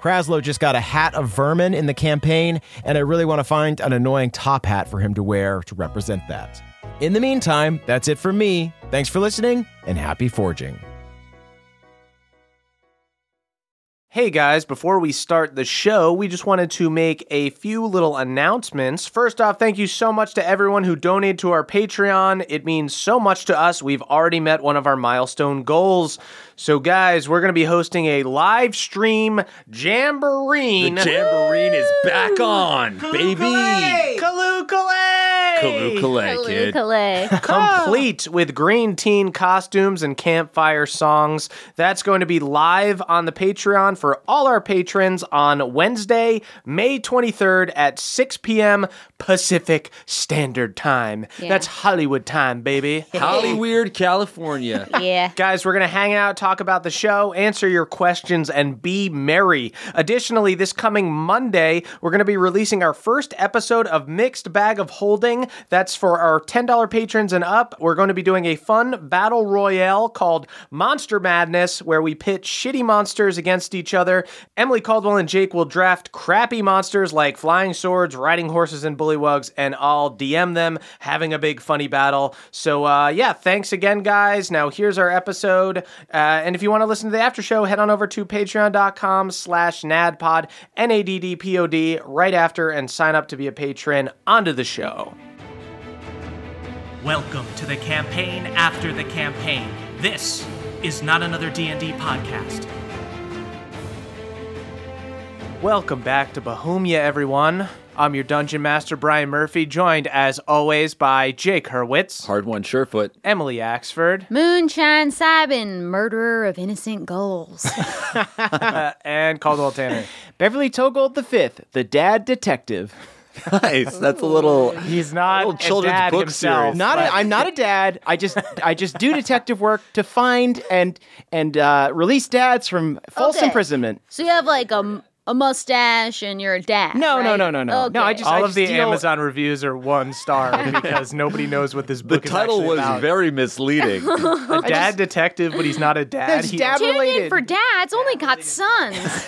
Kraslow just got a hat of vermin in the campaign, and I really want to find an annoying top hat for him to wear to represent that. In the meantime, that's it for me. Thanks for listening and happy forging. Hey guys, before we start the show, we just wanted to make a few little announcements. First off, thank you so much to everyone who donated to our Patreon. It means so much to us. We've already met one of our milestone goals. So, guys, we're going to be hosting a live stream The jamboree. jamboree is back on, baby. Kalukale! Kalukale, kid. complete with green teen costumes and campfire songs. That's going to be live on the Patreon for all our patrons on Wednesday, May 23rd at 6 p.m. Pacific Standard Time. That's Hollywood time, baby. Hollyweird, California. Yeah. Guys, we're going to hang out, talk about the show, answer your questions, and be merry. Additionally, this coming Monday, we're going to be releasing our first episode of Mixed Bag of Holding. That's for our $10 patrons and up. We're going to be doing a fun battle royale called Monster Madness, where we pit shitty monsters against each other. Emily Caldwell and Jake will draft crappy monsters like flying swords, riding horses, and bullywugs, and I'll DM them, having a big funny battle. So, uh, yeah, thanks again, guys. Now, here's our episode. Uh, and if you want to listen to the after show, head on over to patreon.com slash nadpod, N-A-D-D-P-O-D, right after and sign up to be a patron. Onto the show. Welcome to the campaign after the campaign. This is not another D&D podcast. Welcome back to Bohemia, everyone. I'm your Dungeon Master, Brian Murphy, joined, as always, by Jake Hurwitz, Hard one, surefoot. Emily Axford, Moonshine Sabin, murderer of innocent goals. and Caldwell Tanner. Beverly Togold V, the dad detective. Nice. That's a little. He's not Little a children's dad book himself. series. Not a, I'm not a dad. I just I just do detective work to find and and uh, release dads from false Okay. imprisonment. so you have like a, a mustache and you're a dad. No, no, right? no, no, no. No, I Okay. just- All of the steal- Amazon reviews are one star because nobody knows what this The book is title actually was about. very misleading. a dad detective, but he's not a dad. That's He- dad Tuned related. in for dads, only got sons.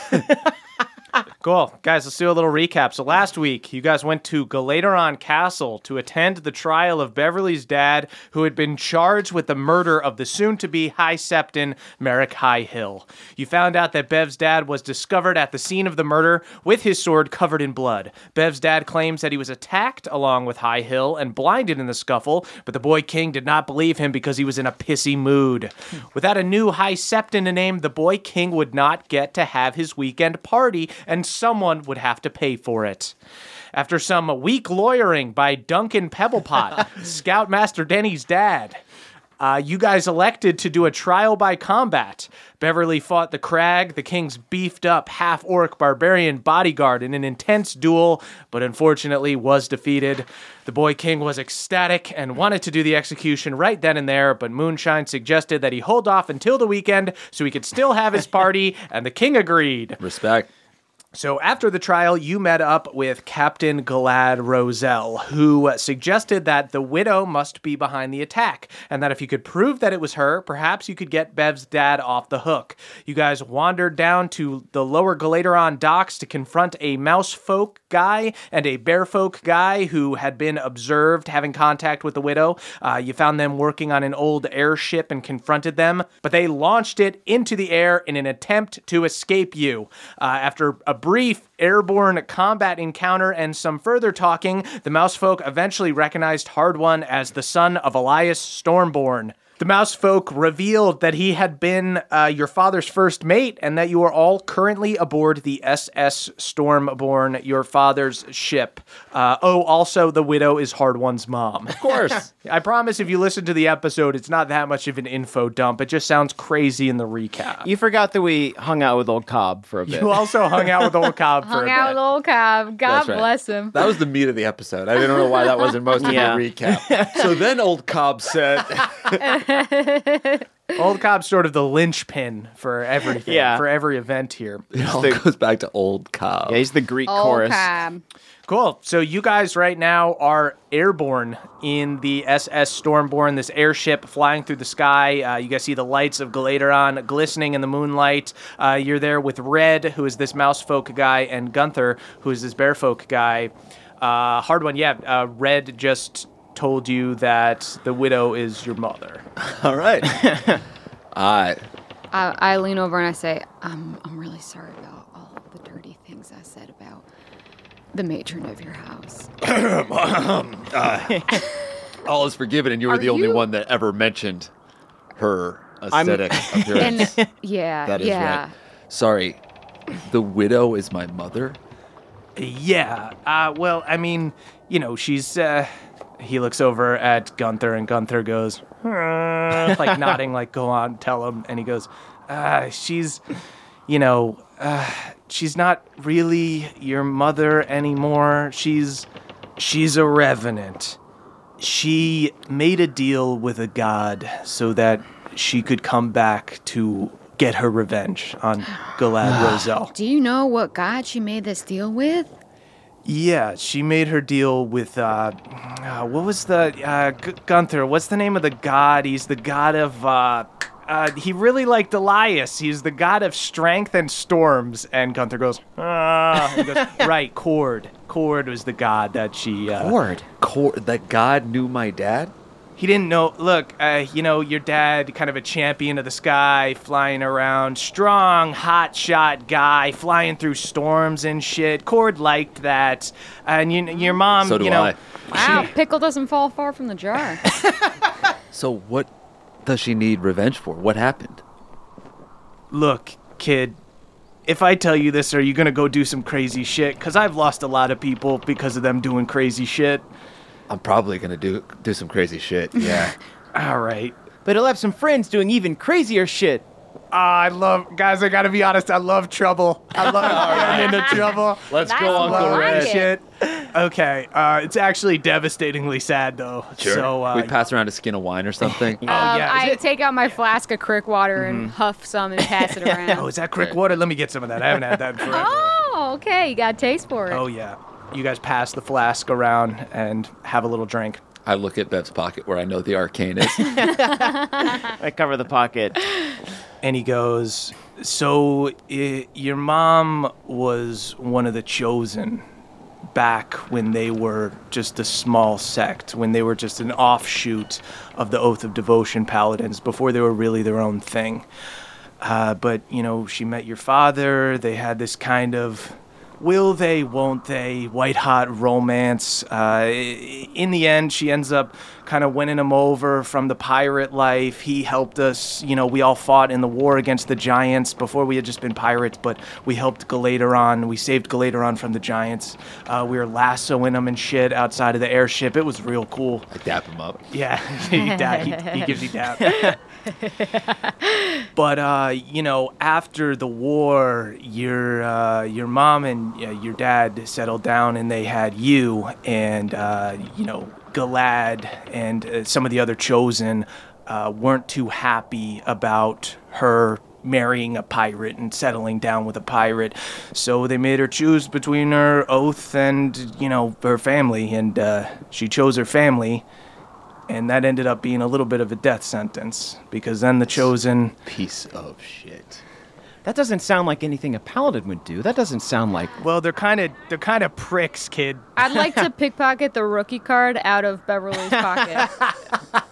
Cool. Guys, let's do a little recap. So last week, you guys went to Galateron Castle to attend the trial of Beverly's dad, who had been charged with the murder of the soon to be High Septon Merrick High Hill. You found out that Bev's dad was discovered at the scene of the murder with his sword covered in blood. Bev's dad claims that he was attacked along with High Hill and blinded in the scuffle, but the boy King did not believe him because he was in a pissy mood. Without a new High Septon to name, the boy King would not get to have his weekend party, and someone would have to pay for it. After some weak lawyering by Duncan Pebblepot, Scoutmaster Denny's dad, uh, you guys elected to do a trial by combat. Beverly fought the Crag, the king's beefed up half orc barbarian bodyguard, in an intense duel, but unfortunately was defeated. The boy king was ecstatic and wanted to do the execution right then and there, but Moonshine suggested that he hold off until the weekend so he could still have his party, and the king agreed. Respect. So after the trial, you met up with Captain Galad Roselle, who suggested that the widow must be behind the attack, and that if you could prove that it was her, perhaps you could get Bev's dad off the hook. You guys wandered down to the lower Galateron docks to confront a mouse folk guy and a bear folk guy who had been observed having contact with the widow. Uh, you found them working on an old airship and confronted them, but they launched it into the air in an attempt to escape you. Uh, after a brief airborne combat encounter and some further talking, the mouse folk eventually recognized Hard One as the son of Elias Stormborn. The mouse folk revealed that he had been uh, your father's first mate and that you are all currently aboard the SS Stormborn, your father's ship. Uh, oh, also, the widow is Hard One's mom. Of course. I promise if you listen to the episode, it's not that much of an info dump. It just sounds crazy in the recap. You forgot that we hung out with old Cobb for a bit. You also hung out with old Cobb for a Hung bit. out with old Cobb. God That's right. bless him. That was the meat of the episode. I don't know why that wasn't most of Yeah. the recap. So then old Cobb said, Old Cobb's sort of the linchpin for everything, Yeah. for every event here. it all goes back to old Cobb. yeah, he's the Greek Old chorus. Cobb. Cool. So you guys right now are airborne in the SS Stormborn, this airship flying through the sky. Uh, you guys see the lights of Galateron glistening in the moonlight. Uh, you're there with Red, who is this mouse folk guy, and Gunther, who is this bear folk guy. Uh, hard one, yeah. Uh, Red just told you that the widow is your mother. All right. I I, I lean over and I say, I'm, I'm really sorry about all of the dirty things I said about the matron of your house. all is forgiven, and you were Are the only you- one that ever mentioned her aesthetic appearance. And yeah, that is yeah. right. Sorry, the widow is my mother. Yeah. Uh, well, I mean, you know, she's. Uh, he looks over at Gunther, and Gunther goes, "Huh," like nodding, like, go on, tell him. And he goes, uh, she's, you know, uh, she's not really your mother anymore. She's, she's a revenant. She made a deal with a god so that she could come back to get her revenge on Galad Roselle. Do you know what God she made this deal with? Yeah, she made her deal with uh, uh what was the uh, G- Gunther? What's the name of the god? He's the god of uh, uh he really liked Elias. He's the god of strength and storms. And Gunther goes, ah, he goes, right, Cord. Cord was the god that she. Uh, Cor- that God knew my dad. He didn't know. Look, uh, you know, your dad, kind of a champion of the sky, flying around, strong, hot shot guy, flying through storms and shit. Cord liked that, and you, your mom, So do Um, you know. I. Wow, pickle doesn't fall far from the jar. So what does she need revenge for? What happened? Look, kid, if I tell you this, are you gonna go do some crazy shit? Cause I've lost a lot of people because of them doing crazy shit. I'm probably gonna do do some crazy shit. Yeah. All right. But he'll have some friends doing even crazier shit. Ah, I love guys. I gotta be honest. I love trouble. I love getting into trouble. Let's That's go, Uncle Love Red. that Like it. shit. Okay. Uh, it's actually devastatingly sad though. So uh, we pass around a skin of wine or something. Um, Oh, yeah, Mm-hmm. is I it- take out my flask of crick water and huff some and pass it oh, around. is that crick water? Let me get some of that. I haven't had that in forever. oh, okay. You got a taste for it. Oh yeah. You guys pass the flask around and have a little drink. I look at Bev's pocket where I know the arcane is. I cover the pocket. and he goes, "So i your mom was one of the chosen back when they were just a small sect, when they were just an offshoot of the Oath of Devotion Paladins, before they were really their own thing. Uh, but you know, she met your father. They had this kind of." Will they, won't they? White hot romance. Uh, i- in the end, she ends up kind of winning him over from the pirate life. He helped us. You know, we all fought in the war against the giants. Before we had just been pirates, but we helped Galateron. We saved Galateron from the giants. Uh, we were lassoing him and shit outside of the airship. It was real cool. I dap him up. Yeah, he, da- he, he gives you dap. but uh, you know, after the war, your uh, your mom and uh, your dad settled down, and they had you, and uh, you know, Galad and uh, some of the other chosen uh, weren't too happy about her marrying a pirate and settling down with a pirate. So they made her choose between her oath and, you know, her family. And uh, she chose her family. And that ended up being a little bit of a death sentence because then the chosen. Piece of shit. That doesn't sound like anything a paladin would do. That doesn't sound like. Well, they're kind of they're kind of pricks, kid. I'd like to pickpocket the rookie card out of Beverly's pocket.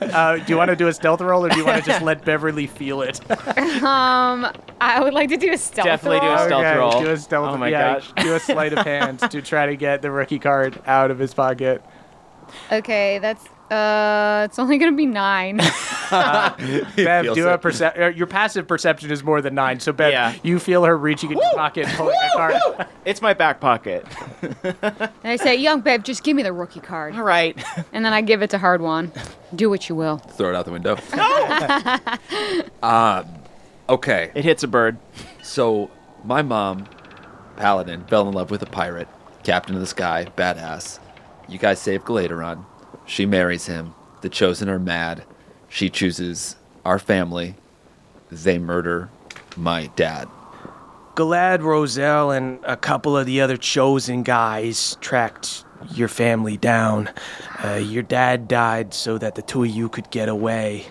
Uh, do you want to do a stealth roll, or do you want to just let Beverly feel it? I would like to do a stealth Definitely do a roll. stealth Okay, roll. Do a stealth. Oh my yeah, gosh. Do a sleight of hand to try to get the rookie card out of his pocket. Okay, that's uh, it's only gonna be nine. Bev, feels do a it. perception. Your passive perception is more than nine, so Bev, Yeah. you feel her reaching into your pocket, and pulling the card. It's my back pocket. and I say, young babe, just give me the rookie card. All right. And then I give it to Hardwan. Do what you will. Throw it out the window. No! okay. It hits a bird. So my mom, Paladin, fell in love with a pirate, Captain of the Sky, badass. You guys save Galateron. She marries him. The Chosen are mad. She chooses our family. They murder my dad. Galad Roselle and a couple of the other chosen guys tracked your family down. Uh, your dad died so that the two of you could get away.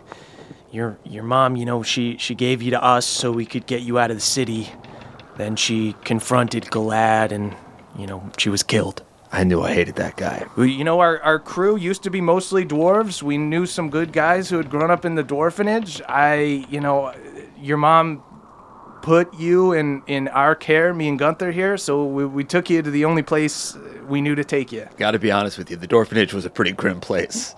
Your your mom, you know, she she gave you to us so we could get you out of the city. Then she confronted Galad and you know, she was killed. I knew I hated that guy. We, you know, our, our crew used to be mostly dwarves. We knew some good guys who had grown up in the dwarfenage. I, you know, your mom put you in, in our care, me and Gunther here, so we, we took you to the only place we knew to take you. Gotta be honest with you, the Dorfinage was a pretty grim place.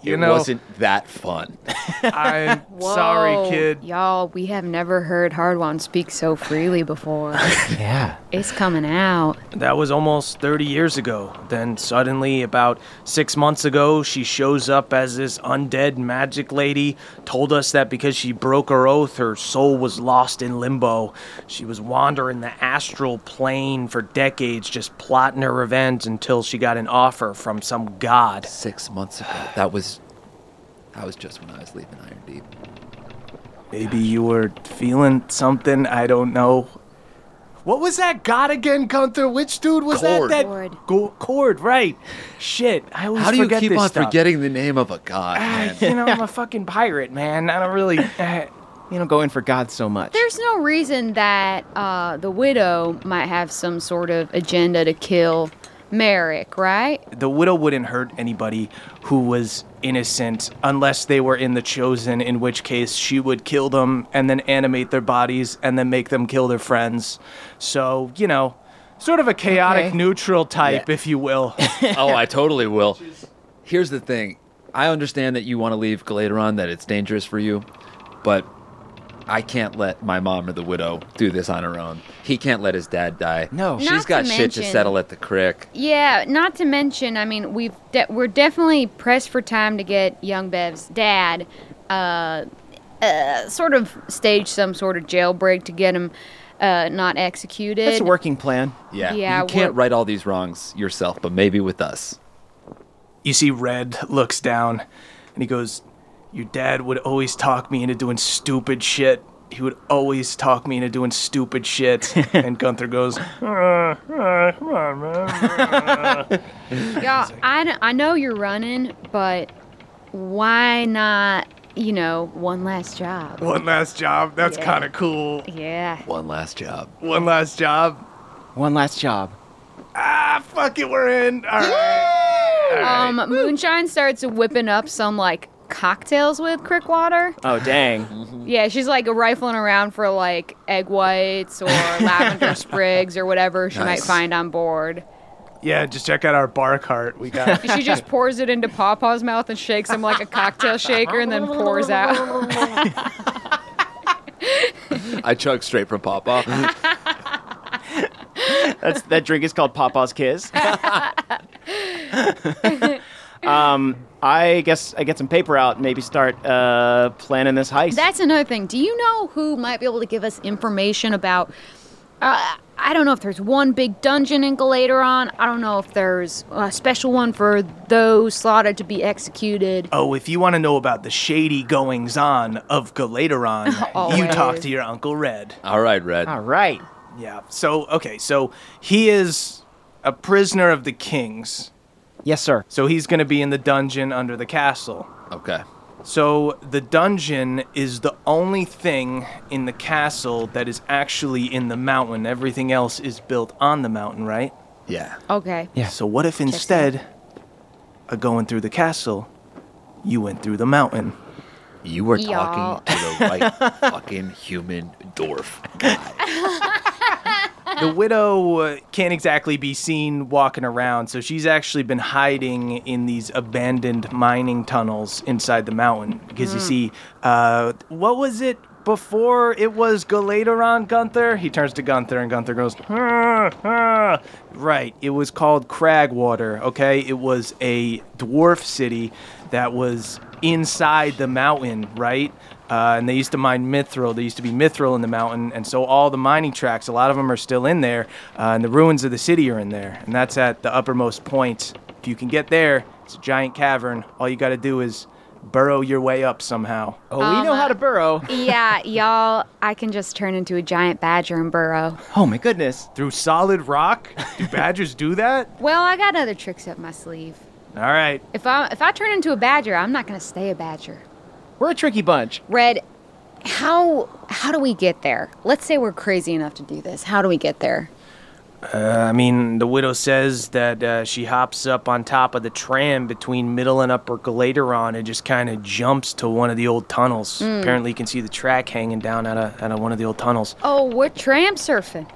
You it know, wasn't that fun. I'm sorry, Whoa. kid. Y'all, we have never heard Hardwan speak so freely before. Yeah. it's coming out. That was almost 30 years ago. Then suddenly, about six months ago, she shows up as this undead magic lady. Told us that because she broke her oath, her soul was lost in limbo. She was wandering the astral plane for decades, just plotting her revenge until she got an offer from some god. Six months ago. That was that was just when I was leaving Iron Deep. Maybe you were feeling something, I don't know. What was that god again, Gunther? Which dude was Cord. that? that? Cord. Go- Cord, right. Shit, I always How do you forget keep this on stuff. forgetting the name of a god? Ah, man? you know, I'm a fucking pirate, man. I don't really. Uh, You don't go in for God so much. There's no reason that uh, the widow might have some sort of agenda to kill Merrick, right? the widow wouldn't hurt anybody who was innocent unless they were in the chosen, in which case she would kill them and then animate their bodies and then make them kill their friends. So, you know, sort of a chaotic Okay. neutral type, if you will. oh, I totally will. Here's the thing. I understand that you want to leave Galateron, that it's dangerous for you, but I can't let my mom or the widow do this on her own. He can't let his dad die. No. she's Not to got shit to mention- settle at the crick. Yeah, not to mention, I mean, we've de- we're definitely pressed for time to get young Bev's dad, uh, uh, sort of stage some sort of jailbreak to get him uh, not executed. That's a working plan. Yeah. Yeah, you can't we're- right all these wrongs yourself, but maybe with us. You see, Red looks down and he goes, Your dad would always talk me into doing stupid shit. He would always talk me into doing stupid shit. and Gunther goes, Y'all, I, d- I know you're running, but why not, you know, one last job? One last job. That's kind of cool. Yeah. One last job. One last job. One last job. Ah, fuck it, we're in. All right. Um, Moonshine starts whipping up some like cocktails with crick water. Oh, dang. Yeah, she's like rifling around for like egg whites or lavender sprigs or whatever she might Nice. find on board. Yeah, just check out our bar cart. We got. And she just pours it into Pawpaw's mouth and shakes him like a cocktail shaker and then pours out. I chug straight from Papa. That's that drink is called Papa's Kiss. um, Um, I guess I get some paper out and maybe start uh, planning this heist. That's another thing. Do you know who might be able to give us information about? Uh, I don't know if there's one big dungeon in Galateron. I don't know if there's a special one for those slotted to be executed. Oh, if you want to know about the shady goings on of Galateron, you talk Always. to your Uncle Red. All right, Red. All right. Yeah. So, okay, so he is a prisoner of the kings. Yes, sir. So he's going to be in the dungeon under the castle. Okay. So the dungeon is the only thing in the castle that is actually in the mountain. Everything else is built on the mountain, right? Yeah. Okay. Yeah. So what if instead of going through the castle, you went through the mountain? You were Y'all. talking to the right fucking human dwarf. the widow uh, can't exactly be seen walking around, so she's actually been hiding in these abandoned mining tunnels inside the mountain. Because you see, uh, what was it before it was Galateron Gunther? He turns to Gunther, and Gunther goes, "Huh, huh." Right, it was called Cragwater, okay? It was a dwarf city that was inside the mountain, right? Uh, and they used to mine mithril. There used to be mithril in the mountain, and so all the mining tracks, a lot of them are still in there, uh, and the ruins of the city are in there, and that's at the uppermost point. If you can get there, it's a giant cavern. All you got to do is burrow your way up somehow. Oh, we know Um, how to burrow. yeah, y'all, I can just turn into a giant badger and burrow. Oh my goodness. Through solid rock? Do badgers do that? Well, I got other tricks up my sleeve. All right. If I if I turn into a badger, I'm not gonna stay a badger. We're a tricky bunch. Red, how how do we get there? Let's say we're crazy enough to do this. How do we get there? Uh, I mean, the widow says that uh, she hops up on top of the tram between Middle and Upper Galateron and just kind of jumps to one of the old tunnels. Apparently, you can see the track hanging down out of, out of one of the old tunnels. Oh, we're tram surfing.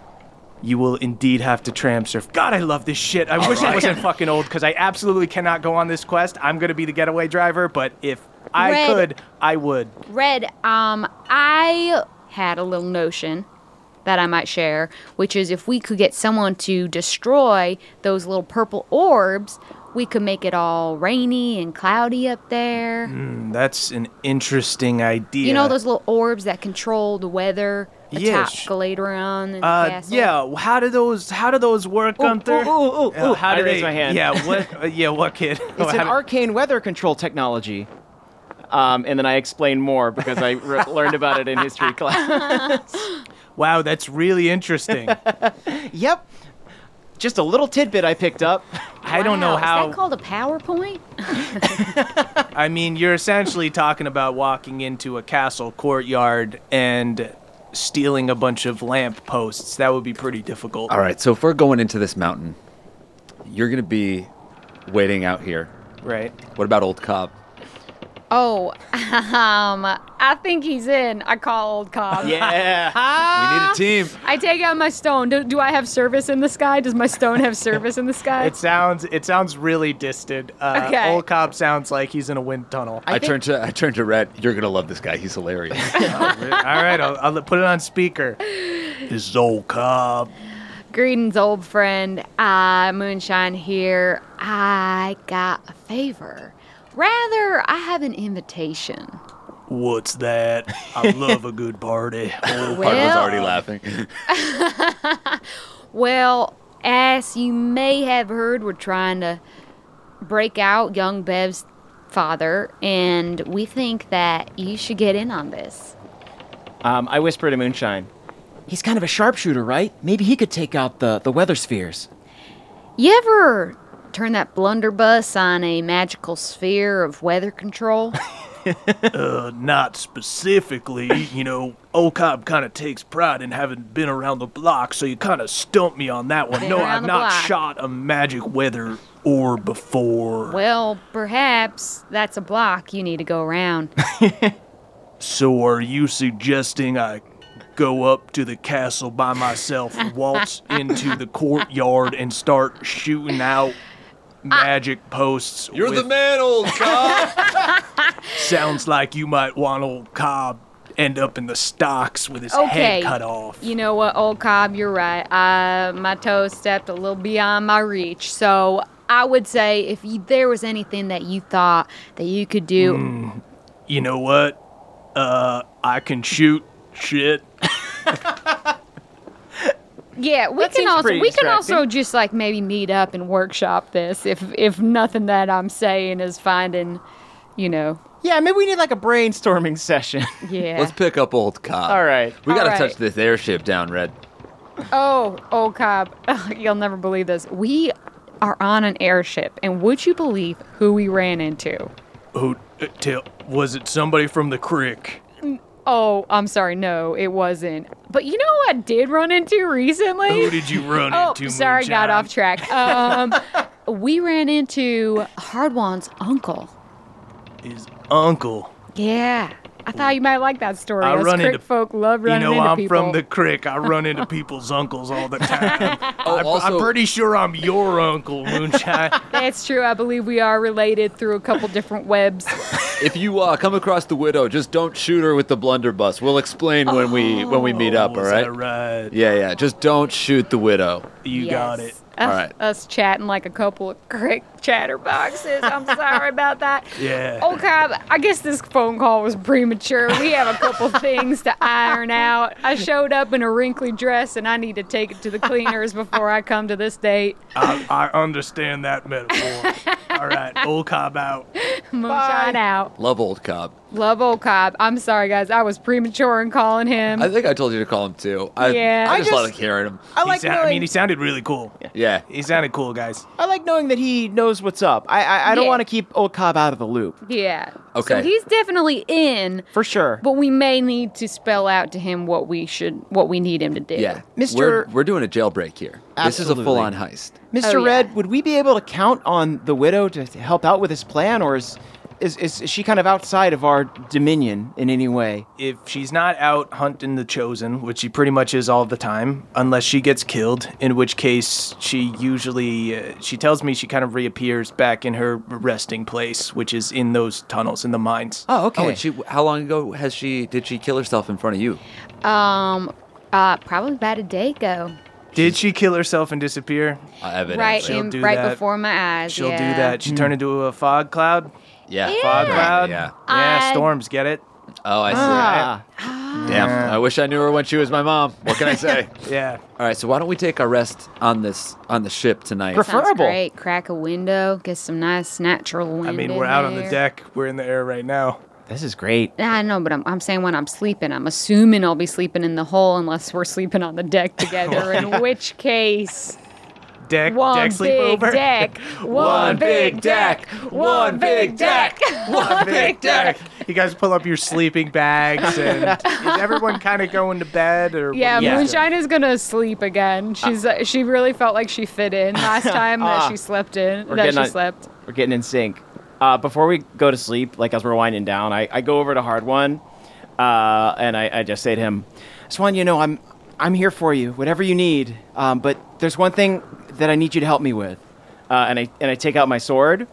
You will indeed have to tram surf. God, I love this shit. I wish I wasn't fucking old because I absolutely cannot go on this quest. I'm going to be the getaway driver, but if I Red. could, I would. Red, um, I had a little notion that I might share, which is if we could get someone to destroy those little purple orbs, we could make it all rainy and cloudy up there. That's an interesting idea. You know those little orbs that control the weather atop Yes. Galateron and the Uh, castle? yeah. well, How do those? How do those work, Gunther? ooh, ooh, ooh, Uh, ooh. How I do raised they- my hand. Yeah. What? uh, yeah. What kid? It's an How do- arcane weather control technology. Um, and then I explain more because I re- learned about it in history class. wow, that's really interesting. yep. Just a little tidbit I picked up. I don't know Wow, how. Is that called a PowerPoint? I mean, you're essentially talking about walking into a castle courtyard and stealing a bunch of lamp posts. That would be pretty difficult. All right. So if we're going into this mountain, you're gonna be waiting out here. Right. What about old Cobb? Oh, um, I think he's in. I called Cobb. Yeah. we need a team. I take out my stone. Do, do I have service in the sky? Does my stone have service in the sky? It sounds. It sounds really distant. Uh, Okay. Old cop sounds like he's in a wind tunnel. I, think- turned to I turned to Red. You're gonna love this guy. He's hilarious. All right. I'll, I'll put it on speaker. This is old cop. Greetings, old friend. I, Moonshine here. I got a favor. Rather, I have an invitation. What's that? I love a good party. Bart was Well- already laughing. Well, as you may have heard, we're trying to break out young Bev's father, and we think that you should get in on this. Um, I whisper to Moonshine. He's kind of a sharpshooter, right? Maybe he could take out the, the weather spheres. You ever turn that blunderbuss on a magical sphere of weather control? Not specifically, you know. Old cop kind of takes pride in having been around the block, so you kind of stumped me on that one. Been no, around I've the not block. shot a magic weather orb before. well, perhaps that's a block you need to go around. So, are you suggesting I go up to the castle by myself, waltz into the courtyard, and start shooting out magic posts? with- man, old Cobb. Sounds like you might want old Cobb end up in the stocks with his Okay. head cut off. You know what, old Cobb, you're right. Uh, my toes stepped a little beyond my reach. So I would say if you, there was anything that you thought that you could do, Mm. you know what? Uh, I can shoot shit. Yeah, we That can seems also pretty we can also distracting. just like maybe meet up and workshop this if if nothing that I'm saying is finding, you know, Yeah, maybe we need like a brainstorming session. yeah. Let's pick up old Cobb. All right. We got to All right. touch this airship down, Red. Oh, old cop, you'll never believe this. We are on an airship, and would you believe who we ran into? Who uh, tell, was it? Somebody from the creek. Oh, I'm sorry, no, it wasn't. But you know who I did run into recently? Who did you run oh, into? sorry, got Moonshine? off track. Um, we ran into Hardwan's uncle. His uncle. Yeah. I thought you might like that story. I Us run Crick into- folk love running you know, into I'm people. from the crick. I run into people's uncles all the time. Oh, I'm, I'm pretty sure I'm your uncle, Moonshine. That's true. I believe we are related through a couple different webs. if you uh, come across the widow, just don't shoot her with the blunderbuss. We'll explain when we when we meet Oh, up. All Was right. I right? Yeah, yeah. Just don't shoot the widow. You got it. Us, Alright. us chatting like a couple of crick chatterboxes. I'm sorry about that. Yeah. Okay, I guess this phone call was premature. We have a couple things to iron out. I showed up in a wrinkly dress, and I need to take it to the cleaners before I come to this date. I, I understand that metaphor. all right, old cop out. Moonshine out. Love old Cobb. Love old cop. I'm sorry, guys. I was premature in calling him. I think I told you to call him too. I, Yeah. I I just, just- love hearing him. I like he sa- I mean, knowing. he sounded really cool. Yeah. He sounded cool, guys. I like knowing that he knows what's up. I I, I don't Yeah. want to keep old Cobb out of the loop Yeah. Okay. So he's definitely in, for sure. but we may need to spell out to him what we should, what we need him to do. Yeah. Mr. We're, we're doing a jailbreak here. This is a Absolutely. full on heist. Mr. Oh, yeah. Red, would we be able to count on the widow to to help out with his plan, or is is, is she kind of outside of our dominion in any way? If she's not out hunting the chosen, which she pretty much is all the time, unless she gets killed, in which case she usually uh, she tells me she kind of reappears back in her resting place, which is in those tunnels in the mines. Oh, okay. Oh, and she, how long ago has she did she kill herself in front of you? Um, uh, probably about a day ago. Did she kill herself and disappear? Uh, evidently. Right, She'll in, do right that. before my eyes. She'll yeah. do that. She turned into a fog cloud. Hmm. Yeah. Fog cloud. Yeah. Yeah, I- storms. Get it? Oh, I see. Ah, Damn. I wish I knew her when she was my mom. What can I say? Yeah. All right, so why don't we take our rest on this on the ship tonight? Pref- Sounds Preferable. great. Crack a window, get some nice natural wind. I mean, in we're out on the there. deck. We're in the air right now. this is great. I know, but I'm, I'm saying when I'm sleeping, I'm assuming I'll be sleeping in the hole unless we're sleeping on the deck together, in which case, Deck. one deck big sleepover. deck, one, big deck, one big deck, one big deck. You guys pull up your sleeping bags, and is everyone kind of going to bed? Or Yeah, Yeah. Ah. Moonshine is gonna sleep again. She's uh, she really felt like she fit in last time that she slept in We're that getting she on- slept. We're getting in sync. Uh, before we go to sleep, like as we're winding down, I, I go over to Hard One, uh, and I, I just say to him, Swan, you know, I'm I'm here for you, whatever you need. Um, but there's one thing that I need you to help me with, uh, and I and I take out my sword,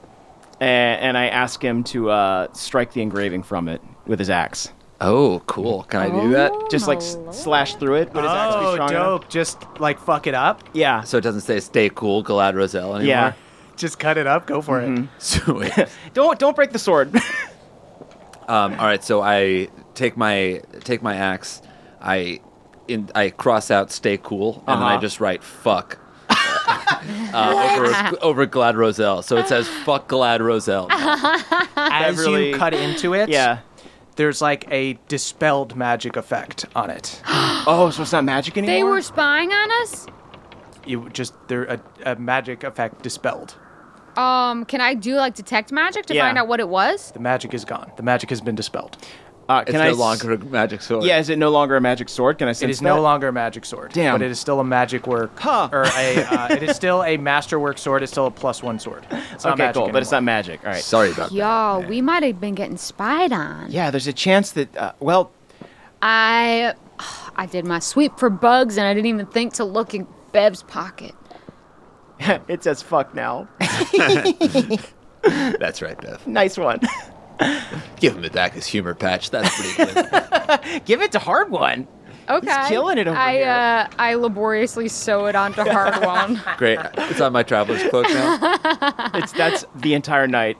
and, and I ask him to uh, strike the engraving from it with his axe. Oh, cool. Can I do that? Just like s- slash through it. Would his axe be Oh, strong enough? dope! Just like fuck it up. Yeah. So it doesn't say stay cool, Galad Roselle anymore. yeah. Just cut it up. Go for it. Sweet. Don't don't break the sword. um, all right, so I take my take my axe, I in I cross out stay cool, and then I Uh-huh. just write fuck. uh, over, over Glad Roselle. So it says fuck Glad Roselle. Uh-huh. As Beverly- you cut into it, yeah. there's like a dispelled magic effect on it. Oh, so it's not magic anymore. They were spying on us. You just there a, a magic effect dispelled. Um, can I do like detect magic to Yeah. find out what it was? The magic is gone. The magic has been dispelled. Uh, It's can I no s- longer a magic sword. Yeah, is it no longer a magic sword? Can I sense It is no that? longer a magic sword, Damn. but it is still a magic work, Huh. or a, uh, it is still a masterwork sword. It's still a plus one sword. It's not Okay, magic cool, but it's anymore. not magic. All right. Sorry about that. Y'all, we might have been getting spied on. yeah, there's a chance that. Uh, well, I I did my sweep for bugs and I didn't even think to look in Bev's pocket. it says fuck now. That's right, Bev. nice one. Give him it back his humor patch. That's pretty good. Give it to hard one. Okay. killing it over I, here. Uh, I laboriously sew it onto hard one. Great. It's on my traveler's cloak now. It's that's the entire night.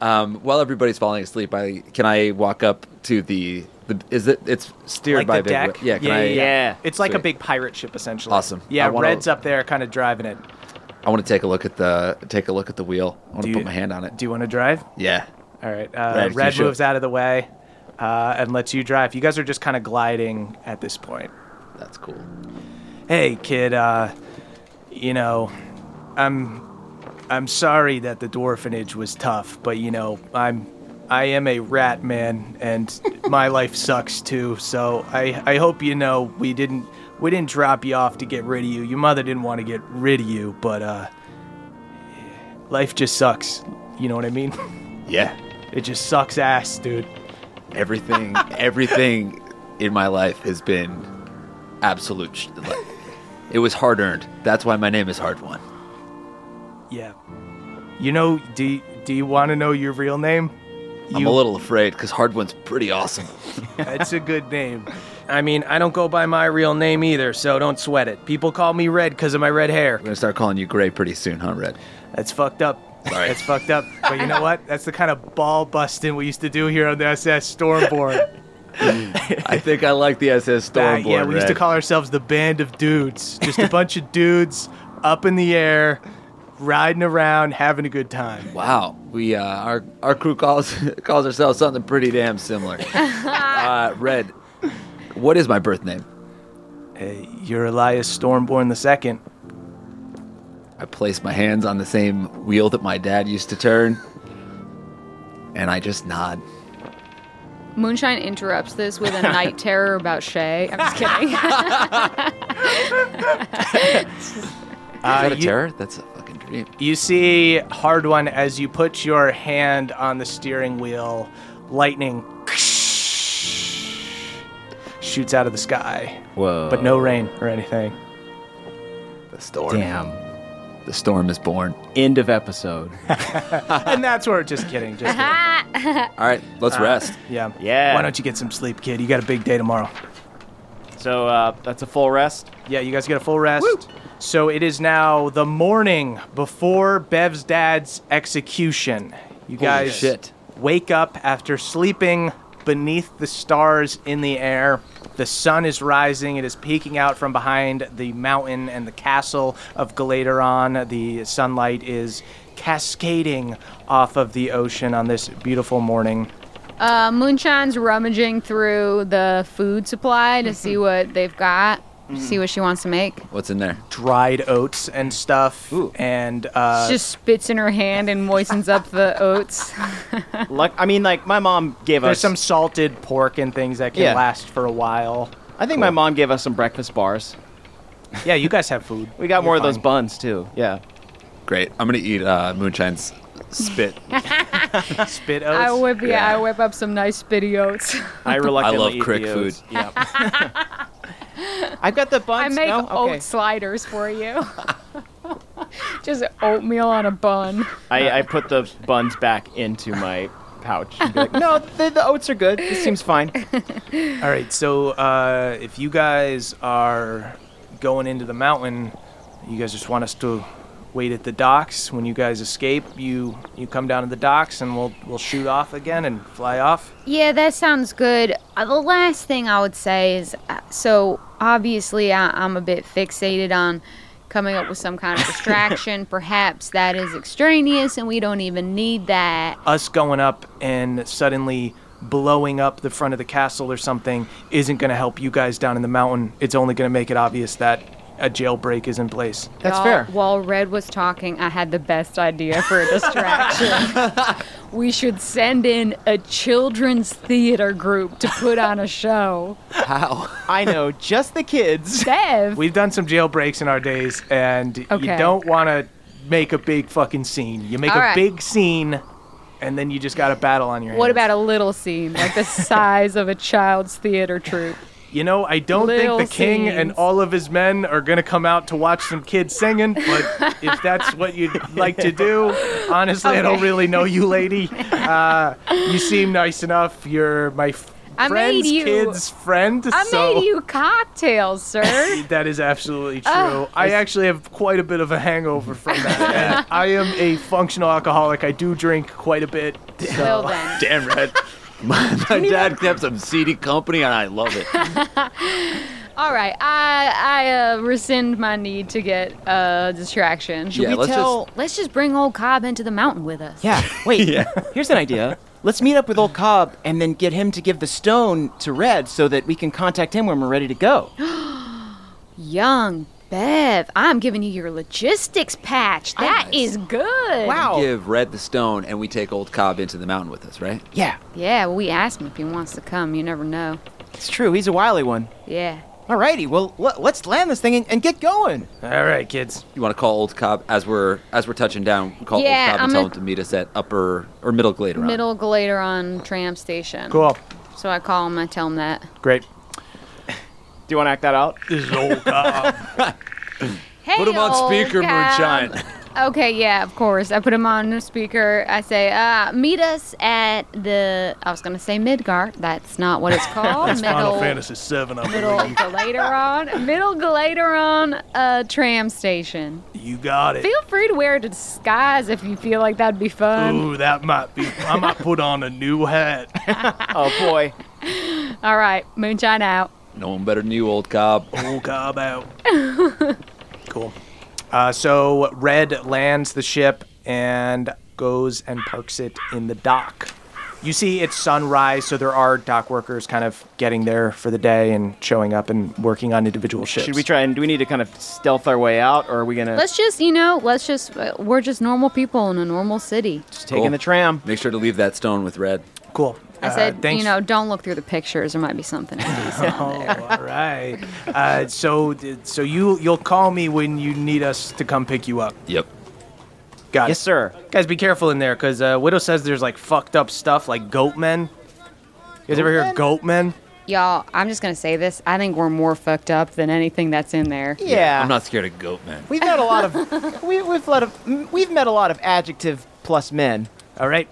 Um, while everybody's falling asleep, I can I walk up to the The, is it? It's steered like by the big. deck. wh- Yeah, can yeah, I, yeah, Yeah. It's like a Sweet. big pirate ship essentially. Awesome. Yeah, I wanna- Red's up there, kind of driving it. I want to take a look at the take a look at the wheel. I Do want to you- put my hand on it. Do you want to drive? yeah. All right. Uh, Red, Red, you should. moves out of the way uh, and lets you drive. You guys are just kind of gliding at this point. That's cool. Hey, kid. Uh, you know, I'm I'm sorry that the dwarfenage was tough, but you know, I'm I am a rat man, and my life sucks too. So I I hope you know we didn't we didn't drop you off to get rid of you. Your mother didn't want to get rid of you, but uh, life just sucks. You know what I mean? Yeah. It just sucks ass, dude. Everything everything in my life has been absolute. Sh- like, it was hard earned. That's why my name is Hard One. Yeah. You know, do do you want to know your real name? I'm You- a little afraid because Hard One's pretty awesome. That's a good name. I mean, I don't go by my real name either, so don't sweat it. People call me Red because of my red hair. I'm gonna start calling you Gray pretty soon, huh, Red? That's fucked up. Sorry. That's fucked up. But you know what? That's the kind of ball busting we used to do here on the SS Stormborn. I think I like the SS Back- Stormborn. yeah, we used to Red. call ourselves the Band of Dudes. Just a bunch of dudes up in the air, riding around, having a good time. Wow, we uh, our our crew calls calls ourselves something pretty damn similar. uh, Red, what is my birth name? You're Elias Stormborn the Second. I place my hands on the same wheel that my dad used to turn, and I just nod. Moonshine interrupts this with a night terror about Shay. I'm just kidding. is that a you- terror? That's a fucking dream. You see hard one as you put your hand on the steering wheel, lightning shoots out of the sky, Whoa. but no rain or anything. The storm. Damn. The storm is born. End of episode. And that's where just kidding, just kidding. All right, let's rest. Yeah. Yeah. Why don't you get some sleep, kid? You got a big day tomorrow. So uh, that's a full rest. Yeah, you guys get a full rest. So it is now the morning before Bev's dad's execution. You guys shit. wake up after sleeping beneath the stars in the air. The sun is rising. It is peeking out from behind the mountain and the castle of Galateron. The sunlight is cascading off of the ocean on this beautiful morning. uh, Moonshine's rummaging through the food supply to see what they've got, see what she wants to make. What's in there? Dried oats and stuff. And uh, She just spits in her hand and moistens up the oats. Like I mean, like my mom gave there's us some salted pork and things that can Yeah. last for a while. I think my mom gave us some breakfast bars. Yeah, you guys have food. We got more of those fine. buns too. Yeah. Great. I'm gonna eat uh, Moonshine's spit. Spit I oats. whip, yeah, I whip up some nice spitty oats. I reluctantly eat the crick food. oats. Yep. I've got the I buns. make no? Okay. oat sliders for you. just oatmeal on a bun. I, I put the buns back into my pouch. and be like, no, the, the oats are good. This seems fine. All right, so uh, if you guys are going into the mountain, you guys just want us to wait at the docks. When you guys escape, you you come down to the docks, and we'll we'll shoot off again and fly off. Yeah, that sounds good. Uh, the last thing I would say is uh, so obviously I, I'm a bit fixated on coming up with some kind of distraction. Perhaps that is extraneous and we don't even need that. Us going up and suddenly blowing up the front of the castle or something isn't going to help you guys down in the mountain. It's only going to make it obvious that a jailbreak is in place. That's Y'all, fair. While Red was talking, I had the best idea for a distraction. we should send in a children's theater group to put on a show. I know just the kids. Dev, We've done some jailbreaks in our days, and you Okay. don't want to make a big fucking scene. You make All a right. big scene, and then you just got a battle on your hands. what about a little scene, like the size of a child's theater troupe? You know, I don't think little the king and scenes? all of his men are gonna come out to watch some kids singing. But if that's what you'd like to do, honestly, I don't Okay. really know you, lady. Uh, you seem nice enough. You're my f- I made friend's you- kid's friend. I so made you cocktails, sir. That is absolutely true. Ah. I actually have quite a bit of a hangover from that. and I am a functional alcoholic. I do drink quite a bit. So well then, Damn, Red. My, my dad kept some CD company, and I love it. All right, I I uh, rescind my need to get uh, distraction. yeah, let's tell- just. Let's just bring old Cobb into the mountain with us. Yeah. Wait. Here's an idea. Let's meet up with old Cobb and then get him to give the stone to Red so that we can contact him when we're ready to go. Young Bev, I'm giving you your logistics patch. That is good. Give Red the stone, and we take old Cobb into the mountain with us, right? Yeah, Yeah, well, we asked him if he wants to come. You never know. it's true. He's a wily one. Yeah. Alrighty. Well, l- let's land this thing and, and get going. All right, kids. You want to call old Cobb as we're as we're touching down? Call Yeah, old Cobb I'm and tell gonna- him to meet us at upper or middle Gladeron. Middle Galateron tram station. Cool. So I call him. I tell him that. Great. Do you want to act that out? This is old Cobb. Hey, Put him on old speaker, Cobb. Moonshine. Okay, yeah, of course. I put him on the speaker. I say, uh, meet us at the. I was going to say Midgar. That's not what it's called. middle, VII. I Middle Galateron. middle Galateron uh, tram station. You got it. Feel free to wear a disguise if you feel like that'd be fun. Ooh, that might be. I might put on a new hat. Oh boy. All right, moonshine out. No one better than you, old Cobb. Old Cobb out. cool. Uh, so Red lands the ship and goes and parks it in the dock. You see it's sunrise, so there are dock workers kind of getting there for the day and showing up and working on individual ships. Should we try and do we need to kind of stealth our way out, or are we gonna Let's just, you know, let's just. Uh, we're just normal people in a normal city. just take in Cool. the tram? Make sure to leave that stone with Red. Cool. I said, uh, thanks. you know, don't look through the pictures. There might be something indecent in there. Oh, all right. Uh, so, so you you'll call me when you need us to come pick you up. Yep. Got Yes, it. sir. Guys, be careful in there, cause uh, Widow says there's like fucked up stuff, like goat men. You guys ever hear of goat men? Y'all, I'm just gonna say this. I think we're more fucked up than anything that's in there. Yeah. I'm not scared of goat, man. We've met a lot of we, we've let a, m- we've met a lot of adjective plus men. All right.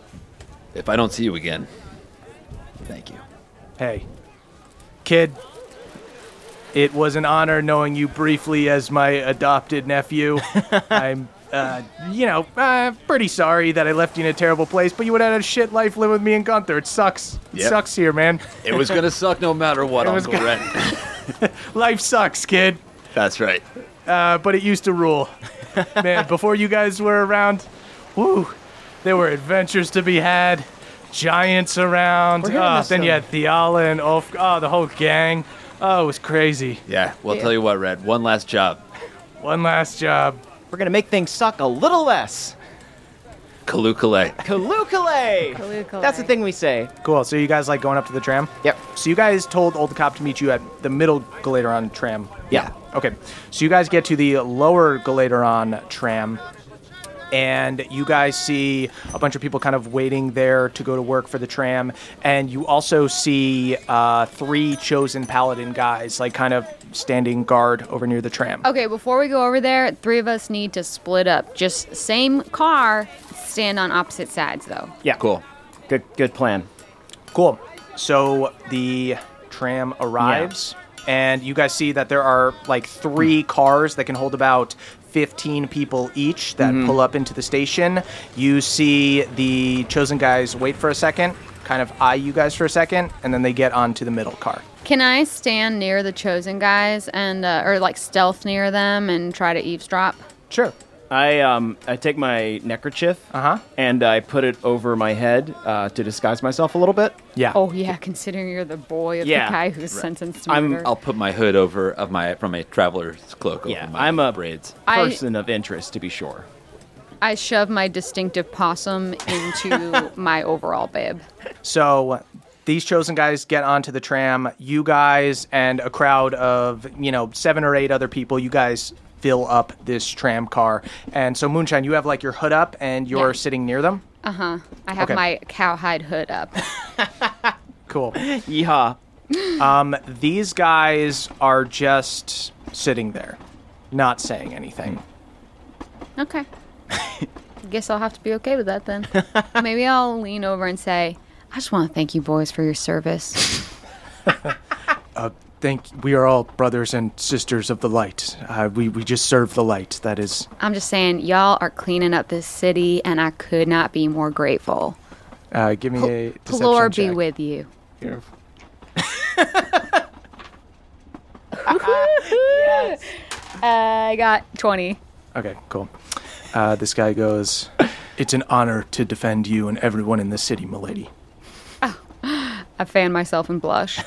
If I don't see you again, thank you. Hey, kid. It was an honor knowing you briefly as my adopted nephew. I'm, uh, you know, uh, pretty sorry that I left you in a terrible place, but you would have had a shit life living with me and Gunther. It sucks. It Yep. sucks here, man. It was gonna suck no matter what, was Uncle Red. Life sucks, kid. That's right. uh, but it used to rule. Man, before you guys were around, woo, there were adventures to be had, giants around. We're gonna Oh, miss then you them. had Theala and Ulf, oh, the whole gang. Oh, it was crazy. Yeah. Well, tell you what, Red. One last job. One last job. We're gonna make things suck a little less. Kalukale. Kalukale. That's the thing we say. Cool. So you guys like going up to the tram? Yep. So you guys told Old Cop to meet you at the middle Galateron tram. Yeah. Okay. So you guys get to the lower Galateron tram, and you guys see a bunch of people kind of waiting there to go to work for the tram, and you also see uh, three chosen paladin guys like kind of standing guard over near the tram. Okay, before we go over there, three of us need to split up. Just same car, stand on opposite sides though. Yeah. Cool. Good good plan. Cool. So the tram arrives, and you guys see that there are like three cars that can hold about 15 people each that pull up into the station. You see the chosen guys wait for a second, kind of eye you guys for a second, and then they get onto the middle car. Can I stand near the chosen guys and uh, or like stealth near them and try to eavesdrop? Sure. I um I take my neckerchief Uh-huh. and I put it over my head uh, to disguise myself a little bit. Yeah. Oh yeah, considering you're the boy of Yeah. the guy who's sentenced to I'm- murder. I'll put my hood over of my from a traveler's cloak over Yeah, my I'm a- braids. I- Person of interest to be sure. I shove my distinctive possum into my overall bib. So these chosen guys get onto the tram. You guys and a crowd of, you know, seven or eight other people, you guys fill up this tram car. And so, Moonshine, you have like your hood up and you're Yeah. sitting near them. Uh-huh. I have Okay. my cowhide hood up. Cool. Yeehaw. These guys are just sitting there, not saying anything. Okay. Guess I'll have to be okay with that then. Maybe I'll lean over and say, I just want to thank you boys for your service. Think we are all brothers and sisters of the light. Uh, we, we just serve the light. That is I'm just saying, y'all are cleaning up this city, and I could not be more grateful. Uh, give me a deception Plore check. be with you. Here. I got 20. Okay, cool. Uh, this guy goes, It's an honor to defend you and everyone in this city, milady. I fan myself and blush.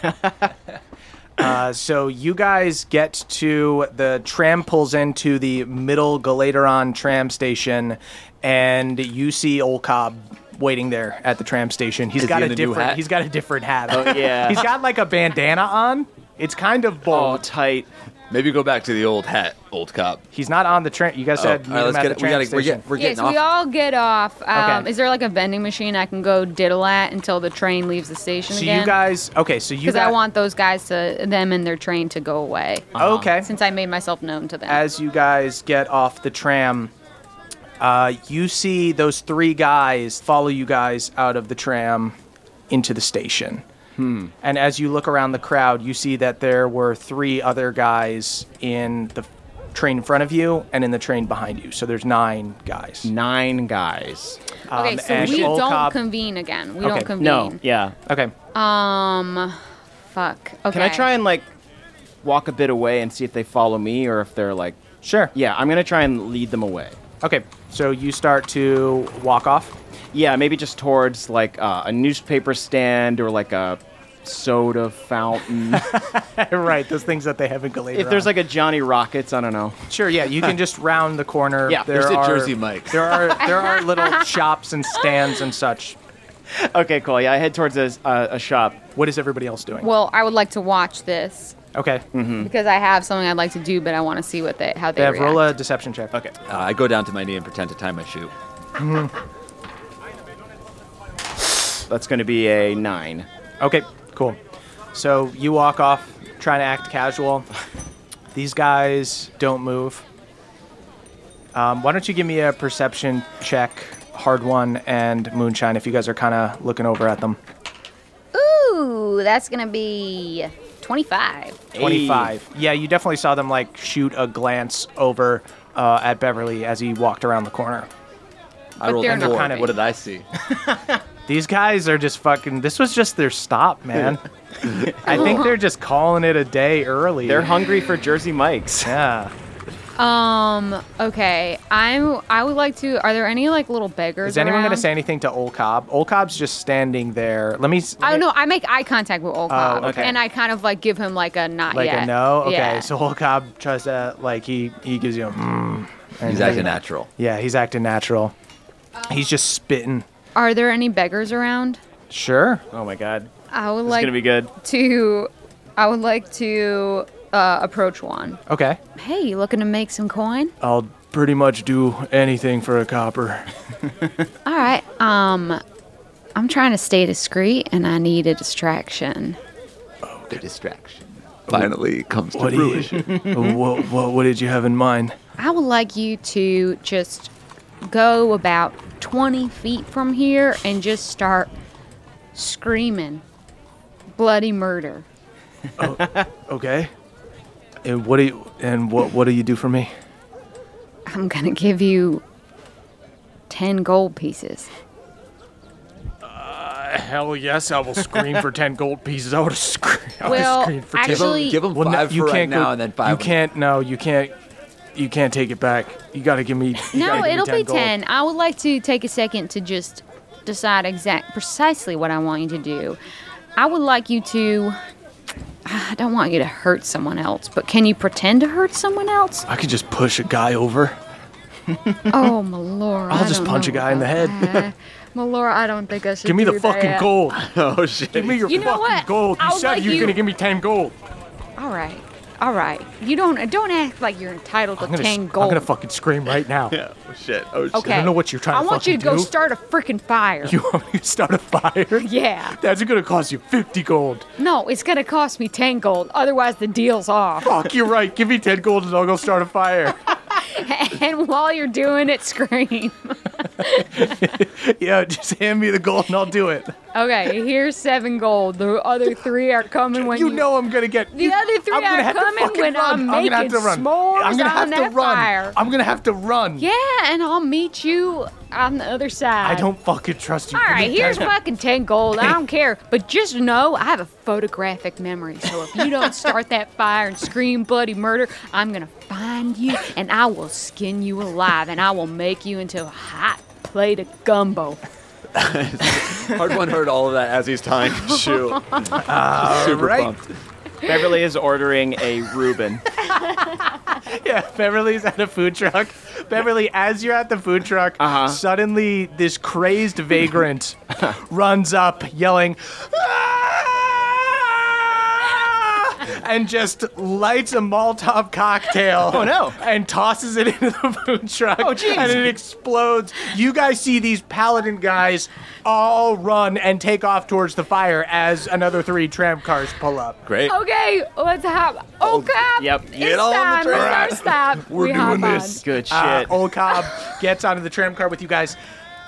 Uh, so you guys get to the tram pulls into the middle Galateron tram station, and you see Old Cobb waiting there at the tram station. He's Is got he a in a new different. hat? He's got a different hat. Oh, yeah. he's got like a bandana on. It's kind of Oh, bold. tight. Maybe go back to the old hat, old cop. He's not on the train. You guys Oh, all said meet right, him let's at get the it. We tram gotta, we're station. getting, we're yes, getting we off. all get off. Um, Okay. Is there like a vending machine I can go diddle at until the train leaves the station so again? you guys, okay? So you because got, I want those guys to them and their train to go away okay. since I made myself known to them. as you guys get off the tram, uh, you see those three guys follow you guys out of the tram into the station. And as you look around the crowd, you see that there were three other guys in the train in front of you and in the train behind you. So there's nine guys. Nine guys. okay, um, so and we Old don't Cobb- convene again. We Okay, don't convene. No. Yeah. Okay. Um, fuck. Okay. Can I try and like walk a bit away and see if they follow me or if they're like, Sure. yeah, I'm gonna try and lead them away. Okay. So you start to walk off. Yeah, maybe just towards like uh, a newspaper stand or like a soda fountain. right. Those things that they have in Galater. if there's like a Johnny Rockets, I don't know. Sure, yeah, you can just round the corner. Yeah, there there's a are, Jersey Mike's. There are there are little shops and stands and such. Okay, cool. Yeah, I head towards a, a, a shop. What is everybody else doing? Well, I would like to watch this okay, because I have something I'd like to do, but I want to see what they how they Bev, roll react. a deception check. Okay. Uh, I go down to my knee and pretend to tie my shoe. That's gonna be a nine. Okay, cool. So you walk off, trying to act casual. These guys don't move. Um, why don't you give me a perception check, hard one, and moonshine if you guys are kind of looking over at them. Ooh, that's gonna be 25. 25. Yeah, you definitely saw them like shoot a glance over uh, at Beverly as he walked around the corner. I rolled they're a not four. kind of- what did I see? These guys are just fucking. This was just their stop, man. I think they're just calling it a day early. They're hungry for Jersey Mike's. Yeah. Um. Okay. I'm. I would like to. Are there any like little beggars? Is anyone around? gonna say anything to Old Cobb? Old Cobb's just standing there. Let me. s- I don't know. Oh, I make eye contact with Old Cob, Oh, okay. and I kind of like give him like a not Like yet. a no. Okay. Yeah. So Old Cobb tries to like he he gives you. a Mm, and He's acting natural. Yeah, he's acting natural. He's just spitting. are there any beggars around? Sure. Oh my god. I would This like is gonna be good. to. I would like to uh, approach one. Okay. Hey, you looking to make some coin? I'll pretty much do anything for a copper. All right. Um, I'm trying to stay discreet, and I need a distraction. The distraction finally comes to What do you? fruition. what, what what did you have in mind? I would like you to just go about 20 feet from here and just start screaming bloody murder. Okay. And what do you and what what do you do for me? I'm going to give you 10 gold pieces. Hell yes, I will scream for ten gold pieces. I would scream. I Well, actually, Give him Well, no, five you for right can't go, now and then five. You when- can't. No, you can't. You can't take it back. You gotta give me. you gotta no, give me it'll be gold. 10. I would like to take a second to just decide exact precisely what I want you to do. I would like you to I don't want you to hurt someone else, but can you pretend to hurt someone else? I could just push a guy over. Oh, my lord. I'll I just don't punch a know guy in the about head. that. my lord, I don't think I should Give me the do fucking that. gold. Oh shit. Give me your You know fucking what? gold. You I'll said let you were you- gonna give me ten gold. All right. All right. You don't don't act like you're entitled to I'm gonna, 10 s- gold. I'm gonna fucking scream right now. Yeah. Oh shit. Oh shit. okay. I don't know what you're trying I to want you to fucking go do. start a freaking fire. You want me to start a fire? yeah. That's gonna cost you fifty gold. No, it's going to cost me 10 gold. Otherwise, the deal's off. Fuck, you're right. Give me 10 gold and I'll go start a fire. and while you're doing it, scream. Yo, just hand me the gold and I'll do it. Okay, here's seven gold. The other three are coming when you, you know I'm gonna get. The other three I'm gonna are have to coming fucking when run. I'm gonna have making to run. s'mores I'm gonna have on to that run. fire. I'm gonna have to run. Yeah, and I'll meet you on the other side. I don't fucking trust you. All Let right, me tell here's you. fucking 10 gold. I don't care. But just know I have a photographic memory. So if you don't start that fire and scream bloody murder, I'm going to find you and I will skin you alive and I will make you into a hot plate of gumbo. Hard one heard all of that as he's tying his shoe. Super right. pumped. Beverly is ordering a Reuben. Yeah, Beverly's at a food truck. Beverly, as you're at the food truck, Uh-huh. suddenly this crazed vagrant runs up yelling, "Ah!" and just lights a Molotov cocktail. Oh, no. And tosses it into the food truck. Oh, jeez. And it explodes. You guys see these paladin guys all run and take off towards the fire as another three tram cars pull up. Great. Okay, let's hop. Oh, cop. yep. It's Get on the time. train. It's our stop. We're we doing hop this. On. Good shit. Uh, old Cobb gets onto the tram car with you guys.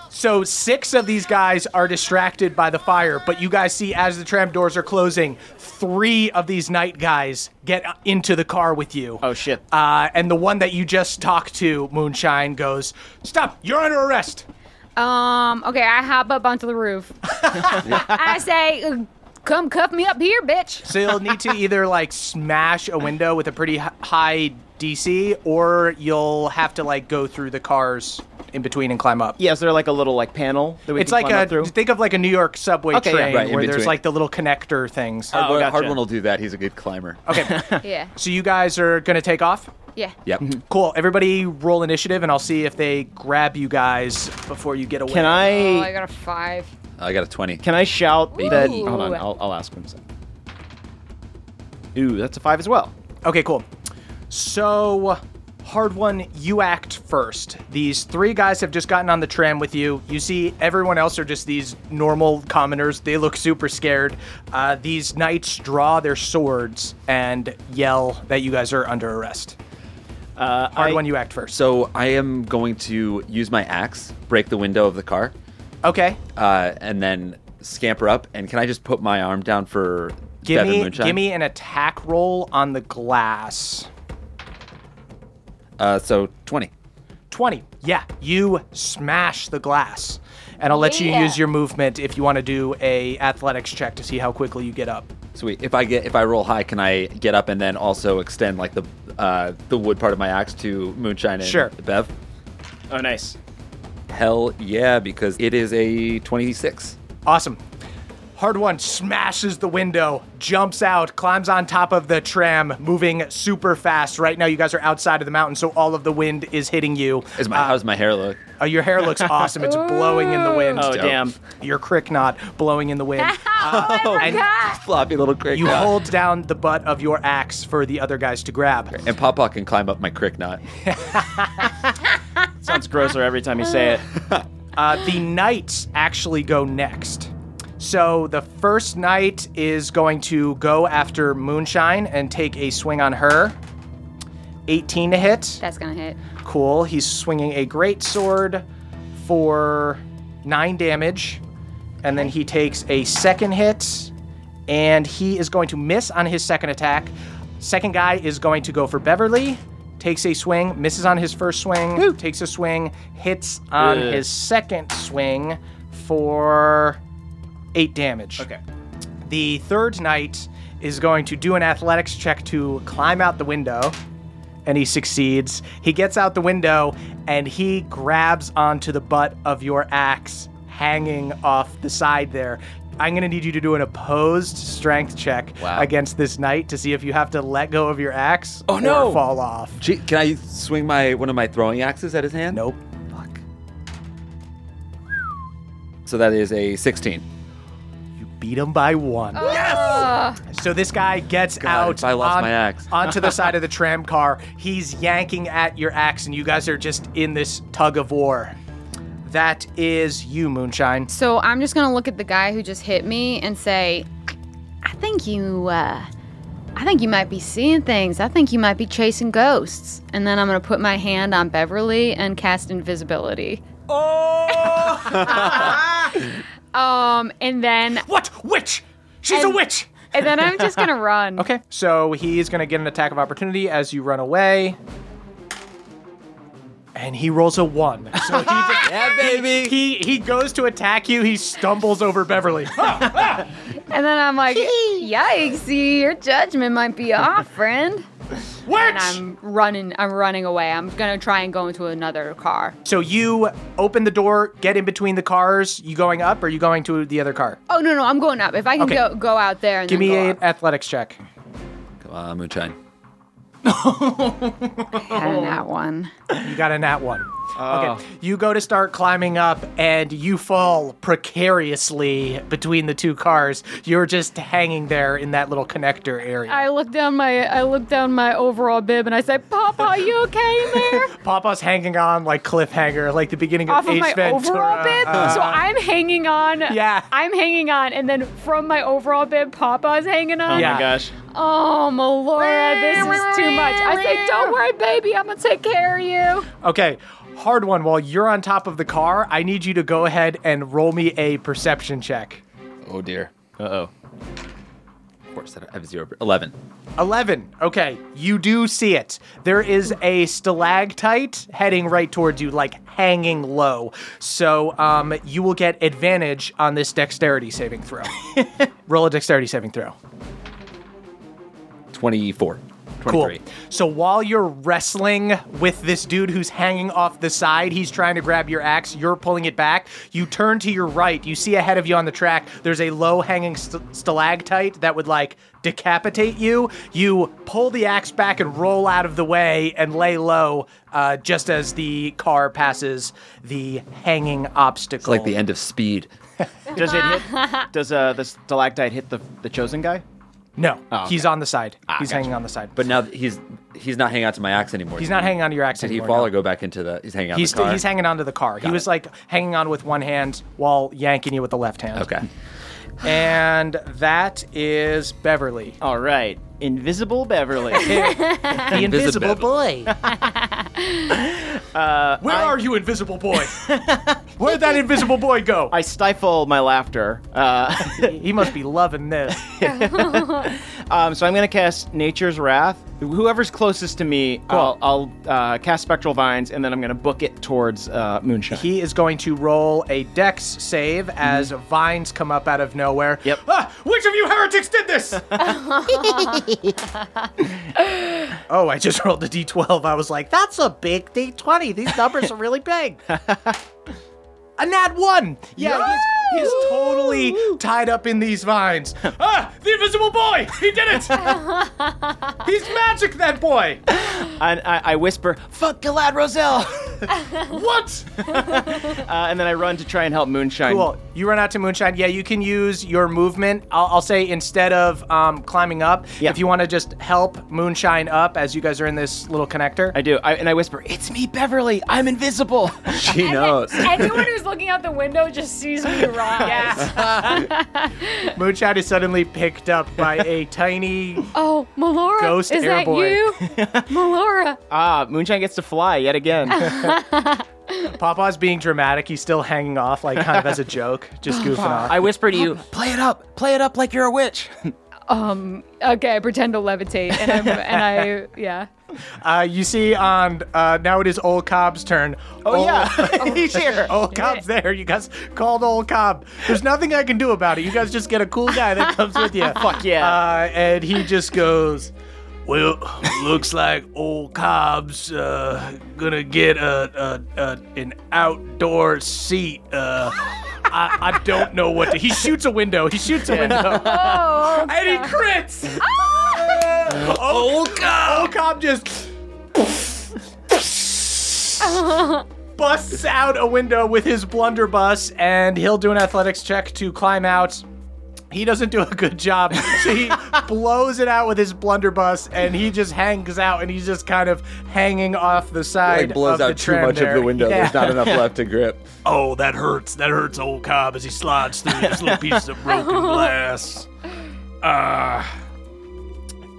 So six of these guys are distracted by the fire, but you guys see as the tram doors are closing, three of these night guys get uh, into the car with you. oh shit. Uh, and the one that you just talked to, Moonshine, goes, "Stop! You're under arrest." Um, okay, I hop up onto the roof. I say, uh, come cuff me up here, bitch. So you'll need to either like smash a window with a pretty h- high DC, or you'll have to like go through the cars in between and climb up. yeah, is there like a little like panel that we It's can like climb up a through? think of like a New York subway Okay, yeah. train Right, in where there's between. like the little connector things. Hard one- gotcha. Hard one will do that. He's a good climber. Okay, Yeah. so you guys are gonna take off. Yeah. Yep. Cool. Everybody, roll initiative, and I'll see if they grab you guys before you get away. Can Oh, I I got a five. I got a 20. can I shout Ooh. that? Hold on, I'll, I'll ask him. Ooh, that's a five as well. Okay, cool. So, hard one. You act first. These three guys have just gotten on the tram with you. You see, everyone else are just these normal commoners. They look super scared. Uh, these knights draw their swords and yell that you guys are under arrest. Uh, Hard I- one. You act first. So I am going to use my axe, break the window of the car, Okay. uh, and then scamper up. And can I just put my arm down for Give Devin me, Moonshine? give me an attack roll on the glass. Uh, so 20. 20. Yeah, you smash the glass. And I'll let Yeah. you use your movement if you want to do a athletics check to see how quickly you get up. Sweet. If I get if I roll high, can I get up and then also extend like the uh, the wood part of my axe to Moonshine and Sure. Bev? oh, nice. Hell yeah, because it is a 26. Awesome. Hard one smashes the window, jumps out, climbs on top of the tram, moving super fast. Right now, you guys are outside of the mountain, so all of the wind is hitting you. Is my how's my hair look? Uh, your hair looks awesome. It's blowing in the wind. Oh Dope. damn. Your crick knot blowing in the wind. Oh, and Floppy little crick. you knot. hold down the butt of your axe for the other guys to grab. and Papa can climb up my crick knot. Sounds grosser every time you say it. Uh, the knights actually go next. So the first knight is going to go after Moonshine and take a swing on her. 18 to hit. That's gonna hit. Cool. He's swinging a great sword for 9 damage. And then he takes a second hit and he is going to miss on his second attack. Second guy is going to go for Beverly. Takes a swing, misses on his first swing, takes a swing, hits on Ugh. his second swing for eight damage. Okay. The third knight is going to do an athletics check to climb out the window, and he succeeds. He gets out the window and he grabs onto the butt of your axe hanging off the side there. I'm going to need you to do an opposed strength check Wow. Oh, against this knight to see if you have to let go of your axe or no. fall off. Gee, can I swing my one of my throwing axes at his hand? Nope. Fuck. So that is a 16. You beat him by one. Uh, So this guy gets out if I lost my axe. onto the side of the tram car. He's yanking at your axe, and you guys are just in this tug of war. That is you, Moonshine. so I'm just gonna look at the guy who just hit me and say, I think you, uh, I think you might be seeing things. I think you might be chasing ghosts. And then I'm gonna put my hand on Beverly and cast invisibility. Um, and then What? Witch? She's a And- witch. and then I'm just gonna run. Okay, so he's going to get an attack of opportunity as you run away. And he rolls a one. So he, just, Yeah, baby. he he goes to attack you. He stumbles over Beverly. Ah! And then I'm like, yikes, your judgment might be off, friend. And witch! I'm running. I'm running away. I'm gonna try and go into another car. So you open the door, get in between the cars. You going up or you going to the other car? Oh no, no, I'm going up. If I can Okay. go go out there and Give then me go an up. athletics check. Come on, Moonshine. And that one. You got a nat one. Oh. Okay. You go to start climbing up and you fall precariously between the two cars. You're just hanging there in that little connector area. I look down my I look down my overall bib and I say, Papa, are you okay in there? Papa's hanging on like cliffhanger, like the beginning of Off of Ace my Ventura. Uh-huh. overall bib, so I'm hanging on. uh, Yeah. I'm hanging on, and then from my overall bib, Papa's hanging on. Yeah. Oh my gosh. Oh, Melora, this is too much. I say, don't worry, baby, I'm gonna take care of you. Okay, hard one. While you're on top of the car, I need you to go ahead and roll me a perception check. Oh dear. Uh oh. Of course, I have zero. Eleven. 11. Okay, you do see it. There is a stalactite heading right towards you, like hanging low. So um, you will get advantage on this dexterity saving throw. roll a dexterity saving throw. Twenty-four. Cool. Twenty-three. So while you're wrestling with this dude who's hanging off the side, he's trying to grab your axe, you're pulling it back. You turn to your right, you see ahead of you on the track, there's a low hanging st- stalactite that would like decapitate you. You pull the axe back and roll out of the way and lay low uh, just as the car passes the hanging It's obstacle. like the end of Speed. Does it hit? Does uh the stalactite hit the the chosen guy? No, Oh, he's on the side. he's gotcha. hanging on the side. Ah, But now that he's he's not hanging out to my axe anymore. he's not hanging onto your axe Did he anymore, fall no. or go back into the? He's hanging out He's the car. he's hanging onto the car. he was like hanging on with one hand while yanking you with the left hand. Okay. And that is Beverly. All right. Invisible Beverly. The invisible, boy. Where are you, invisible boy? Where'd that invisible boy go? I stifle my laughter. Uh, he must be loving this. um, so I'm going to cast Nature's Wrath. Whoever's closest to me, I'll, I'll uh, cast Spectral Vines, and then I'm going to book it towards uh, Moonshine. He is going to roll a dex save as vines come up out of nowhere. Yep. Ah, which of you heretics did this? oh, I just rolled a d12. I was like, that's a big d20. These numbers are really big. a nat one. Yeah, he's, he's totally tied up in these vines. ah, the invisible boy. He did it. he's magic, that boy. And I, I whisper, "Fuck Galad Roselle," What? uh, and then I run to try and help Moonshine. Cool. You run out to moonshine. Yeah, you can use your movement. I'll, I'll say instead of um, climbing up, Yeah. if you want to just help moonshine up as you guys are in this little connector. I do, I, and I whisper, "It's me, Beverly. I'm invisible." She knows. Anyone who's looking out the window just sees me rise. moonshine is suddenly picked up by a tiny. Oh, Melora, Ghost is that airboy. you? Melora. ah, Moonshine gets to fly yet again. Papa's being dramatic. He's still hanging off, like kind of as a joke, just goofing off. I whisper to you, "Play it up, play it up like you're a witch." Um, Okay, I pretend to levitate, and, I'm, and I, yeah. Uh, you see on uh, now it is old Cobb's turn. Oh yeah. he's here. Old Cobb's there. You guys called old Cobb. There's nothing I can do about it. You guys just get a cool guy that comes with you. Fuck yeah. Uh, and he just goes. Well, looks like old Cobb's uh, gonna get a, a, a an outdoor seat. Uh, I, I don't know what to. He shoots a window. He shoots a window. Oh, And he crits! Ah. oh, Cobb! just busts out a window with his blunderbuss, and he'll do an athletics check to climb out. He doesn't do a good job, so he blows it out with his blunderbuss, and he just hangs out, and he's just kind of hanging off the side. Like blows of the out too tram much there. of the window. Yeah. There's not enough left to grip. Oh, that hurts. That hurts old Cobb as he slides through this little piece of broken glass.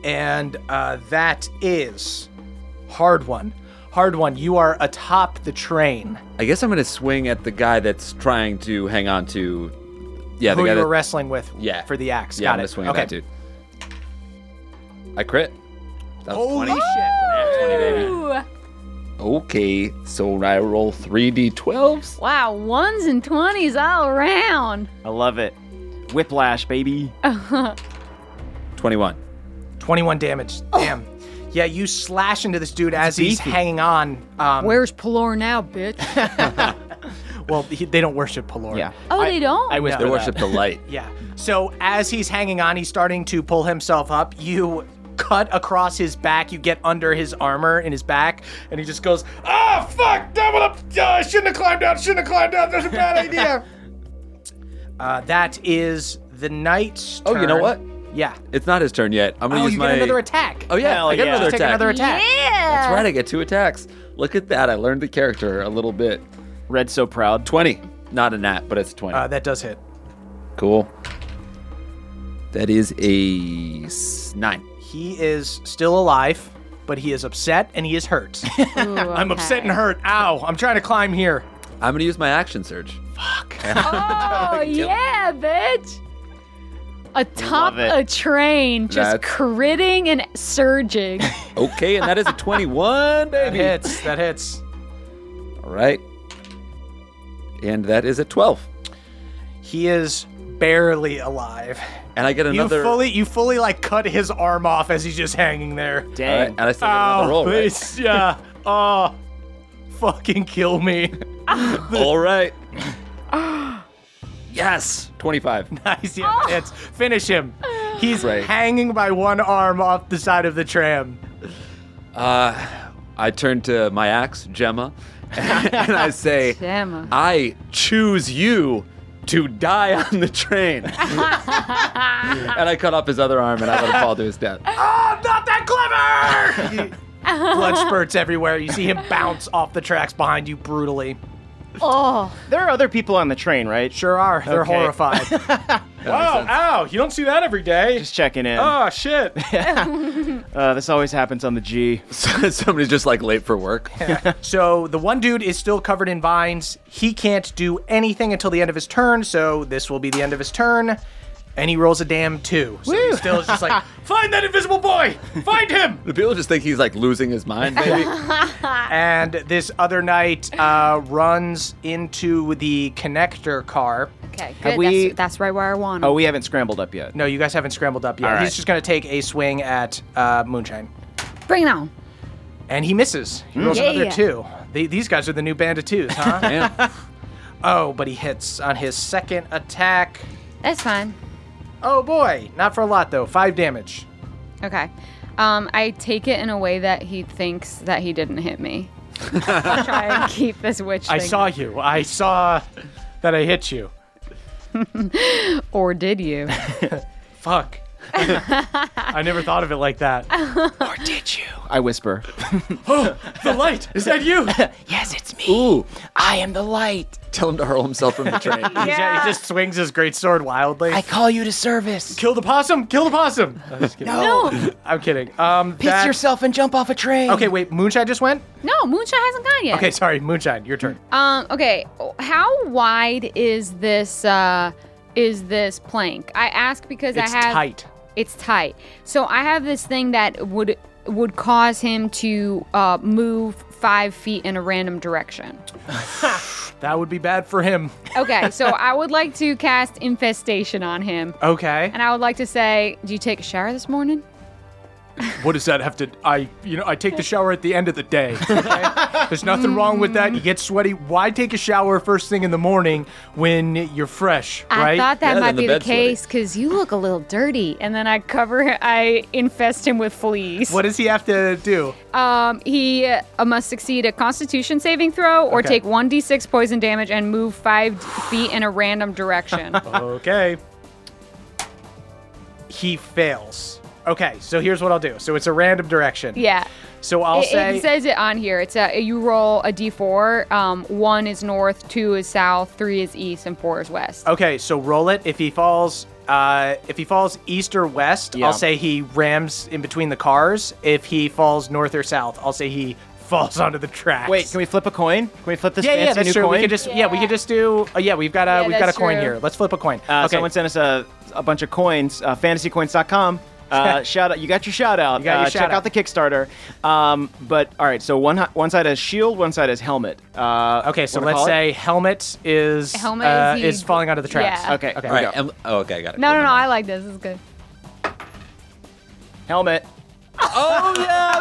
And uh, that is uh, Hard One. Hard one, you are atop the train. I guess I'm gonna swing at the guy that's trying to hang on to. Yeah, the who guy you that, were wrestling with Yeah. for the axe. Yeah, Got I'm gonna it. swing okay. at that dude. I crit. That was Holy 20. shit. Okay, so I roll three d12s. Wow, ones and twenties all around. I love it. Whiplash, baby. 21. 21 damage. Oh. Damn. Yeah, you slash into this dude as he's beefy. hanging on. Um, Where's Pelor now, bitch? well, he, they don't worship Pelor. Yeah. Oh, they don't. I They whisper that. worship the light. Yeah. So as he's hanging on, he's starting to pull himself up. You cut across his back. You get under his armor in his back, and he just goes, "Ah, fuck! Double up! Uh, I shouldn't have climbed out. Shouldn't have climbed out. That's a bad idea." uh, that is the knight's. Oh, you know turn. what? Yeah. It's not his turn yet. I'm gonna Oh, use you my. get another attack. Oh yeah, Hell I get yeah. another Take attack. another attack. yeah. That's right. I get two attacks. Look at that. I learned the character a little bit. Red's so proud. 20. Not a nat, but it's a 20. Uh, that does hit. cool. That is a s- 9. He is still alive, but he is upset and he is hurt. I'm upset and hurt. Ow! I'm trying to climb here. I'm going to use my action surge. Oh yeah, bitch. Atop Love it. a train, just That's- critting and surging. Okay, and that is a 21, That baby. hits. That hits. All right. And that is a 12. He is barely alive. And I get another. You fully, you fully like cut his arm off as he's just hanging there. Oh, All right, Dang. and I still get another roll. right? please, yeah. Oh, fucking kill me. All right. yes. 25. Nice, yeah, it's finish him. He's Right. hanging by one arm off the side of the tram. I turn to my axe, Gemma, and I say, Gemma. I choose you to die on the train. and I cut off his other arm and I let him fall to his death. Oh, not that clever! Blood spurts everywhere. You see him bounce off the tracks behind you brutally. oh, There are other people on the train, right? Sure are. They're Okay. horrified. wow, ow, you don't see that every day. Just checking in. oh, shit. Uh, this always happens on the G. Somebody's just like late for work. So the one dude is still covered in vines. He can't do anything until the end of his turn, so this will be the end of his turn. And he rolls a damn two. So he still is just like, find that invisible boy! Find him! Do people just think he's like losing his mind, maybe? and this other knight uh, runs into the connector car. okay, good. we- that's, that's right where I want him. Oh, we haven't scrambled up yet. No, you guys haven't scrambled up yet. All right. He's just going to take a swing at uh, Moonshine. Oh. Bring it on. And he misses. He rolls another Yeah. two. The- these guys are the new band of twos, huh? Damn. oh, but he hits on his second attack. That's fine. Oh boy, not for a lot though. Five damage. Okay. Um, I take it in a way that he thinks that he didn't hit me. Try and keep this witch. I thing. saw you. I saw that I hit you. Or did you? Fuck. I never thought of it like that. I whisper. The light. Is that you? yeah. yes, it's me. Ooh. I am the light. Tell him to hurl himself from the train. He ju- he just swings his great sword wildly. I call you to service. kill the possum. Kill the possum. I'm just kidding. no, I'm kidding. Um, Piss that- yourself and jump off a train. Okay, wait. Moonshine just went. no, Moonshine hasn't gone yet. Okay, sorry. Moonshine, your turn. Um, okay, how wide is this uh is this plank? I ask because It's I have tight. It's tight. So I have this thing that would would cause him to uh, move five feet in a random direction. That would be bad for him. Okay, so I would like to cast infestation on him, Okay. and I would like to say, "Do you take a shower this morning?" What does that have to? I, you know, I take the shower at the end of the day. okay? There's nothing wrong with that. You get sweaty. Why take a shower first thing in the morning when you're fresh, I right? thought that Yeah, might then the be the bed's sweaty. case because you look a little dirty, and then I cover, I infest him with fleas. what does he have to do? Um, he uh, must succeed a Constitution saving throw or Okay. take one d6 poison damage and move five d- feet in a random direction. Okay. He fails. Okay, so here's what I'll do. So it's a random direction. yeah. So I'll It, say. it says it on here. It's a you roll a d4. Um, one is north, two is south, three is east, and four is west. okay, so roll it. If he falls, uh, if he falls east or west, Yeah. I'll say he rams in between the cars. If he falls north or south, I'll say he falls onto the tracks. Wait, can we flip a coin? Can we flip this Yeah, fancy yeah, that's new true. coin? We could just yeah. we could just do. Uh, yeah, we've got a Yeah, we've got a that's coin true. here. Let's flip a coin. uh, okay, Someone sent us a, a bunch of coins, uh, fantasycoins.com. Uh, shout out! You got your shout out. You got your uh, shout check out. out the Kickstarter. Um, but all right, so one hi- one side has shield, one side has helmet. Uh, okay. So wanna let's call it? say helmet is Helmet uh, is the- is falling onto the tracks. yeah. Okay, okay. All right. em- oh, okay, I got it. No, no, Never no. I mind. like this. This is good. Helmet. Oh yeah,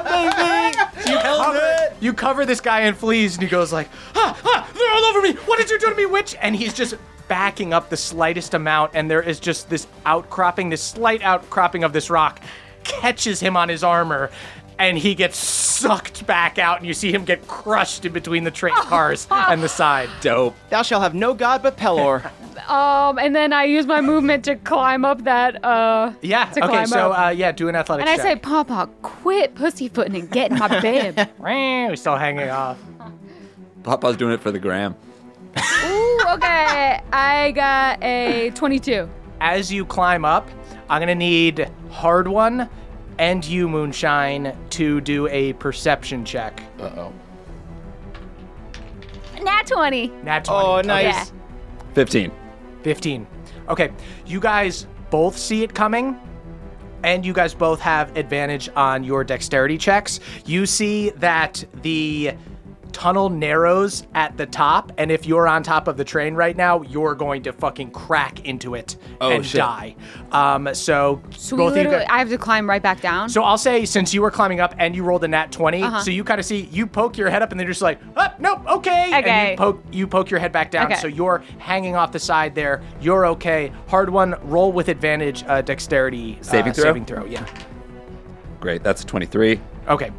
baby. you held it. You cover this guy and flees, and he goes like, ah, ah, they're all over me. What did you do to me, witch? And he's just backing up the slightest amount, and there is just this outcropping, this slight outcropping of this rock, catches him on his armor, and he gets sucked back out, and you see him get crushed in between the train cars and the side. Dope. Thou shall have no god but Pelor. Um, and then I use my movement to climb up that. Uh, Yeah. To okay. climb So up. uh, yeah, do an athletics. and I say, check. Papa, quit pussyfooting and get in my bib. say, we're still hanging off. Papa's doing it for the gram. Ooh, okay. I got a 22. As you climb up, I'm gonna need hard one and you moonshine to do a perception check. Nat 20. Nat 20. oh, nice. Yeah. Fifteen. 15. Okay, you guys both see it coming, and you guys both have advantage on your dexterity checks. You see that the tunnel narrows at the top, and if you're on top of the train right now, you're going to fucking crack into it Oh, and shit. die. Um, so, So we both of you literally, guys. I have to climb right back down. So I'll say since you were climbing up and you rolled a nat 20, Uh-huh. so you kind of see you poke your head up and then you're just like, oh, nope, okay. And you Okay. poke you poke your head back down. Okay. So you're hanging off the side there. You're okay. Hard one, roll with advantage, uh, dexterity uh, Saving throw? Saving throw, yeah. Great. That's twenty-three. Okay.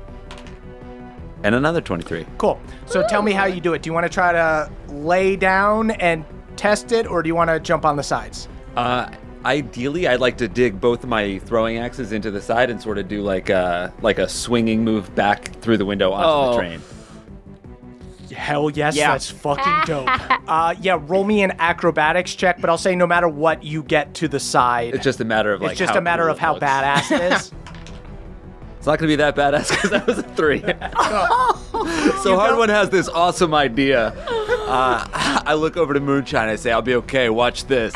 And another twenty-three. Cool. So tell me how you do it. Do you want to try to lay down and test it, or do you want to jump on the sides? Uh, ideally, I'd like to dig both of my throwing axes into the side and sort of do like a like a swinging move back through the window onto Oh. the train. Hell yes, Yeah. that's fucking dope. uh, yeah, roll me an acrobatics check, but I'll say no matter what, you get to the side. It's just a matter of like. it's just how a matter cool of it how looks. badass it is. It's not gonna be that badass because that was a three. so hard one has this awesome idea. Uh, I look over to Moonshine. I say, "I'll be okay. Watch this."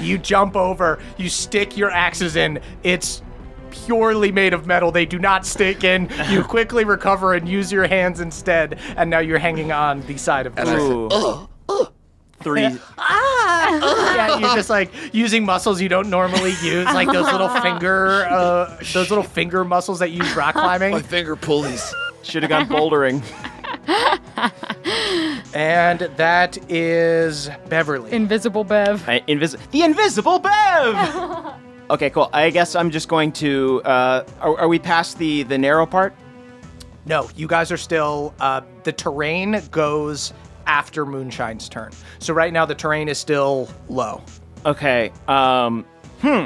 You jump over, you stick your axes in. It's purely made of metal. They do not stick in. You quickly recover and use your hands instead, and now you're hanging on the side of the room. Ooh. Three. Yeah, you're just like using muscles you don't normally use, like those little finger, uh, those little finger muscles that you use rock climbing. finger pulleys. Should have gone bouldering. And that is Beverly. Invisible Bev. I, invis- the invisible Bev. okay, cool. I guess I'm just going to. Uh, are, are we past the the narrow part? No, you guys are still. Uh, the terrain goes after Moonshine's turn. So right now the terrain is still low. Okay. Um.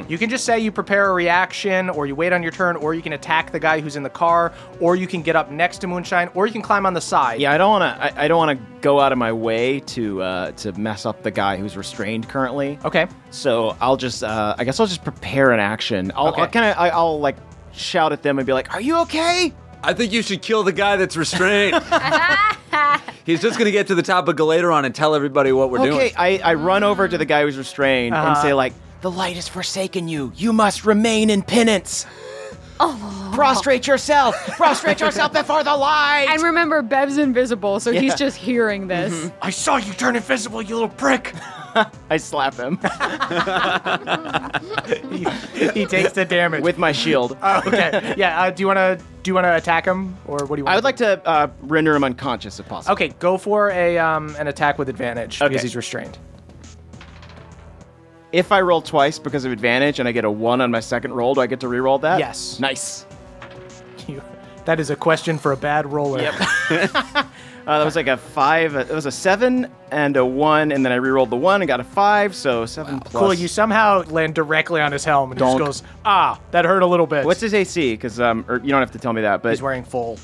You can just say you prepare a reaction, or you wait on your turn, or you can attack the guy who's in the car, or you can get up next to Moonshine, or you can climb on the side. Yeah, I don't want to. I, I don't want to go out of my way to uh, to mess up the guy who's restrained currently. Okay. So I'll just. Uh, I guess I'll just prepare an action. I'll, Okay. I'll kind of. I'll like shout at them and be like, "Are you okay?" I think you should kill the guy that's restrained. He's just gonna get to the top of Galateron and tell everybody what we're okay. doing. I, I run over to the guy who's restrained and say like, "The light has forsaken you. You must remain in penance." Prostrate yourself. Prostrate yourself before the light. And remember, Bev's invisible, so he's just hearing this. I saw you turn invisible, you little prick. I slap him he, he takes the damage. with my shield. Oh, okay. Yeah. Uh, do you want to do you want to attack him, or what do you? want I would like to uh, render him unconscious if possible. Okay, go for a um, an attack with advantage Okay. because he's restrained. If I roll twice because of advantage and I get a one on my second roll, do I get to re-roll that? Yes. Nice. You- that is a question for a bad roller. Uh, that was like a five. It was a seven and a one, and then I re-rolled the one and got a five, so seven plus. Cool. You somehow land directly on his helm and Donk. just goes, ah, that hurt a little bit. What's his AC? Because um, or you don't have to tell me that, but He's wearing full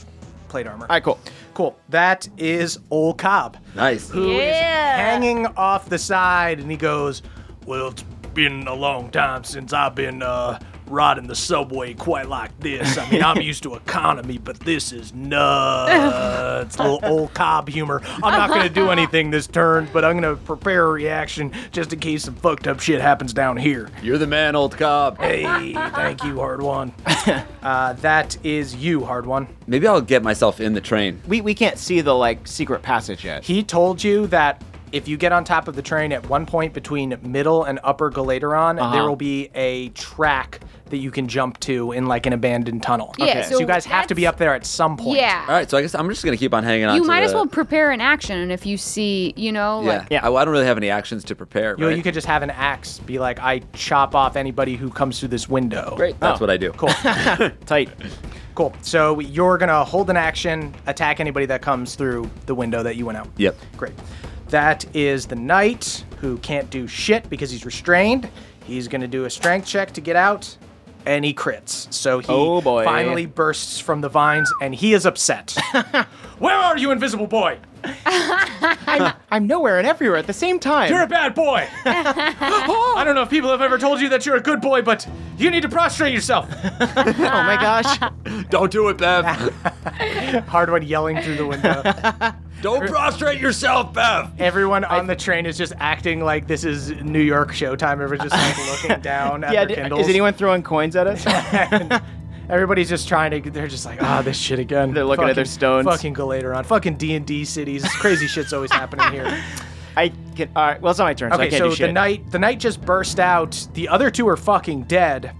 plate armor. all right, cool. Cool. That is old Cobb. Nice. who is Yeah. hanging off the side, and he goes, Well, it's been a long time since I've been uh, riding the subway quite like this. I mean, I'm used to economy, but this is nuts. little old cob humor. I'm not going to do anything this turn, but I'm going to prepare a reaction just in case some fucked up shit happens down here. You're the man, old cob. Hey, thank you, Hard One. uh, that is you, Hard One. Maybe I'll get myself in the train. We, we can't see the like secret passage yet. He told you that if you get on top of the train at one point between middle and upper Galateron, there will be a track that you can jump to in like an abandoned tunnel. Yeah, Okay. so, you so guys have to be that's- up there at some point. Yeah. All right, so I guess I'm just gonna keep on hanging on. you to might as the- well prepare an action if you see, you know, Yeah, like I, well, I don't really have any actions to prepare. You, know, right? you could just have an axe be like, I chop off anybody who comes through this window. Great, that's what I do. Cool. Tight. Cool. So you're gonna hold an action, attack anybody that comes through the window that you went out. Yep. Great. That is the knight who can't do shit because he's restrained. He's gonna do a strength check to get out, and he crits. So he Oh, boy. finally bursts from the vines, and he is upset. Where are you, invisible boy? I'm nowhere and everywhere at the same time. You're a bad boy. I don't know if people have ever told you that you're a good boy, but you need to prostrate yourself. oh my gosh. Don't do it, Bev. Hard one yelling through the window. don't prostrate yourself, Bev. Everyone on the train is just acting like this is New York showtime. Everyone's just like looking down at yeah. their d- Kindles. is anyone throwing coins at us? Everybody's just trying to. They're just like, ah, this shit again. They're looking at their stones. Fucking Galateron. Fucking D and D cities. Crazy shit's always happening here. I can. All right. Well, it's not my turn, so I Okay, can't so do shit. the night the night just burst out. The other two are fucking dead.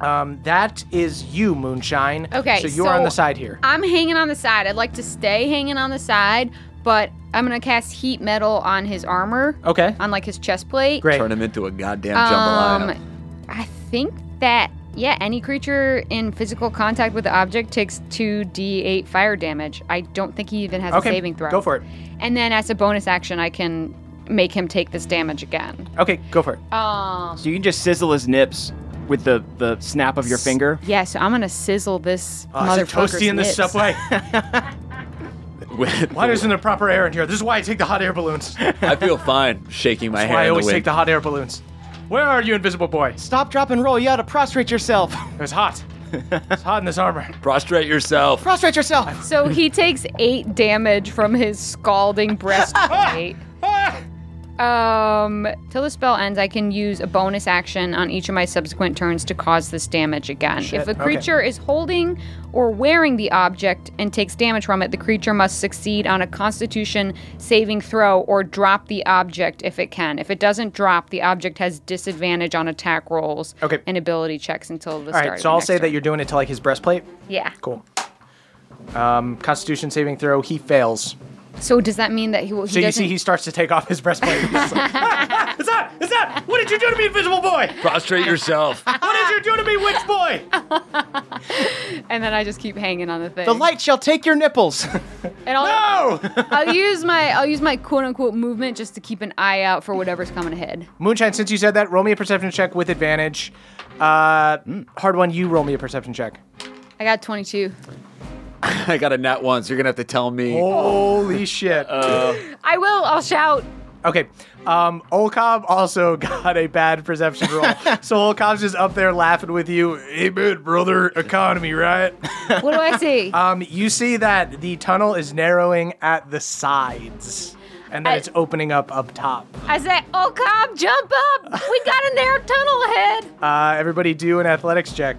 Um, that is you, Moonshine. Okay, So you're on so- the side here. I'm hanging on the side. I'd like to stay hanging on the side, but I'm gonna cast heat metal on his armor. Okay. On like his chest plate. Great. Turn him into a goddamn Um, jambalaya. I think that yeah, any creature in physical contact with the object takes two d8 fire damage. I don't think he even has Okay, a saving throw. go for it. And then as a bonus action, I can make him take this damage again. Okay, go for it. Uh, Um. So you can just sizzle his nips with the the snap of your finger. Yeah, so I'm gonna sizzle this Ah, is it motherfucker's toasty in this nips. subway? With- Why isn't there proper air in here? This is why I take the hot air balloons. I feel fine shaking my That's why hair I in the always wind. take the hot air balloons. Where are you, invisible boy? Stop, drop, and roll. You ought to prostrate yourself. It was hot. It's hot in this armor. Prostrate yourself. prostrate yourself. So he takes eight damage from his scalding breastplate. Ah! Um, till the spell ends, I can use a bonus action on each of my subsequent turns to cause this damage again. if a okay. creature is holding or wearing the object and takes damage from it, the creature must succeed on a constitution saving throw or drop the object if it can. If it doesn't drop, the object has disadvantage on attack rolls Okay. and ability checks until the All start. right, of so the I'll next say that turn. you're doing it to like his breastplate. Yeah. Cool. Um, Constitution saving throw. He fails. So does that mean that he will? He So you doesn't- see, he starts to take off his breastplate. He's just like, "Ah, it's that? It's that? What did you do to me, Invisible Boy? Prostrate yourself. What did you do to me, Witch Boy? and then I just keep hanging on the thing. The light shall take your nipples. And I'll, No! I'll use my I'll use my quote unquote movement just to keep an eye out for whatever's coming ahead. Moonshine, since you said that, roll me a perception check with advantage. Uh, Hmm. hard one. You roll me a perception check. I got 22. I got a nat once. You're gonna have to tell Oh. me. Holy shit. I will. I'll shout. Uh, Okay. Um, Olcob also got a bad perception roll. so Olcob's just up there laughing with you. Amen, brother. Economy, right? What do I see? Um, you see that the tunnel is narrowing at the sides and that I- it's opening up up top. I say, "Oh, Cobb, jump up! We got a narrow tunnel ahead." Uh, everybody do an athletics check.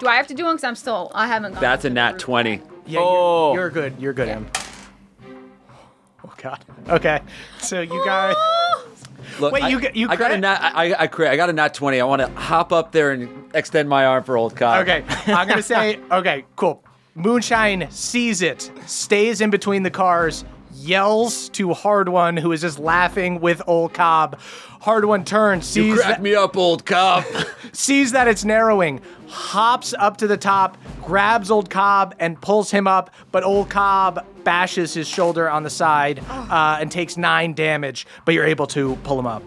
Do I have to do one? Cause I'm still I haven't. Gone That's a nat twenty. Yeah, Oh. you're, you're good. You're good, Em. Oh, God. Okay. So you guys. Look, Wait, I, you got- you I got a crit? nat. I, I, I crit. I got a nat twenty. I want to hop up there and extend my arm for old cop. Okay, I'm gonna say okay, cool. Moonshine sees it, stays in between the cars, yells to Hard One, who is just laughing with old Cobb. Hard One turns, You sees crack that, me up, old cop. sees that it's narrowing, hops up to the top, grabs old Cobb and pulls him up, but old Cobb bashes his shoulder on the side uh, and takes nine damage. But you're able to pull him up.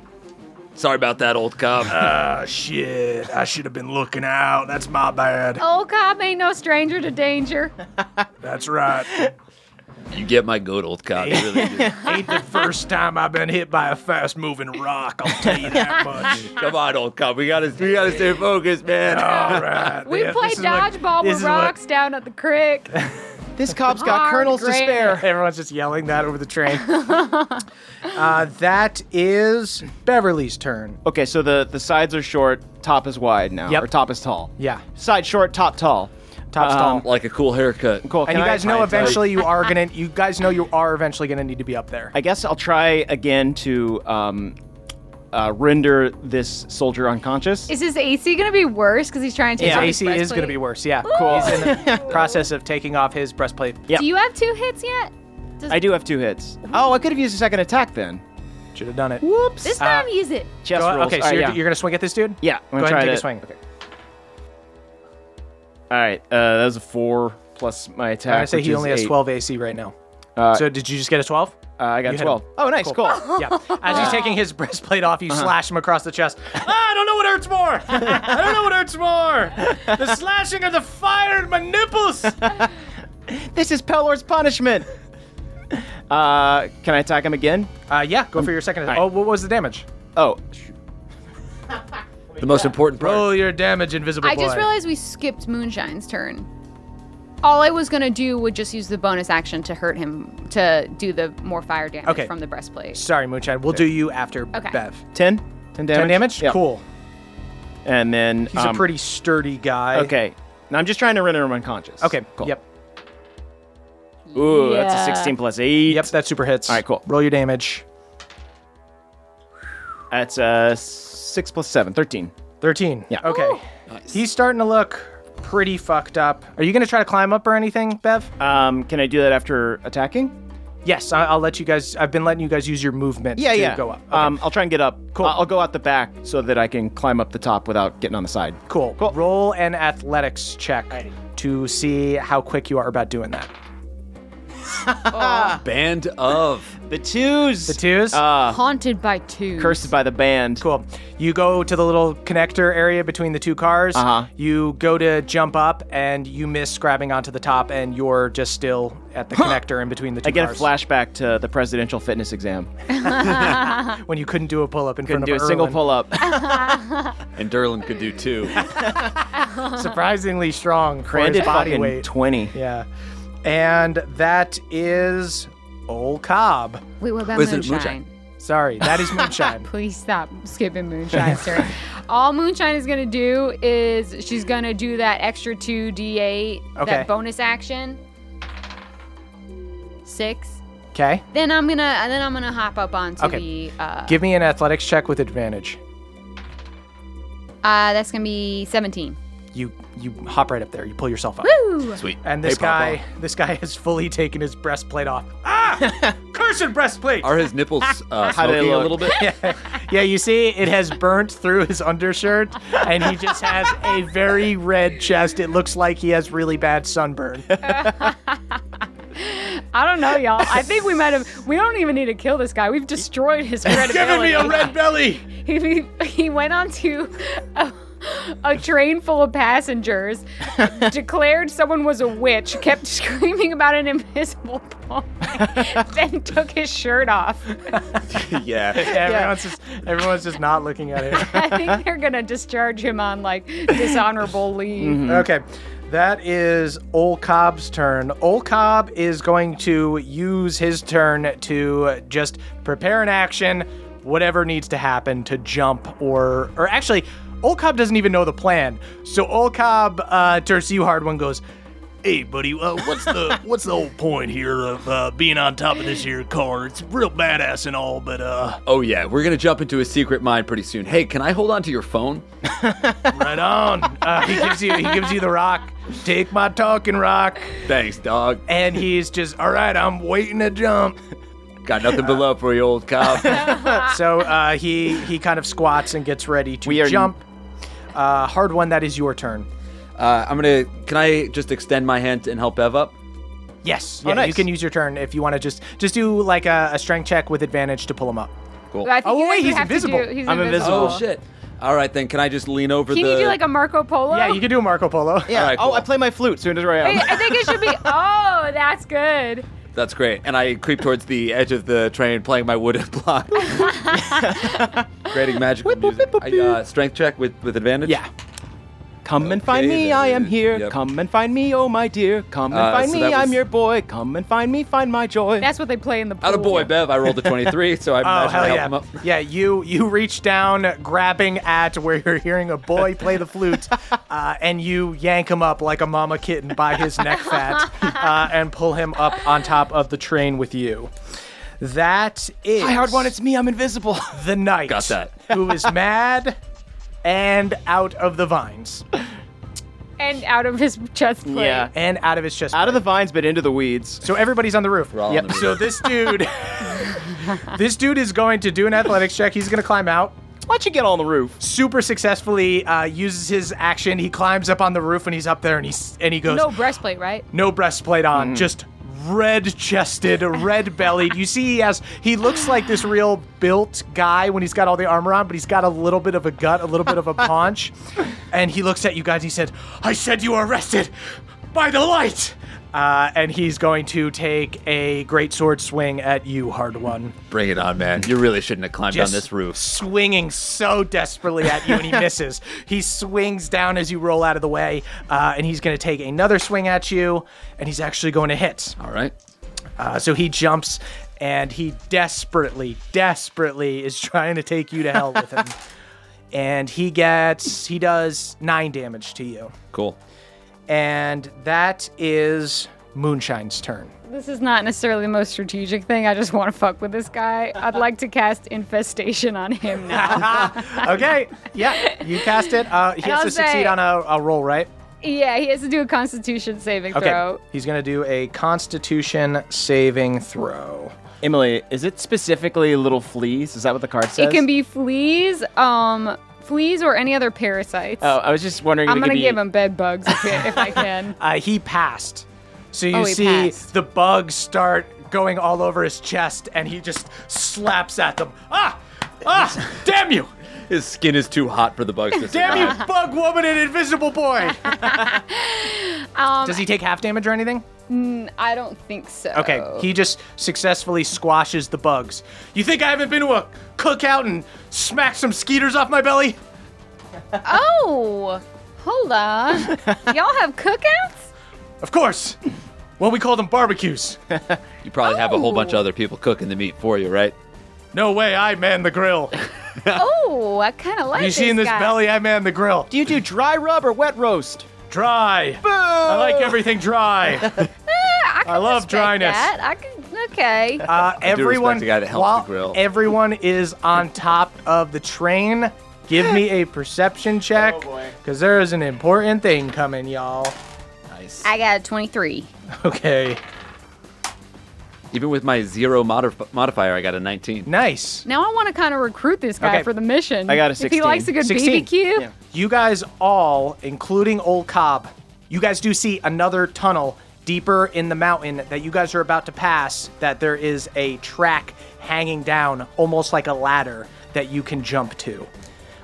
Sorry about that, old cop. Uh. Ah, Shit, I should have been looking out. That's my bad. Oh, Cobb ain't no stranger to danger. That's right. You get my goat, old cop. You really do. Ain't the first time I've been hit by a fast moving rock, I'll tell you that much. Come on, old cop. We gotta, we gotta stay focused, man. All right. We yeah, play this is what- dodgeball this with is what- rocks down at the creek. This cop's got Hard kernels to grain. spare. Everyone's just yelling that over the train. uh, that is Beverly's turn. Okay, so the, the sides are short, top is wide now, Yep. or top is tall. Yeah. Side short, top tall. Top's Um, tall. Like a cool haircut. Cool. And can you I- guys know eventually you are gonna. You guys know you are eventually gonna need to be up there. I guess I'll try again to um, uh, render this soldier unconscious. Is his AC gonna be worse because he's trying to? take His off AC is gonna breastplate? be worse. Yeah. Cool. He's in the process of taking off his breastplate. Yeah. Do you have two hits yet? Does, I do have two hits. Oh, I could have used a second attack then. Should have done it. Whoops. This Uh, time use it. chest Go- rolls. okay, so All right, you're, yeah. you're gonna swing at this dude. yeah, I'm Go gonna ahead try and take a to, swing. Okay. All right, uh, that was a four plus my attack. I'm gonna say Uh, which he is only has eight. 12 AC right now. Uh, so did you just get a 12? Uh, I got You hit him. twelve. Oh, nice, cool. Uh-huh. Yeah. As he's taking his breastplate off, you slash him across the chest. ah, I don't know what hurts more. I don't know what hurts more. The slashing or the fire in my nipples. This is Pelor's punishment. uh, can I attack him again? Uh, yeah, go for your second attack. All Oh, right. what was the damage? Oh, sh- The most important part. Roll your damage, invisible I boy. just realized we skipped Moonshine's turn. All I was gonna do would just use the bonus action to hurt him to do the more fire damage Okay. from the breastplate. Sorry, Moonshine. We'll do you after Okay. Bev. 10? 10 damage. 10 damage? Yeah. Cool. And then He's um, a pretty sturdy guy. Okay. Now I'm just trying to render him unconscious. Okay. Cool. Yep. Ooh, that's Yeah. a 16 plus 8. Yep, that super hits. All right, cool. Roll your damage. That's uh 6 plus 7, 13. 13. Yeah. Okay. He's starting to look pretty fucked up. Are you going to try to climb up or anything, Bev? Um, can I do that after attacking? Yes, I- I'll let you guys. I've been letting you guys use your movement to go up. Okay, Um, I'll try and get up. Cool. I'll go out the back so that I can climb up the top without getting on the side. cool. Roll an athletics check to see how quick you are about doing that. Band of. The twos. The twos? Uh, Haunted by two. Cursed by the band. cool. You go to the little connector area between the two cars. Uh-huh. You go to jump up and you miss grabbing onto the top, and you're just still at the connector in between the two I get a cars. flashback to the presidential fitness exam. when you couldn't do a pull up in Couldn't front do a of single Erlen. pull up. And Derlin could do two. Surprisingly strong for his Branded body fucking weight. 20. Yeah. And that is Ol Cobb. We were about Was it moonshine. Moonshine? Sorry, that is Moonshine. Please stop skipping Moonshine's turn. All Moonshine is gonna do is she's gonna do that extra two D8, Okay. that bonus action. Six. Okay. Then I'm gonna and then I'm gonna hop up onto Okay. the. Uh, Give me an athletics check with advantage. uh, that's gonna be 17. You you hop right up there. You pull yourself up. Ooh. Sweet. And this Hey, Papa. guy this guy has fully taken his breastplate off. Ah! Cursed breastplate. Are his nipples uh, How do they smoking a look? little bit? Yeah, you see it has burnt through his undershirt and he just has a very red chest. It looks like he has really bad sunburn. I don't know, y'all. I think we might have. We don't even need to kill this guy. We've destroyed his credibility. red belly. he, he went onto a, a train full of passengers, declared someone was a witch, kept screaming about an invisible boy, then took his shirt off. yeah. Yeah, everyone's just everyone's just not looking at him. I think they're gonna discharge him on like dishonorable leave. Mm-hmm. Okay. That is Ol Cobb's turn. Ol Cobb is going to use his turn to just prepare an action, whatever needs to happen to jump or or actually Ol Cobb doesn't even know the plan. So Ol Cobb uh turns to you hard one goes, Hey, buddy, uh, what's the what's the whole point here of uh, being on top of this here car? It's real badass and all, but uh, Oh, yeah. We're going to jump into a secret mine pretty soon. Hey, can I hold on to your phone? right on. uh, he gives you he gives you the rock. Take my talking rock. Thanks, dog. And he's just, all right, I'm waiting to jump. Got nothing but love for you, old cop. So uh, he he kind of squats and gets ready to We are- jump. Uh, hard one. That is your turn. Uh, I'm gonna. Can I just extend my hand and help Bev up? Yes. Oh, Yeah, nice. You can use your turn if you want to just just do like a, a strength check with advantage to pull him up. But I think Oh, you wait, guys he's have to invisible. do- he's I'm invisible. invisible. Oh. shit! All right then. Can I just lean over Can the? you do like a Marco Polo? Yeah, you can do a Marco Polo. Yeah. All right, Oh, cool. I play my flute soon as I I am. I think it should be. Oh, that's good. That's great. And I creep towards the edge of the train, playing my wooden block, creating magical music. I, uh, strength check with with advantage. Yeah. Come and find Okay, me, then I am it- here. yep. Come and find me, oh my dear. Come and Uh, find so me, that I'm was- your boy. Come and find me, find my joy. That's what they play in the pool. Out of boy, Bev. I rolled a 23, so I Oh imagine I hell help yeah! him up. Yeah, you you reach down, grabbing at where you're hearing a boy play the flute, uh, and you yank him up like a mama kitten by his neck fat, uh, and pull him up on top of the train with you. That is Hi, hard one, it's me, I'm invisible. the knight Got that. who is mad and out of the vines And out of his chest plate. Yeah. and out of his chest. eh, Out of the vines, but into the weeds. So everybody's on the roof. all on yep. the roof. So this dude, this dude is going to do an athletics check. He's going to climb out. Why'd you get on the roof? Super successfully uh, uses his action. He climbs up on the roof and he's up there and he's and he goes No breastplate, right? no breastplate Mm. on, just red chested, red bellied. You see, he has he looks like this real built guy when he's got all the armor on, but he's got a little bit of a gut, a little bit of a paunch. and he looks at you guys. he said, "I said you were arrested by the light." Uh, and he's going to take a great sword swing at you, hard one. Bring it on, man. You really shouldn't have climbed Just on this roof. swinging so desperately at you, and he misses. he swings down as you roll out of the way, uh, and he's going to take another swing at you, and he's actually going to hit. All right. Uh, so he jumps and he desperately, desperately is trying to take you to hell with him. And he gets, he does nine damage to you. Cool. And that is Moonshine's turn. This is not necessarily the most strategic thing. I just want to fuck with this guy. I'd like to cast infestation on him now. okay. Yeah. You cast it. Uh, he has I'll to succeed say- on a, a roll, right? yeah, he has to do a Constitution saving Okay. throw. He's going to do a Constitution saving throw. Emily, is it specifically little fleas? Is that what the card says? It can be fleas, um, fleas or any other parasites. Oh, I was just wondering. if I'm it gonna could be- give him bed bugs if, I- if I can. Uh, he passed. So you Oh, he see passed. the bugs start going all over his chest, and he just slaps at them. Ah! Ah! damn you! His skin is too hot for the bugs to Damn survive. you, bug woman and invisible boy! Um, Does he take half damage or anything? I don't think so. Okay, he just successfully squashes the bugs. You think I haven't been to a cookout and smacked some skeeters off my belly? Oh, hold on. Y'all have cookouts? Of course! Well, we call them barbecues. You probably have a whole bunch of other people cooking the meat for you, right? No way, I man the grill. Oh, I kind of like You this see in this guy. belly, I man the grill. Do you do dry rub or wet roast? Dry. I like everything dry. I, can love respect dryness. That. I can. Okay. Uh, do respect everyone, the guy that helps while the grill. everyone is on top of the train. Give me a perception check, because there is an important thing coming, y'all. Nice. I got a 23. Okay, Even with my zero modif- modifier, I got a 19. nice. Now I want to kind of recruit this guy Okay. for the mission. I got a If he 16. likes a good 16. BBQ, Yeah. You guys all, including old Cobb, you guys do see another tunnel deeper in the mountain that you guys are about to pass. That there is a track hanging down, almost like a ladder that you can jump to.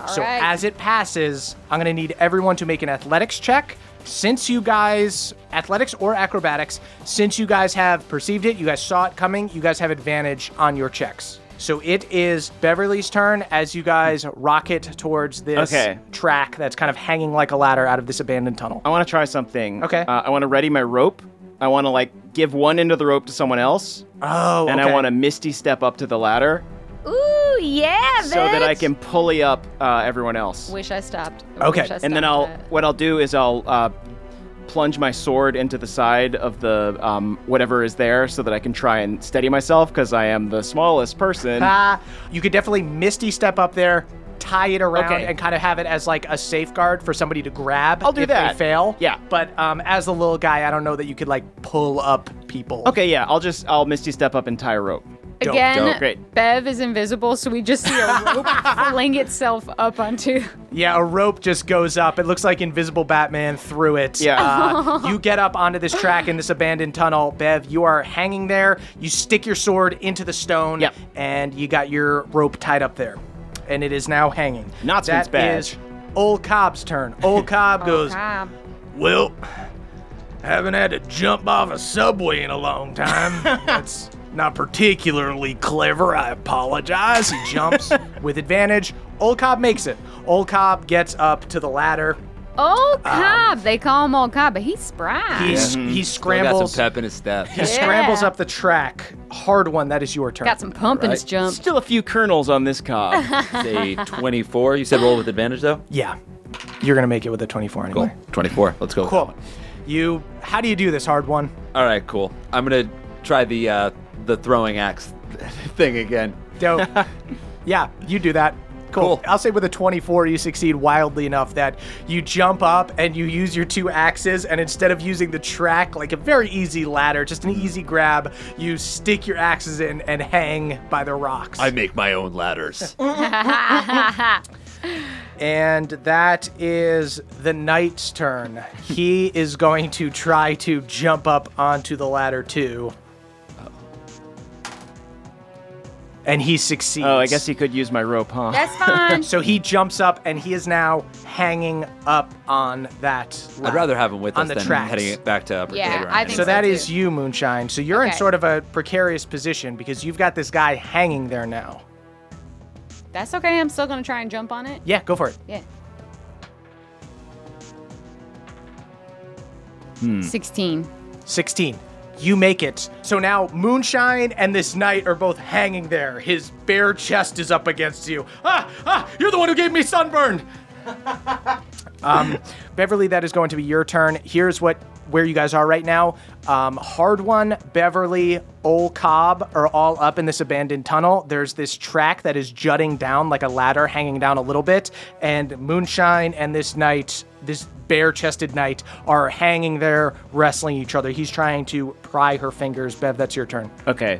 so right. as it passes, I'm gonna need everyone to make an athletics check. Since you guys, athletics or acrobatics, since you guys have perceived it, you guys saw it coming, you guys have advantage on your checks. So it is Beverly's turn as you guys rocket towards this Okay. track that's kind of hanging like a ladder out of this abandoned tunnel. I want to try something. Okay. Uh, I want to ready my rope. I want to like give one end of the rope to someone else, Oh, and I okay. want to misty step up to the ladder ooh, yeah, so that I bitch. can pulley up uh, everyone else. Wish I stopped. Okay. Wish I and then stopped I'll that. what I'll do is I'll uh, plunge my sword into the side of the um, whatever is there so that I can try and steady myself because I am the smallest person. Ah, you could definitely misty step up there, tie it around, Okay. and kind of have it as like a safeguard for somebody to grab. I'll do if that. They fail. Yeah. But um, as the little guy, I don't know that you could like pull up people. Okay, yeah, I'll just I'll misty step up and tie a rope. Again, Dope. Great. Bev is invisible, so we just see a rope fling itself up onto. Yeah, a rope just goes up. It looks like Invisible Batman threw it. Yeah. Uh, you get up onto this track in this abandoned tunnel. Bev, you are hanging there. You stick your sword into the stone, Yep. and you got your rope tied up there. And it is now hanging. Knotsman's That badge. is Old Cobb's turn. Old Cobb goes, Time. Well, Haven't had to jump off a subway in a long time. That's not particularly clever. I apologize. He jumps with advantage. Old Cobb makes it. Old Cobb gets up to the ladder. Um, Old Cobb. they call him Old Cobb, but he's spry. He's, He Mm-hmm. Still got scrambles. some pep in his step. He scrambles up the track. Hard one. That is your turn. Got some pumpkins Right. jump. Still a few kernels on this cob. Say 24. You said roll with advantage though. Yeah. You're gonna make it with a 24 anyway. Cool. 24. Let's go. with that Cool. one. You. How do you do this hard one? All right. Cool. I'm gonna try the uh, the throwing axe thing again. Dope. yeah, you do that. Cool. Cool. I'll say with a 24, you succeed wildly enough that you jump up and you use your two axes, and instead of using the track like a very easy ladder, just an easy grab, you stick your axes in and hang by the rocks. make my own ladders. and that is the knight's turn. he is going to try to jump up onto the ladder too. And he succeeds. oh, I guess he could use my rope, huh? That's fine. So he jumps up and he is now hanging up on that. I'd ladder. rather have him with On us the than tracks. heading it back to Upper Yeah, Cape Town. I think So that so, is too. you, Moonshine. So you're in Okay. sort of a precarious position because you've got this guy hanging there now. That's okay. I'm still gonna try and jump on it. Yeah, go for it. Yeah. Hmm. Sixteen. 16. You make it. So now Moonshine and this knight are both hanging there. His bare chest is up against you. Ah, ah, you're the one who gave me sunburn. um, Beverly, that is going to be your turn. Here's what where you guys are right now. Um, Hard one, Beverly, Ol Cobb are all up in this abandoned tunnel. There's this track that is jutting down like a ladder, hanging down a little bit, and Moonshine and this knight, this bare-chested knight, are hanging there, wrestling each other. He's trying to pry her fingers. Bev, that's your turn. Okay.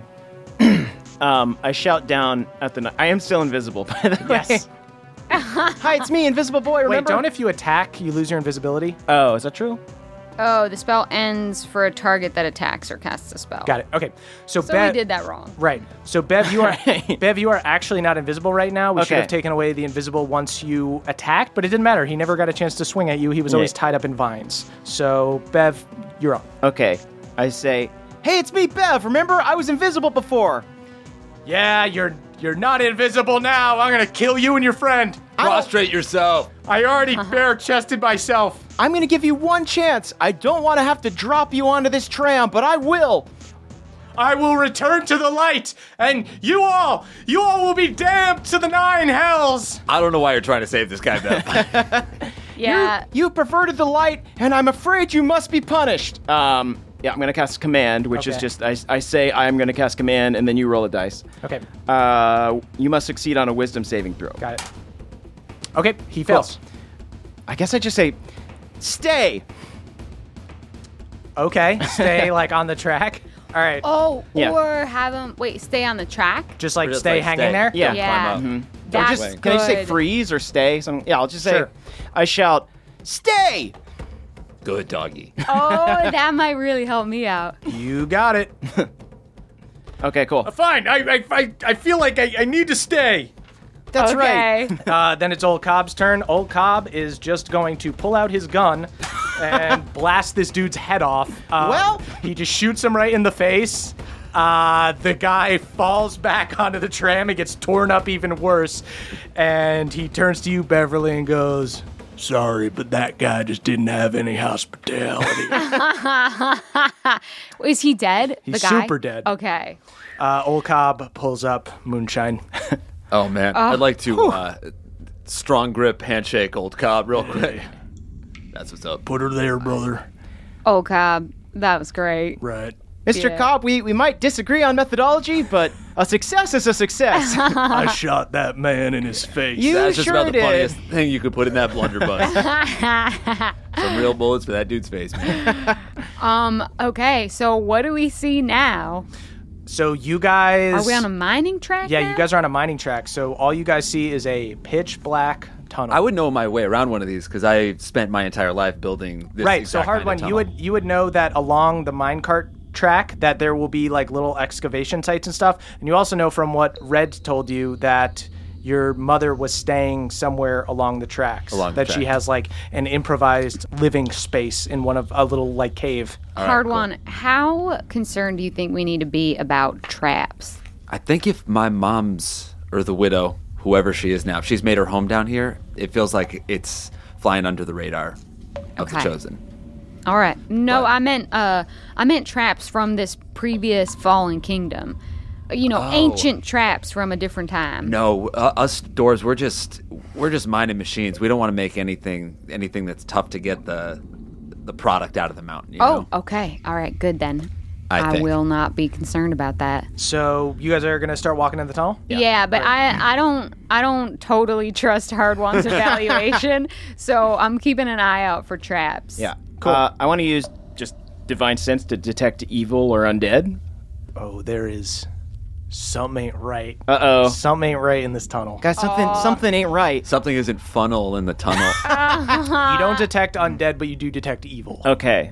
um, I shout down at the. kn- I am still invisible, by the way. Yes. Hi, it's me, Invisible Boy. Remember? Wait, don't if you attack, you lose your invisibility? Oh, is that true? Oh, the spell ends for a target that attacks or casts a spell. Got it. Okay. So, So Bev we did that wrong. Right. So Bev, you are Right. Bev, you are actually not invisible right now. We should Okay. have taken away the invisible once you attacked, but it didn't matter. He never got a chance to swing at you. He was always Yeah. tied up in vines. So Bev, you're up. Okay. I say, hey, it's me, Bev. Remember, I was invisible before. Yeah, you're you're not invisible now. I'm gonna kill you and your friend. Prostrate yourself. I already Uh-huh. bare chested myself. I'm gonna give you one chance. I don't want to have to drop you onto this tram, but I will. I will return to the light, and you all, you all will be damned to the nine hells. I don't know why you're trying to save this guy, Beth. Yeah. You perverted the light, and I'm afraid you must be punished. Um, yeah, I'm gonna cast command, which is Okay. just I, I say I am gonna cast command, and then you roll a dice. Okay, Uh, you must succeed on a wisdom saving throw. got it. Okay, he fails. I guess I just say, stay. Okay, stay like on the track. All right. Oh, Yeah. or have them wait, stay on the track. just like Or just, stay like, hanging stay. there. Yeah. Don't Yeah. Climb up. That's Just Wait. can I just say good. freeze or stay? Some yeah, I'll just say. Sure. I shout, stay. Good doggy. Oh, that might really help me out. You got it. Okay, cool. Fine. I I, I, I feel like I, I need to stay. That's right. okay. Uh, then it's old Cobb's turn. Old Cobb is just going to pull out his gun and blast this dude's head off. Uh, Well- he just shoots him right in the face. Uh, the guy falls back onto the tram and gets torn up even worse. And he turns to you, Beverly, and goes, Sorry, but that guy just didn't have any hospitality. Is he dead? He's the guy? super dead. Okay. uh, Old Cobb pulls up Moonshine. Oh man, I'd like to uh, strong grip handshake, old Cobb, real quick. That's what's up. Put her there, brother. Oh, Cobb, that was great. Right. Mr. Yeah. Cobb, we, we might disagree on methodology, but a success is a success. I shot that man in his face. You That's just sure about the did. funniest thing you could put in that blunderbuss. Some real bullets for that dude's face, man. Um. Okay. So what do we see now? So you guys. Are we on a mining track? Yeah, now? you guys are on a mining track, so all you guys see is a pitch black tunnel. I would know my way around one of these because I spent my entire life building this. right. So exact hard kind of one. You tunnel. would you would know that along the minecart track that there will be like little excavation sites and stuff, and you also know from what Red told you that your mother was staying somewhere along the tracks. Along the that she track. has like an improvised living space in one of a little like cave. Hard one. How concerned do you think we need to be about traps? I think if my mom's or the widow, whoever she is now, if she's made her home down here, it feels like it's flying under the radar of the Okay. chosen. All right. No, But- I meant uh, I meant traps from this previous fallen kingdom. Uh, You know, ancient traps from a different time. No, uh, us dwarves, we're just we're just minding machines. We don't want to make anything anything that's tough to get the the product out of the mountain. You Oh, know? okay. All right. Good then. I think. will not be concerned about that. So you guys are gonna start walking in the tunnel. Yeah, but I, I don't I don't totally trust Hard One's evaluation, so I'm keeping an eye out for traps. Yeah. Cool. Uh, I want to use just divine sense to detect evil or undead. Oh, there is something ain't right. Uh oh. Something ain't right in this tunnel. Guys, something something ain't right. Something isn't funnel in the tunnel. You Uh, don't detect undead, but you do detect evil. Oh. Okay.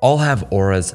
all have auras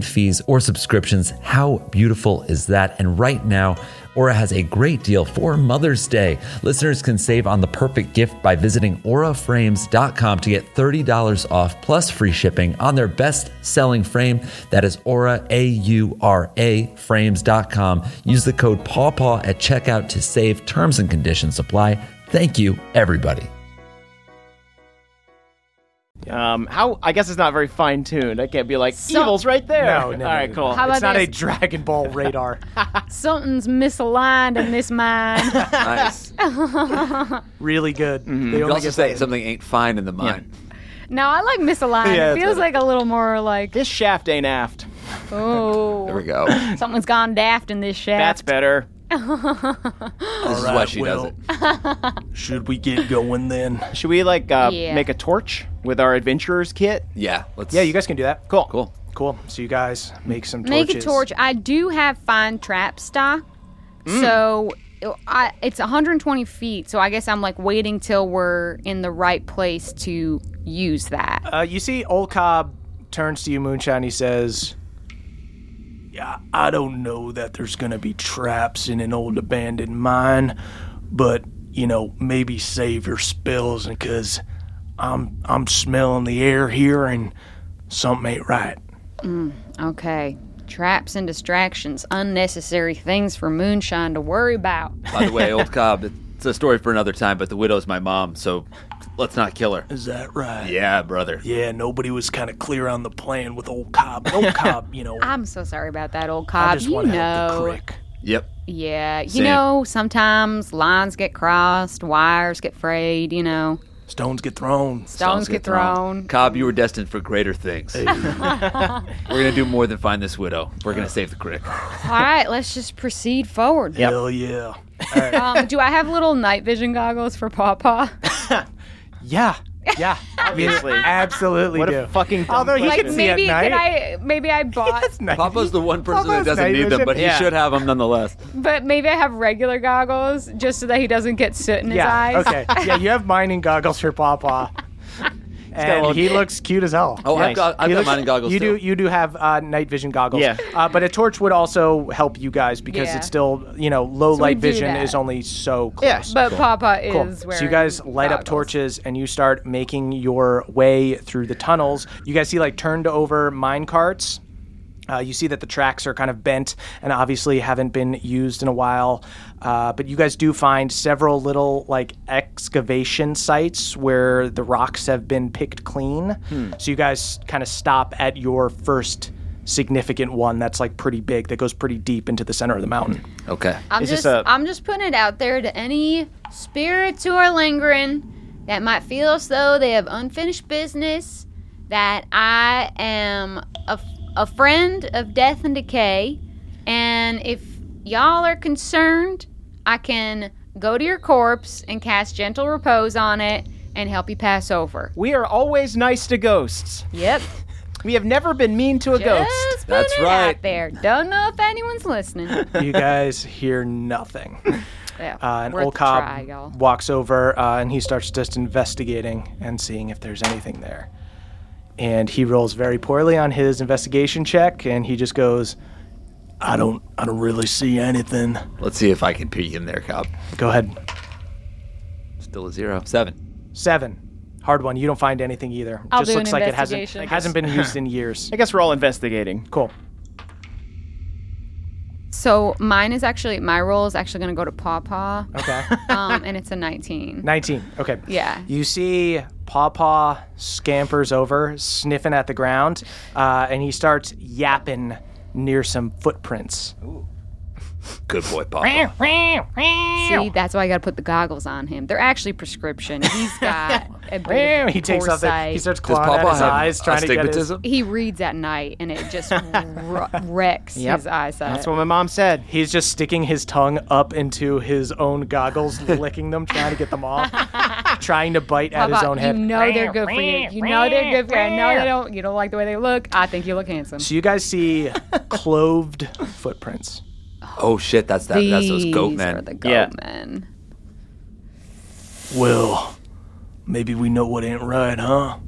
fees or subscriptions. How beautiful is that? And right now, Aura has a great deal for Mother's Day. Listeners can save on the perfect gift by visiting auraframes.com to get $30 off plus free shipping on their best selling frame. That is aura, A U R A, frames.com. Use the code PAWPAW at checkout to save. Terms and conditions apply. Thank you, everybody. Um, how? I guess it's not very fine tuned. I can't be like evil's right there. No, no, no, All right, no, cool. How it's about not a this? Dragon Ball radar. Something's misaligned in this mine. nice. really good. They You only also get say that- something ain't fine in the mine. now I like misaligned. Yeah, it it's feels better. like a little more like This shaft ain't aft. There oh, we go. something's gone daft in this shaft. That's better. This is why she does it. Should we get going then? Should we like uh, Yeah. make a torch with our adventurers kit? Yeah. Let's. Yeah, you guys can do that. Cool. Cool. Cool. So you guys make some torches. Make a torch. I do have fine trap stock, so I, it's 120 feet. So I guess I'm like waiting till we're in the right place to use that. Uh, you see, old Cobb turns to you, Moonshine. He says, Yeah, I don't know that there's going to be traps in an old abandoned mine, but you know, maybe save your spells because I'm I'm smelling the air here and something ain't right. Okay. Traps and distractions, unnecessary things for Moonshine to worry about. By the way, old Cobb, It's a story for another time, but the widow's my mom, so let's not kill her. Is that right? Yeah, brother. Yeah, nobody was kind of clear on the plan with old Cobb. Old Cobb, you know. I'm so sorry about that, old Cobb. just Ah, you wanna know. help the crick. Yep. Yeah, you Same. know, sometimes lines get crossed, wires get frayed, you know. Stones get thrown. Stones get thrown. Cobb, you were destined for greater things. We're gonna do more than find this widow. We're gonna save the crick. All right, let's just proceed forward. Hell yeah. Um, do I have little night vision goggles for Papa? Yeah. Yeah. Obviously. Absolutely What do. a fucking dumb Although he like can see maybe at could night. I maybe I bought Papa's the one person Papa's that doesn't night need them, vision. but he Yeah. should have them nonetheless. but maybe I have regular goggles just so that he doesn't get soot in yeah. his eyes. Okay. Yeah, you have mining goggles for Papa. little- and he looks cute as hell. Oh, Nice. I've got I've He got looks- mine in goggles You too. do you do have uh, night vision goggles. Yeah. Uh, but a torch would also help you guys because Yeah. it's still you know low we light do vision that. is only so close. Yeah. But Papa is Cool. wearing So you guys light up goggles. torches and you start making your way through the tunnels. You guys see like turned over mine carts. Uh, you see that the tracks are kind of bent and obviously haven't been used in a while. Uh, but you guys do find several little like excavation sites where the rocks have been picked clean. So you guys kind of stop at your first significant one that's like pretty big that goes pretty deep into the center of the mountain. Okay. I'm It's just just, a- I'm just putting it out there to any spirits who are lingering that might feel as though they have unfinished business. That I am a, f- a friend of death and decay, and if y'all are concerned, I can go to your corpse and cast gentle repose on it and help you pass over. We are always nice to ghosts. Yep, We have never been mean to a ghost. just putting That's it right. out there. Don't know if anyone's listening. you guys hear nothing. Yeah, Uh, and worth old a Cobb try, y'all. walks over uh, and he starts just investigating and seeing if there's anything there. And he rolls very poorly on his investigation check, and he just goes, I don't I don't really see anything. Let's see if I can peek in there, Cobb. "Go ahead, Still a zero. Seven. seven, hard one. You don't find anything either. I'll just do an looks like it hasn't investigation. hasn't been used in years. I guess we're all investigating. Cool. So mine is actually my roll is actually going to go to Pawpaw, Okay. um, and it's a 19. 19. Okay. Yeah. You see Pawpaw scampers over, sniffing at the ground, uh, and he starts yapping near some footprints. Good boy, Papa. See, that's why I got to put the goggles on him. They're actually prescription. He's got a bit of he takes off the, foresight. he starts Does clawing at Papa his have eyes, trying to get his. astigmatism? He reads at night, and it just r- wrecks his eyesight. That's what my mom said. He's just sticking his tongue up into his own goggles, licking them, trying to get them off, trying to bite at his Pawpaw, own head. You know they're good for you. You know they're good for you. I know they don't. You don't like the way they look. I think you look handsome. So you guys see cloved footprints. Oh shit, that's that. That's those goat These are men. the goat Yeah. men. Well, maybe we know what ain't right, huh?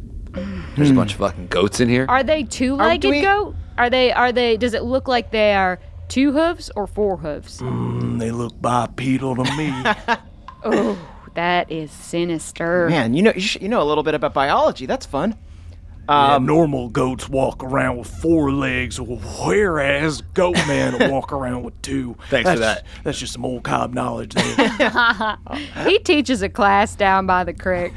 There's a bunch of fucking goats in here. Are they two-legged we- goat? Are they? Are they? Does it look like they are two hooves or four hooves? Mm. And they look bipedal to me. That is sinister. Man, you know you, sh- you know a little bit about biology. That's fun. Um, Yeah, normal goats walk around with four legs, whereas goat men walk around with two. Thanks for That's- that. That's just some old cob knowledge there. He teaches a class down by the creek.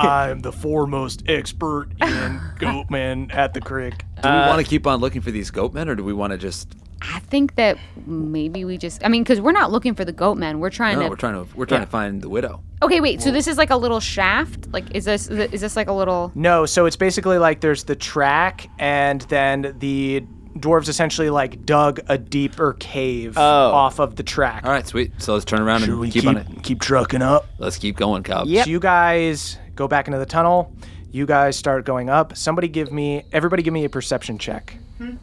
I am the foremost expert in goat men at the creek. do we want to keep on looking for these goat men, or do we want to just? I think that maybe we just, I mean, because we're not looking for the goat men. We're trying No, to. we're trying to we're trying to find the widow. okay, wait. So this is like a little shaft? Like, is this is this like a little. No, so it's basically like there's the track, and then the dwarves essentially like dug a deeper cave Oh. off of the track. All right, sweet. So let's turn around Should and we keep, keep on it. keep trucking up? Let's keep going, Cobb. So you guys go back into the tunnel. You guys start going up. Somebody give me, everybody give me a perception check. Hmm.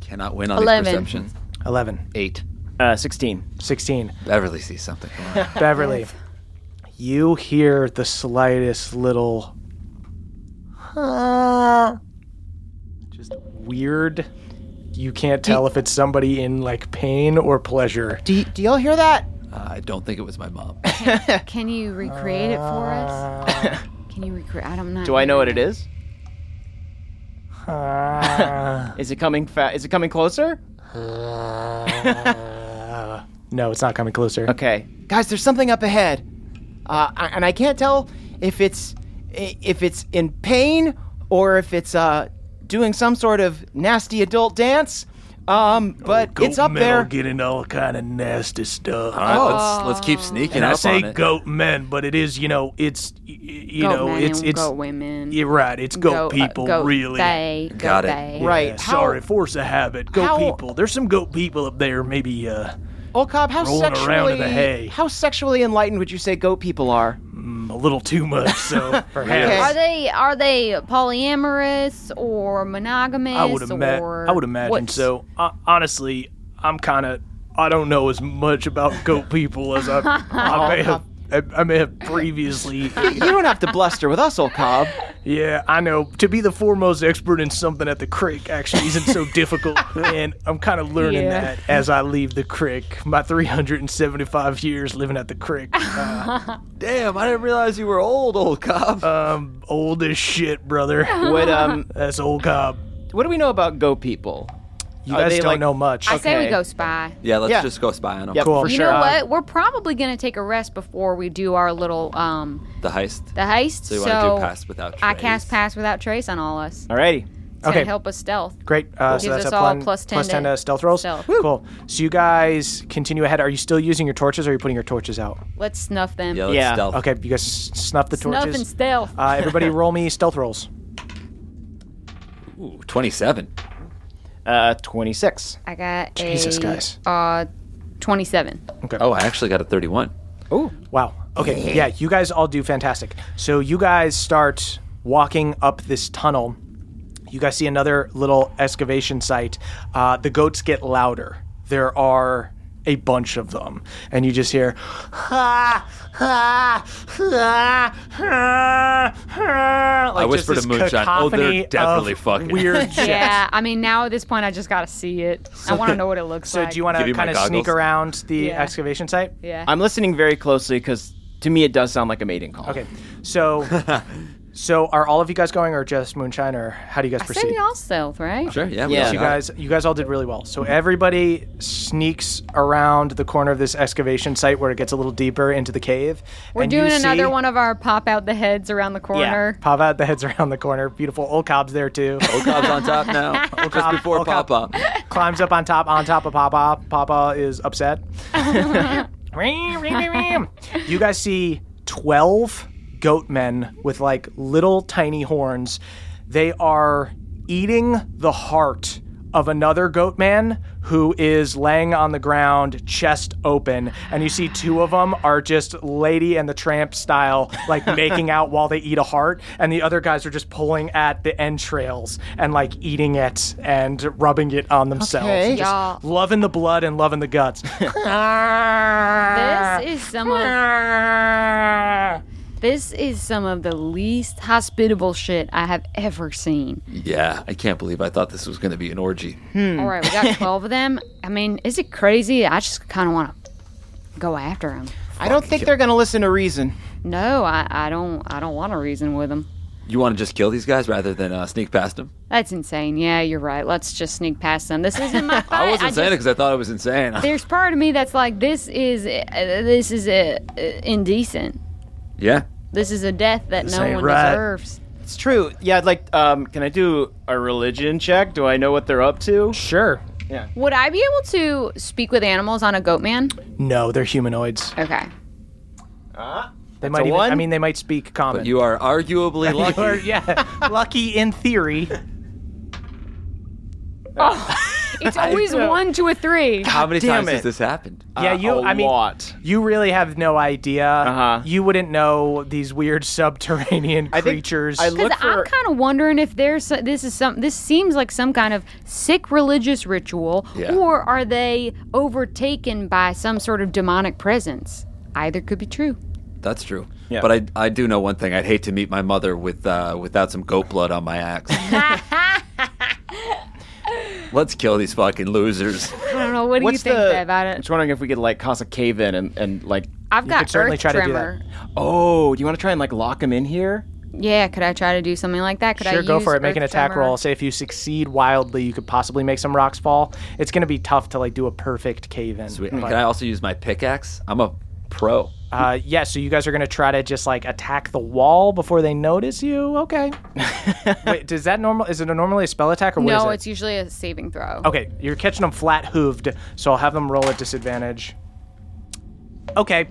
Cannot win on Eleven. these perceptions. 11, Eight. Uh, 16. 16. Beverly sees something. Come on. Beverly, you hear the slightest little just weird. You can't tell if it's somebody in like pain or pleasure. Do, y- do y'all hear that? Uh, I don't think it was my mom. Can you recreate it for us? Uh. Can you recreate? I don't know. Do I know what it is? is it coming fa- is it coming closer? No, it's not coming closer. Okay. guys, there's something up ahead, uh, I- and I can't tell if it's i- if it's in pain or if it's uh, doing some sort of nasty adult dance. Um, but Oh, Goat it's up metal there. getting all kind of nasty stuff. All right, Oh, let's let's keep sneaking And I up say on it. goat men, but it is you know it's y- y- you Goat know men it's and it's goat women. You're right. It's goat, uh, people goat really. They, goat Got it. They. Yeah, Right, how- sorry, force of habit. Goat how- people. There's some goat people up there. Maybe uh, Oh, Cobb, how rolling around in sexually the hay. how sexually enlightened would you say goat people are? a little too much. So perhaps Okay. Are they are they polyamorous or monogamous? I would imagine. or I would imagine what's- so. Uh, honestly, I'm kind of. I don't know as much about goat people as I, I may have. I, I may have previously. You don't have to bluster with us, old Cobb. Yeah, I know. To be the foremost expert in something at the crick actually isn't so difficult, and I'm kind of learning Yeah. that as I leave the crick. My 375 years living at the crick, uh, Damn, I didn't realize you were old, old cop. Um, old as shit, brother. What um, That's old cob. what do we know about goat people? You Are guys they, don't like- know much. I say we Okay. go spy. yeah, let's yeah. just go spy on him. Yep, Cool. for You sure. Uh, know what? We're probably gonna take a rest before we do our little um The heist. the heist. So you So, wanna do pass without I trace. cast pass without trace on all us. Alrighty. It's gonna Okay. help us stealth. Great. Uh, so Gives that's us a all plan, plus 10 plus to 10 to stealth rolls. stealth. Cool. So you guys continue ahead. Are you still using your torches or are you putting your torches out? Let's snuff them. Yeah, let's Yeah. stealth. Okay, you guys s- snuff the Snuff and torches. stealth. Uh, everybody roll me stealth rolls. Ooh, 27. Uh, twenty-six. I got Jesus, a guys. uh twenty-seven. Oh, I actually got a 31. Wow. Okay. Yeah, you guys all do fantastic. So you guys start walking up this tunnel. You guys see another little excavation site. Uh, the goats get louder. There are a bunch of them, and you just hear, ha, ha, ha, ha, ha, like I whispered just to this Moonshine, "Oh, they're cacophony of definitely fucking." weird shit. Yeah, I mean now at this point I just gotta see it. I want to know what it looks So like. do you want Give to you my kind of sneak goggles. around the Yeah. excavation site? Yeah. I'm listening very closely because to me it does sound like a mating call. Okay, so so are all of you guys going, or just Moonshine, or how do you guys I say proceed? we all stealth, right? Sure, yeah. we Yeah. all you got it. guys, you guys all did really well. So everybody sneaks around the corner of this excavation site where it gets a little deeper into the cave. We're doing another one of our pop out the heads around the corner. Pop out the heads around the corner. Beautiful old cob's there too. Old Cob's on top now. Just before Old Cob. pop up. Climbs up on top, on top of Papa. Papa is upset. you guys see twelve goat men with like little tiny horns. They are eating the heart of another goat man who is laying on the ground, chest open, and you see two of them are just lady and the tramp style, like making out while they eat a heart, and the other guys are just pulling at the entrails and like eating it and rubbing it on themselves. Okay. Just Y'all. Loving the blood and loving the guts. This is some of this is some of the least hospitable shit I have ever seen. Yeah, I can't believe I thought this was going to be an orgy. All right, we got twelve of them. I mean, is it crazy? I just kind of want to go after them. I don't think they're gonna listen to reason. No, I, I don't. I don't want to reason with them. You want to just kill these guys rather than uh, sneak past them? That's insane. Yeah, you're right. Let's just sneak past them. This isn't my fight. I wasn't saying it just- because I thought it was insane. there's part of me that's like, this is uh, this is uh, uh, indecent. yeah. This is a death that no ain't one right. deserves. It's true. Yeah, I'd like um, can I do a religion check? Do I know what they're up to? sure. Would I be able to speak with animals on a goat man? No, they're humanoids. Okay. They might a even, one? I mean, they might speak common. But you are arguably lucky. Or, yeah, lucky in theory. Uh, It's always one to a three. How many Damn times it. has this happened? Yeah, you. A I mean, lot. you really have no idea. Uh-huh. You wouldn't know these weird subterranean I think creatures. I Because look I'm for. kind of wondering if there's so- this is some this seems like some kind of sick religious ritual, Yeah. or are they overtaken by some sort of demonic presence? Either could be true. That's true. But I, I do know one thing. I'd hate to meet my mother with uh, without some goat blood on my axe. Let's kill these fucking losers. I don't know. What do What's you think the? about I'm it? just wondering if we could like cause a cave in and, and like. I've got could certainly earth try to do tremor. Oh, do you want to try and like lock them in here? Yeah, could I try to do something like that? Could I sure, go use for it. Make earth an attack tremor? roll. Say if you succeed wildly, you could possibly make some rocks fall. It's going to be tough to like do a perfect cave in. Sweet. Can I also use my pickaxe? I'm a pro. Uh, yeah, so you guys are going to try to just like attack the wall before they notice you? Okay. Wait, does that normal? Is it a normally a spell attack or what is no, it? Oh. it's usually a saving throw. Okay, you're catching them flat hooved, so I'll have them roll at disadvantage. Okay,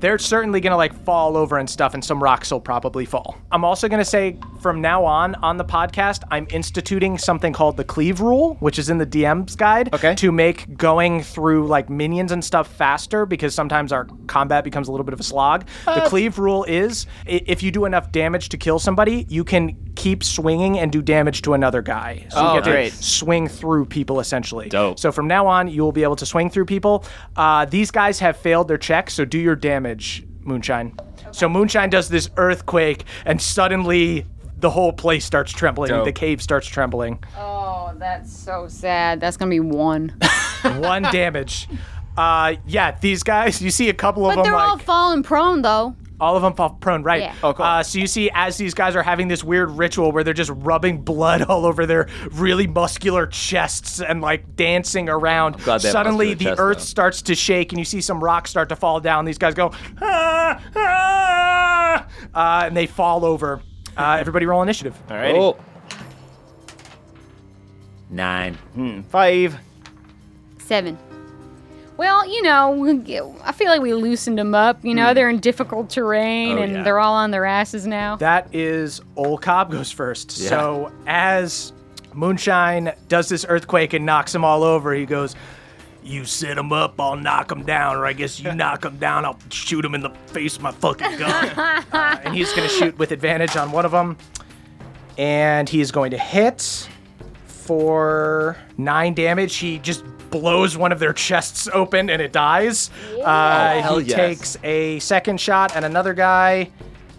they're certainly gonna like fall over and stuff, and some rocks will probably fall. I'm also gonna say from now on on the podcast, I'm instituting something called the cleave rule, which is in the DM's guide okay. to make going through like minions and stuff faster because sometimes our combat becomes a little bit of a slog. Uh. the cleave rule is i- if you do enough damage to kill somebody, you can keep swinging and do damage to another guy. So Oh, you get to great. swing through people essentially. Dope. So from now on, you will be able to swing through people. Uh, these guys have failed their checks, so do your damage, Moonshine. So Moonshine does this earthquake, and suddenly the whole place starts trembling. Dope. The cave starts trembling. Oh, that's so sad. That's gonna be one. Oh One damage. Uh, yeah, these guys. You see a couple of But them they're like all falling prone though. All of them fall prone, right? Yeah. Oh, cool. Uh, so you see, as these guys are having this weird ritual where they're just rubbing blood all over their really muscular chests and like dancing around. glad they have Suddenly, the muscular chests, earth though. starts to shake, and you see some rocks start to fall down. These guys go, ah, ah, uh, and they fall over. Uh, everybody, roll initiative. All right. Oh. Nine. Five. Seven. Well, you know, we get- I feel like we loosened them up. You Hmm. know, they're in difficult terrain Oh, and yeah. they're all on their asses now. That is old Cobb goes first. Yeah. So as Moonshine does this earthquake and knocks them all over, he goes, You sit him up, I'll knock him down, or I guess you knock him down, I'll shoot him in the face with my fucking gun. Uh, and he's going to shoot with advantage on one of them. And he is going to hit for nine damage. He just blows one of their chests open and it dies. Uh, Oh, hell he yes. takes a second shot at another guy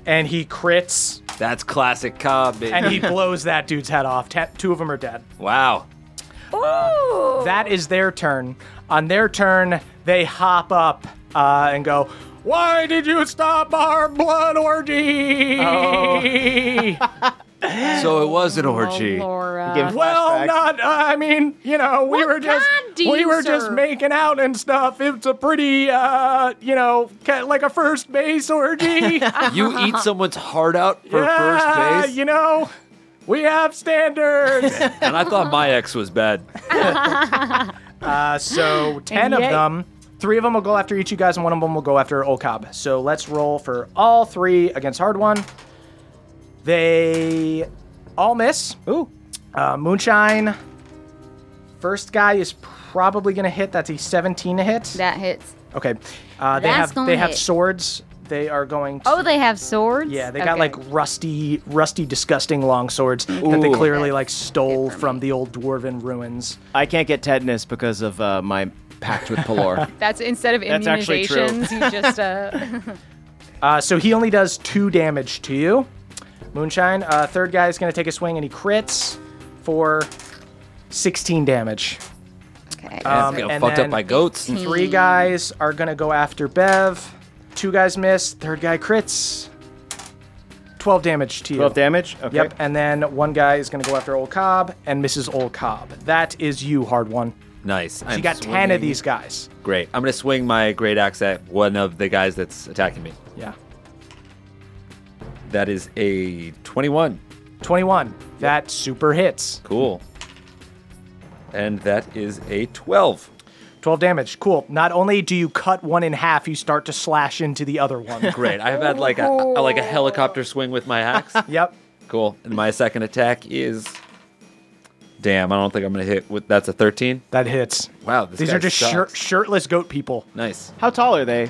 and he crits That's classic Cobb, baby. and he blows that dude's head off. Ta- two of them are dead. wow. That is their turn. On their turn, they hop up uh, and go, Why did you stop our blood orgy? Oh. So it was an orgy. Oh, Laura. Give- well, Flashbacks. not. Uh, I mean, you know, we What were just kind do we you were just serve? making out and stuff. It's a pretty, uh, you know, ca- like a first base orgy. You eat someone's heart out for Yeah, first base? you know, we have standards. And I thought my ex was bad. Uh, so ten And of yay. them. Three of them will go after each you guys, and one of them will go after Old Cobb. So let's roll for all three against Hard One. They all miss. Ooh. Uh, Moonshine. First guy is probably going to hit. That's a 17 to hit. that hits. okay. Uh, they That's have gonna they have hit. swords. They are going. To, Oh, they have swords? yeah, they got Okay. like rusty, rusty, disgusting long swords that they Ooh. clearly That's like stole good for from me. the old dwarven ruins. I can't get tetanus because of uh, my pact with Pelor. That's instead of That's actually true. immunizations, you just uh, Uh, so he only does two damage to you. Moonshine, uh, third guy is going to take a swing and he crits for 16 damage. okay. Um, Um, and fucked then- up by goats. Three guys are going to go after Bev. Two guys miss, third guy crits. 12 damage to you. 12 damage? Okay. Yep, and then one guy is going to go after Old Cobb and misses Old Cobb. That is you, hard one. Nice. So you got 10 of these guys. Great. I'm going to swing my great axe at one of the guys that's attacking me. Yeah. That is a 21. 21. That super hits. Cool. And that is a 12. 12 damage. Cool. Not only do you cut one in half, you start to slash into the other one. Great. I've had like a, a- like a helicopter swing with my axe. yep. cool. And my second attack is Damn, I don't think I'm going to hit with that's a 13. That hits. Wow, this These guy are just sucks. shirt, shirtless goat people, Nice. How tall are they?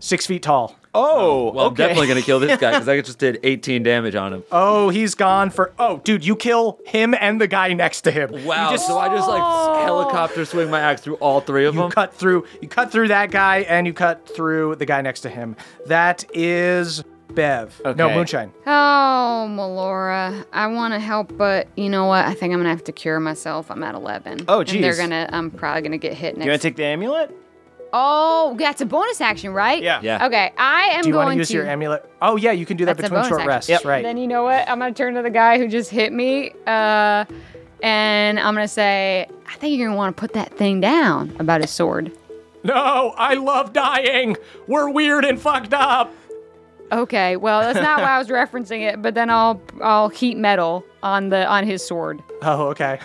six feet tall. Oh, Well, I'm definitely going to kill this guy because I just did 18 damage on him. Oh, he's gone for. Oh, dude, you kill him and the guy next to him. Wow. so I just like helicopter swing my axe through all three of You them. cut through. You cut through that guy and you cut through the guy next to him. That is Bev. No Okay. moonshine. oh, Melora, I want to help, but you know what? I think I'm gonna have to cure myself. I'm at 11. Oh, And They're jeez. gonna. I'm probably gonna get hit next. You want to take the amulet? oh, that's a bonus action, right? Yeah. Yeah. Okay, I am Do you going want to use your amulet? Oh yeah, you can do that That's a between bonus short action. rests. Yep. Right. Then you know what? I'm gonna turn to the guy who just hit me, uh, and I'm gonna say, I think you're gonna want to put that thing down about his sword. No, I love dying. We're weird and fucked up. Okay, well that's not why I was referencing it, but then I'll I'll heat metal on the on his sword. Oh, okay.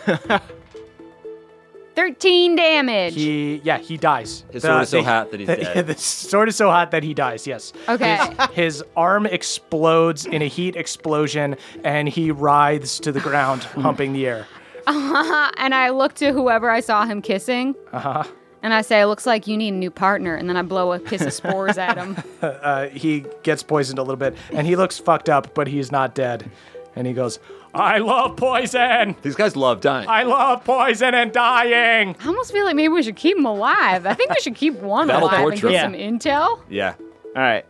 Thirteen damage. He yeah, he dies. His sword is so hot that he's the, dead. The sword is so hot that he dies. Yes. Okay. His, his arm explodes in a heat explosion, and he writhes to the ground, humping the air. and I look to whoever I saw him kissing. Uh-huh. And I say, "Looks like you need a new partner." And then I blow a kiss of spores at him. Uh, he gets poisoned a little bit, and he looks fucked up, but he's not dead. And he goes, "I love poison. These guys love dying. I love poison and dying." I almost feel like maybe we should keep him alive. I think we should keep one That'll alive and torture get him. some intel. yeah. All right.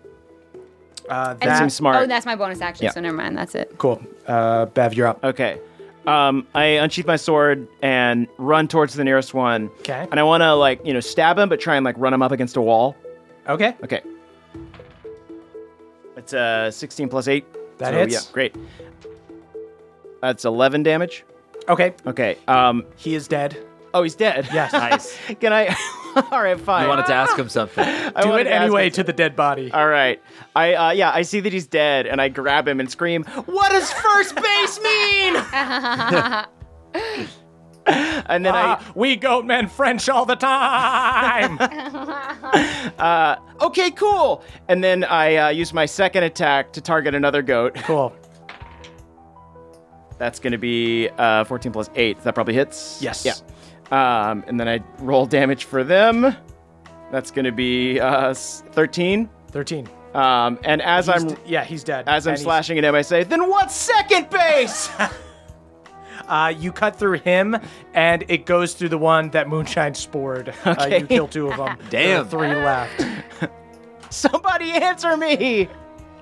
Uh, And- that seems smart. Oh, that's my bonus action. Yeah. So never mind. That's it. cool. Uh, Bev, you're up. Okay. Um, I unsheath my sword and run towards the nearest one. 'Kay. And I want to like you know stab him, but try and like run him up against a wall. Okay. Okay. It's uh, 16 plus eight. That so, hits. Yeah, great. That's 11 damage. Okay. Okay. Um. He is dead. Oh, he's dead. Yes. Nice. Can I? All right. Fine. I wanted to ask him something. I Do wanted it to ask anyway him- to the dead body. All right. I uh, yeah. I see that he's dead, and I grab him and scream, "What does first base mean?" and then Ah, we goat men French all the time. I okay, cool. And then I uh, use my second attack to target another goat. cool. That's gonna be uh, 14 plus eight. That probably hits. Yes. Yeah. Um, and then I roll damage for them. That's gonna be uh, s- 13. 13. Um, and as He's I'm d- yeah, he's dead. as I'm And he's- slashing at him, I say, "Then what's second base?" Uh, you cut through him, and it goes through the one that Moonshine spored. Uh, you Okay. kill two of them. there are Damn. three left. Somebody answer me!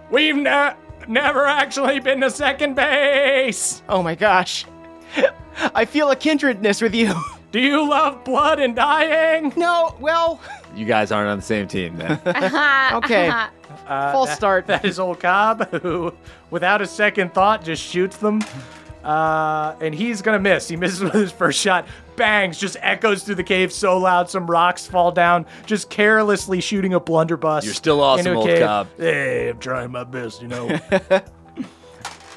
We've ne- never actually been to second base. Oh my gosh. I feel a kindredness with you. Do you love blood and dying? No, well, You guys aren't on the same team then. Uh, okay. False start. That is old Cobb, who, without a second thought, just shoots them. Uh, and he's gonna miss. He misses with his first shot. Bangs just echoes through the cave so loud some rocks fall down, just carelessly shooting a blunderbuss. You're still awesome, into a old cave. Cobb. Hey, I'm trying my best, you know.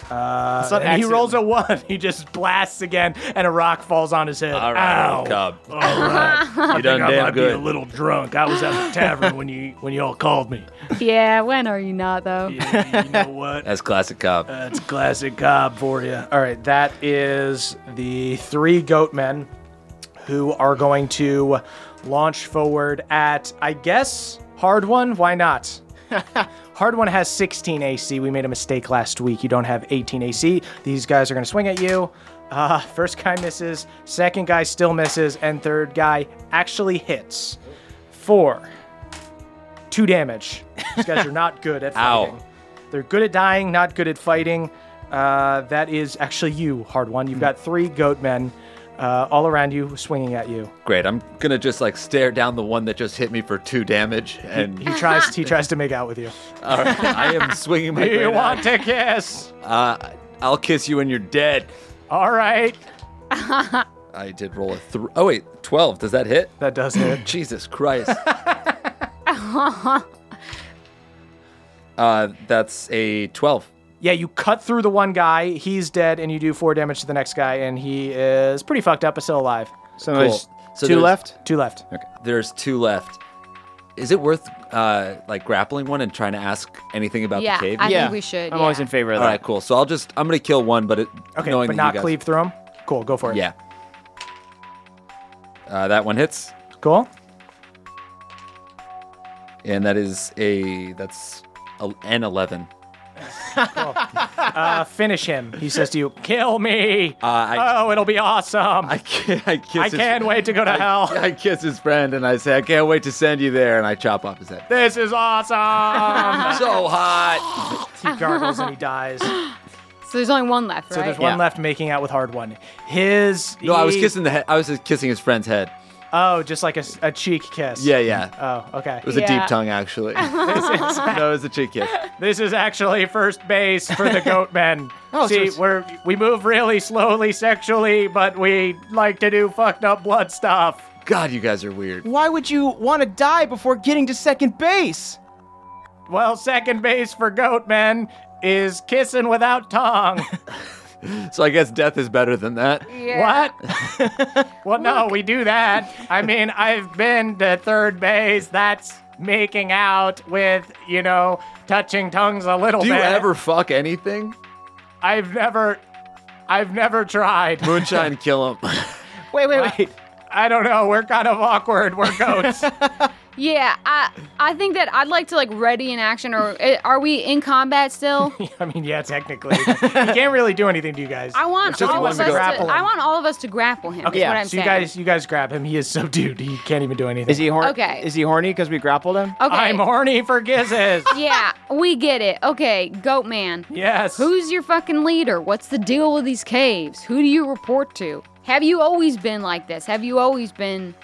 It's not Uh, And he accident. rolls a one. He just blasts again, and a rock falls on his head. All right, Ow. old Cobb. All right. You done I might damn be a good. little drunk. I was at the tavern when you when y'all called me. Yeah. When are you not though? Yeah, you know what? That's classic Cobb. That's classic Cobb for you. All right, that is the three goat men who are going to launch forward at, I guess, hard one. Why not? hard one has 16 AC. We made a mistake last week. You don't have 18 AC. These guys are going to swing at you. Uh, first guy misses, second guy still misses, and third guy actually hits. Four. Two damage. These guys are not good at Ow. fighting. They're good at dying, not good at fighting. Uh, that is actually you, hard one. You've got three goat men uh, all around you swinging at you. Great. I'm gonna just like stare down the one that just hit me for two damage, He and tries. He tries to make out with you. all right, I am swinging my. Do you great want to kiss? axe. Uh, I'll kiss you when you're dead. All right. I did roll a three. Oh wait, twelve. Does that hit? That does it. Jesus Christ. uh, that's a twelve. Yeah, you cut through the one guy. He's dead, and you do four damage to the next guy, and he is pretty fucked up, but still alive. So there's So two there's- left? Two left. There's two left. Is it worth uh, like grappling one and trying to ask anything about Yeah, the cave? I yeah. think we should. I'm always yeah. in favor of All that. right, cool. So I'll just I'm gonna kill one, but it, Okay, knowing but that you not guys- cleave through him. Cool. Go for it. Yeah. Uh, that one hits, Cool. and that is a that's a, an eleven. Uh, finish him. He says to you, "Kill me." Uh, I, oh, it'll be awesome. I can't. I, kiss I his- can't wait to go to I- hell. I kiss his friend and I say, I can't wait to send you there, and I chop off his head. this is awesome. so hot. he gargles and he dies. So So there's only one left, right? there's one Yeah. left making out with hard one. His No, I was he- kissing the head. I was just kissing his friend's head. Oh, just like a, s- a cheek kiss. Yeah, yeah. Oh, okay. It was a Yeah. deep tongue, actually. no, it was a cheek kiss. This is actually first base for the goat men. Oh, so See, it's- we're we move really slowly sexually, but we like to do fucked up blood stuff. God, you guys are weird. Why would you want to die before getting to second base? Well, second base for Goatman is kissing without tongue. So I guess death is better than that. What? well, no, we do that. I mean, I've been to third base. That's making out with, you know, touching tongues a little Do you bit. ever fuck anything? I've never, I've never tried. Moonshine, kill him. Wait, wait, wait. I don't know. We're kind of awkward. We're goats. Yeah, I I think that I'd like to like ready in action or eh, are we in combat still? I mean, yeah, technically, you can't really do anything to you guys. I want just all one of us to, grapple him. I want all of us to grapple him. is what I'm so saying. you guys, you guys grab him. He is subdued. He can't even do anything. Is he horny? Okay. Is he horny because we grappled him? okay. I'm horny for kisses. yeah, we get it. Okay, goat man. yes. Who's your fucking leader? What's the deal with these caves? Who do you report to? Have you always been like this? Have you always been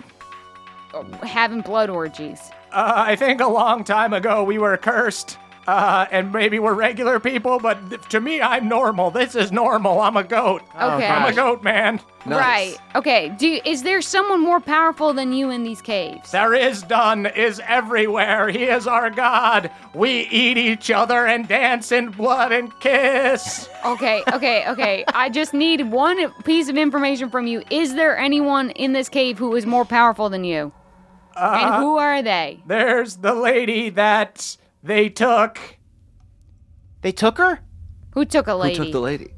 uh, having blood orgies? Uh, I think a long time ago we were cursed. Uh, and maybe we're regular people, but th- to me, I'm normal. This is normal. I'm a goat. Okay. Oh I'm a goat, man. Right. Okay. Do you- is there someone more powerful than you in these caves? There is done, is everywhere. He is our god. We eat each other and dance in blood and kiss. Okay, okay, okay. I just need one piece of information from you. Is there anyone in this cave who is more powerful than you? and who are they? There's the lady that they took. They took her? Who took a Who lady? took the lady?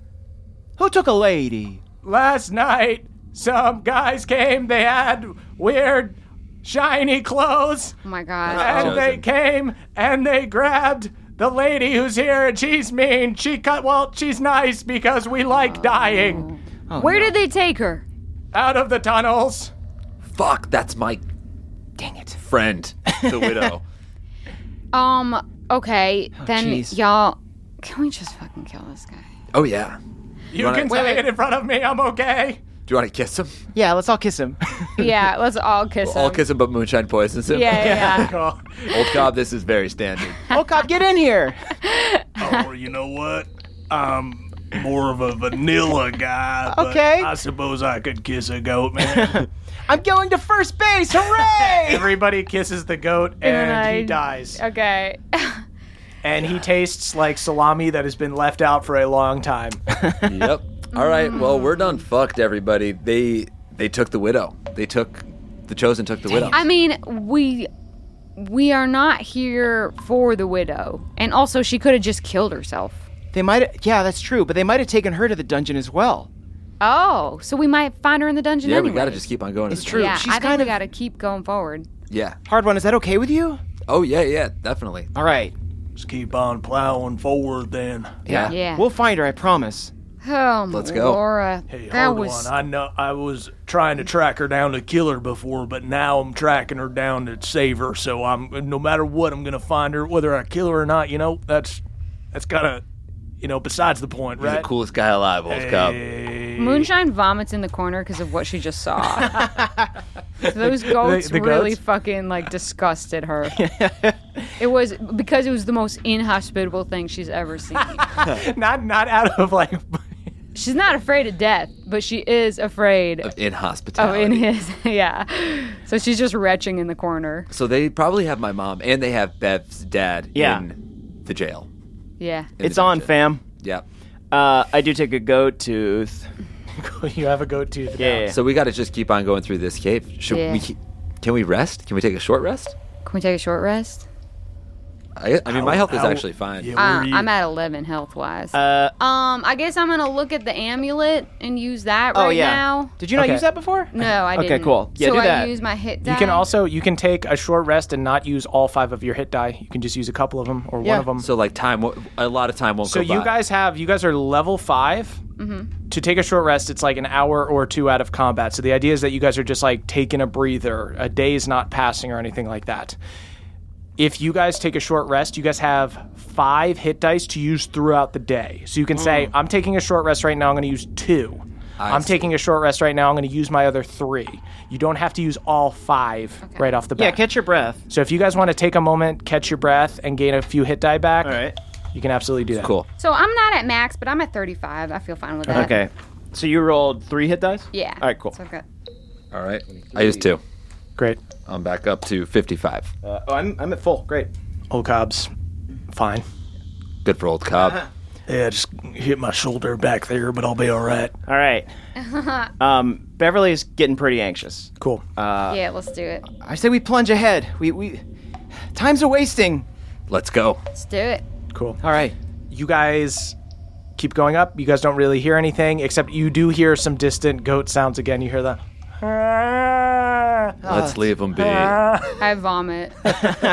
Who took a lady? last night some guys came they had weird shiny clothes oh my god. and they Chosen. came and they grabbed the lady who's here and she's mean she cut well she's nice because we like dying Oh, Where did they take her? out of the tunnels Fuck, that's my. Dang it. Friend, the widow. Um, okay, then jeez. y'all can we just fucking kill this guy? Oh, yeah. you Wanna- can say it in front of me i'm okay Do you want to kiss him? Yeah, let's all kiss him. yeah, let's all kiss I'll him. kiss him, but Moonshine poisons him. yeah, yeah, Cool. Old Cobb, this is very standard. oh God, get in here! or Oh, you know what? I'm more of a vanilla guy. but Okay. I suppose I could kiss a goat, man. I'm going to first base. Hooray! everybody kisses the goat and he I- dies yeah. Okay. and he tastes like salami that has been left out for a long time yep. All right. Well, we're done. Fucked everybody. They they took the widow. They took the chosen. Took the widow. I mean, we we are not here for the widow. And also she could have just killed herself. They might. Yeah, that's true. But they might have taken her to the dungeon as well. Oh, so we might find her in the dungeon yeah, anyway. we gotta just keep on going. It's true. Yeah, She's I think kind we of- gotta keep going forward. Yeah. Hard one. Is that okay with you? Oh yeah, yeah, definitely. All right. Just keep on plowing forward then. Yeah. Yeah. We'll find her. I promise. Oh, Let's go. Laura, Hey, that hard was one. I know I was trying to track her down to kill her before, but now I'm tracking her down to save her. So I'm no matter what, I'm gonna find her, whether I kill her or not. You know, that's that's kind of you know besides the point, You're right? the coolest guy alive, old Cobb. moonshine vomits in the corner because of what she just saw. Those goats the really goats? fucking like disgusted her. it was because it was the most inhospitable thing she's ever seen. not not out of like she's not afraid of death, but she is afraid of, In Oh, hospitality. in his yeah. So she's just retching in the corner. so they probably have my mom, and they have Bev's dad Yeah. in the jail. Yeah. In it's the on, dungeon. fam. Yeah. Uh, I do take a goat tooth. you have a goat tooth now. Yeah. So we gotta just keep on going through this cave. Should Yeah. we? keep- Can we rest? Can we take a short rest? Can we take a short rest? I, I mean, my Ow, health is ow. actually fine. Yeah, Uh, where you- I'm at 11 health wise. uh, Um, I guess I'm gonna look at the amulet and use that oh right yeah. now. Did you not Okay. use that before? No, I Okay, didn't. cool. Yeah, so do I that. use my hit die. You can also you can take a short rest and not use all five of your hit die. You can just use a couple of them or Yeah. one of them. So, So like time, wo- a lot of time won't go by. you guys have you guys are level 5 To take a short rest, it's like an hour or two out of combat. So the idea is that you guys are just like taking a breather. A day is not passing or anything like that. If you guys take a short rest, you guys have five hit dice to use throughout the day. So you can say, Mm. "I'm taking a short rest right now. I'm going to use two. I am see. taking a short rest right now. I'm going to use my other three. You don't have to use all five right off the bat. Yeah. Catch your breath. So if you guys want to take a moment, catch your breath, and gain a few hit die back, All right. you can absolutely do that. Cool. So I'm not at max, but I'm at 35. I feel fine with that. Okay. So you rolled three hit dice. Yeah. All right. Cool. So I've got- All right. I used two. Great. I'm back up to 55. Uh, oh, I'm, I'm at full. Great. Old Cobb's fine. Good for old Cobb. Yeah, just hit my shoulder back there, but I'll be all right. All right. Um, Beverly's getting pretty anxious. Cool. Uh, yeah, let's do it. I say we plunge ahead. We we time's a wasting. Let's go. Let's do it. Cool. All right. You guys keep going up. You guys don't really hear anything, except you do hear some distant goat sounds again. You hear the. Let's leave them be. I vomit.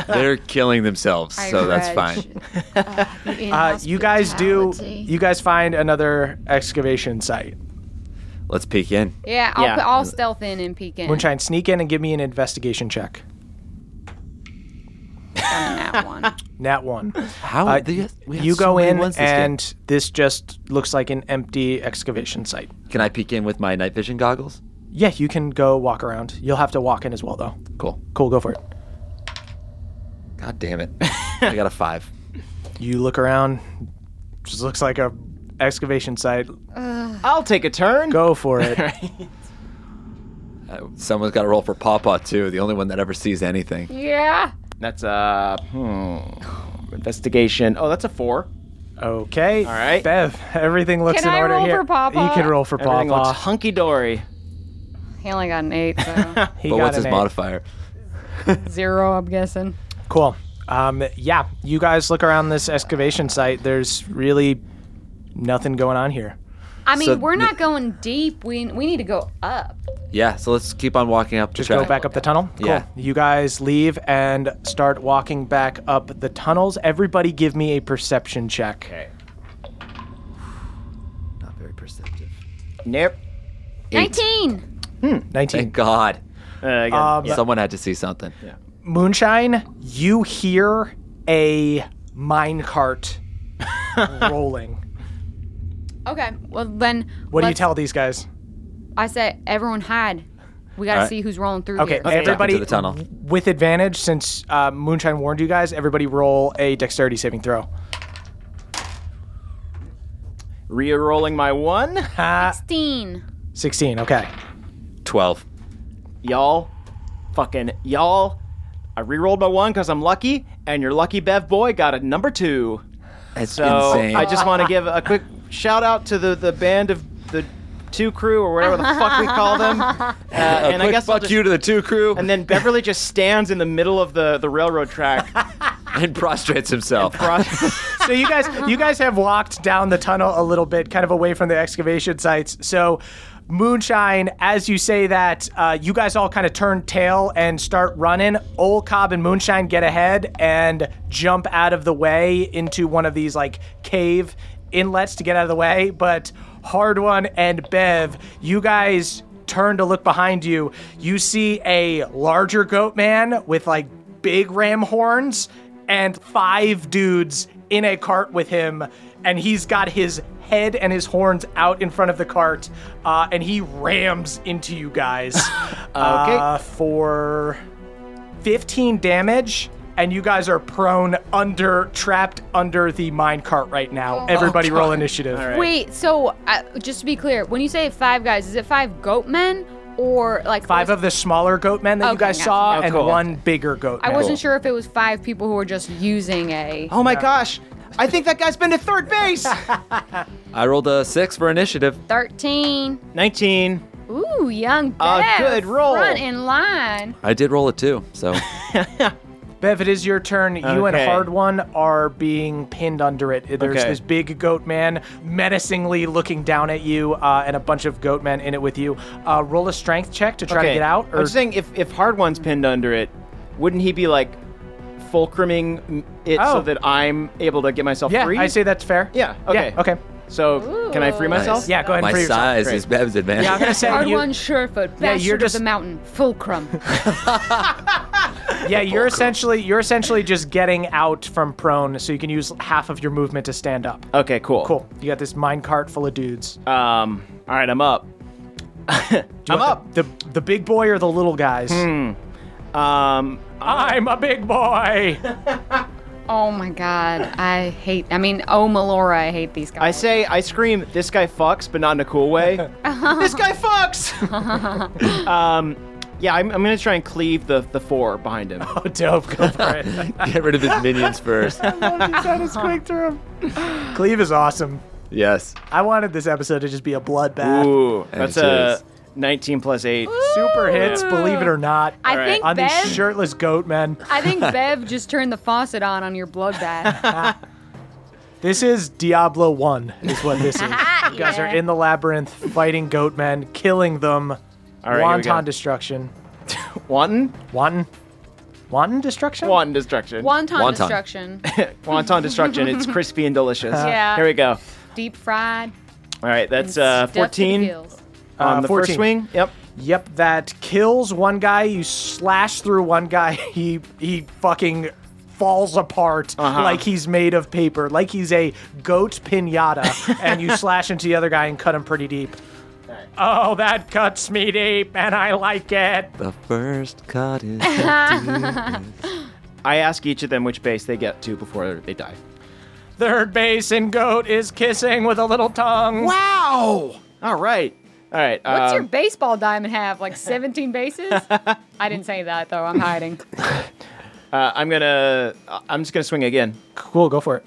They're killing themselves, I so that's retch. fine. Uh, you guys do. Inhospitality. You guys find another excavation site. Let's peek in. Yeah, I'll, Yeah. put- I'll stealth in and peek in. Moonshine, sneak in and give me an investigation check. on that one. Nat one. How Uh, the- we had you so go many in ones this game. and this just looks like an empty excavation site. Can I peek in with my night vision goggles? Yeah, you can go walk around. You'll have to walk in as well, though. Cool. Cool, go for it. God damn it. I got a five. You look around. Just looks like a excavation site. I'll take a turn. Go for it. Uh, someone's got to roll for Pawpaw too. The only one that ever sees anything. Yeah. That's uh hmm, investigation. Oh, that's a four. Okay. All right. Bev, everything looks Can in I order roll here. for Pawpaw? You can roll for Everything looks Pawpaw. hunky dory. He only got an eight, so He but got what's an his eight. modifier? zero, I'm guessing. Cool. Um, yeah, you guys look around this excavation site. There's really nothing going on here. I mean, So we're the- not going deep. We we need to go up. Yeah, so let's keep on walking up. the Just track. go back up the tunnel. Cool. Yeah. You guys leave and start walking back up the tunnels. Everybody, give me a perception check. Okay. Not very perceptive. Nope. 19. Thank Nineteen. God. Uh, again. Um, Someone had to see something. Yeah. Moonshine, you hear a minecart rolling. Okay. Well, then. What do you let's- tell these guys? I said, everyone hide. We got to All right. see who's rolling through Okay, here. Let's duck everybody into the tunnel. with advantage since uh, Moonshine warned you guys. Everybody, roll a dexterity saving throw. Re-rolling my one. 16. Sixteen. Okay. Twelve. y'all, fucking y'all. I re-rolled my one because I'm lucky, and your lucky Bev boy got a number two. It's So insane. I just want to give a quick shout out to the, the band of the two crew or whatever the fuck we call them. Uh, and I Quick guess I'll fuck just- you to the two crew And and, then Beverly just stands in the middle of the, the railroad track. prostrates himself. so you guys you guys have walked down the tunnel a little bit kind of away from the excavation sites so moonshine as you say that uh, you guys all kind of turn tail and start running old cobb and moonshine get ahead and jump out of the way into one of these like cave inlets to get out of the way but hard one and bev you guys turn to look behind you you see a larger goat man with like big ram horns and five dudes in a cart with him, and he's got his head and his horns out in front of the cart, uh, and he rams into you guys uh, for 15 damage. And you guys are prone under, trapped under the mine cart right Oh. now. Everybody roll initiative. Wait, so uh, just to be clear, when you say five guys, is it five goat men or like Five of the smaller goat men that you Okay, guys gotcha. saw, Oh, and cool. one bigger goat. I man. wasn't sure if it was five people who were just using a. oh my gosh, I think that guy's been to third base. I rolled a six for initiative. 13. 19. Ooh, young Bev. A good roll. Front in line. I did roll a two, so Bev, it is your turn. You and Okay. Hard One are being pinned under it. There's Okay. this big goat man menacingly looking down at you, uh, and a bunch of goat men in it with you. Uh, roll a strength check to try to get out. I'm Or just saying, if, if Hard One's pinned under it, wouldn't he be like fulcruming it Oh. so that I'm able to get myself yeah, free? I say that's fair. Yeah, okay. okay. So, can I free Ooh. myself? Yeah, go ahead. my and free yourself. size Great. is Bev's advantage. Yeah, I'm gonna say Hard you, one, surefoot, bastard Yeah, you're of just- the mountain, fulcrum. yeah, you're essentially you're essentially just getting out from prone, so you can use half of your movement to stand up. Okay, cool. Cool. You got this mine cart full of dudes. Um, all right, I'm up. Do you I'm Hmm. want The, the the big boy or the little guys? Um, I'm a big boy. oh my god, I hate. I mean, oh Melora, I hate these guys. I say, I scream, this guy fucks, but not in a cool way. this guy fucks! um, Yeah, I'm, I'm going to try and cleave the, the four behind him. Oh, dope. Go for it. Get rid of his minions first. quick through Cleve is awesome. Yes. I wanted this episode to just be a bloodbath. Ooh, And that's it a is. 19 plus 8. Super hits, believe it or not. I right. think on Bev. these shirtless goat men. I think Bev just turned the faucet on on your blood bath. This is Diablo 1, is what this is. you guys are Yeah. in the labyrinth, fighting goat men, killing them. right, here we go. wanton destruction. Wanton? Wanton? Wanton destruction? Wanton destruction. Wonton, Wonton. destruction. Wanton destruction. It's crispy and delicious. Yeah. Here we go. Deep fried. All right, that's stuffed uh, to the 14 gills. on Uh, the 14. first swing. Yep. Yep, that kills one guy. You slash through one guy. He he fucking falls apart Uh-huh. like he's made of paper, like he's a goat pinata. and you slash into the other guy and cut him pretty deep. Oh, that cuts me deep, and I like it. The first cut is. the deepest. I ask each of them which base they get to before they die. Third base and goat is kissing with a little tongue. All right. All right. What's your um, baseball diamond have? Like 17 bases? I didn't say that though. I'm hiding. uh, I'm going to I'm just going to swing again. Cool, go for it.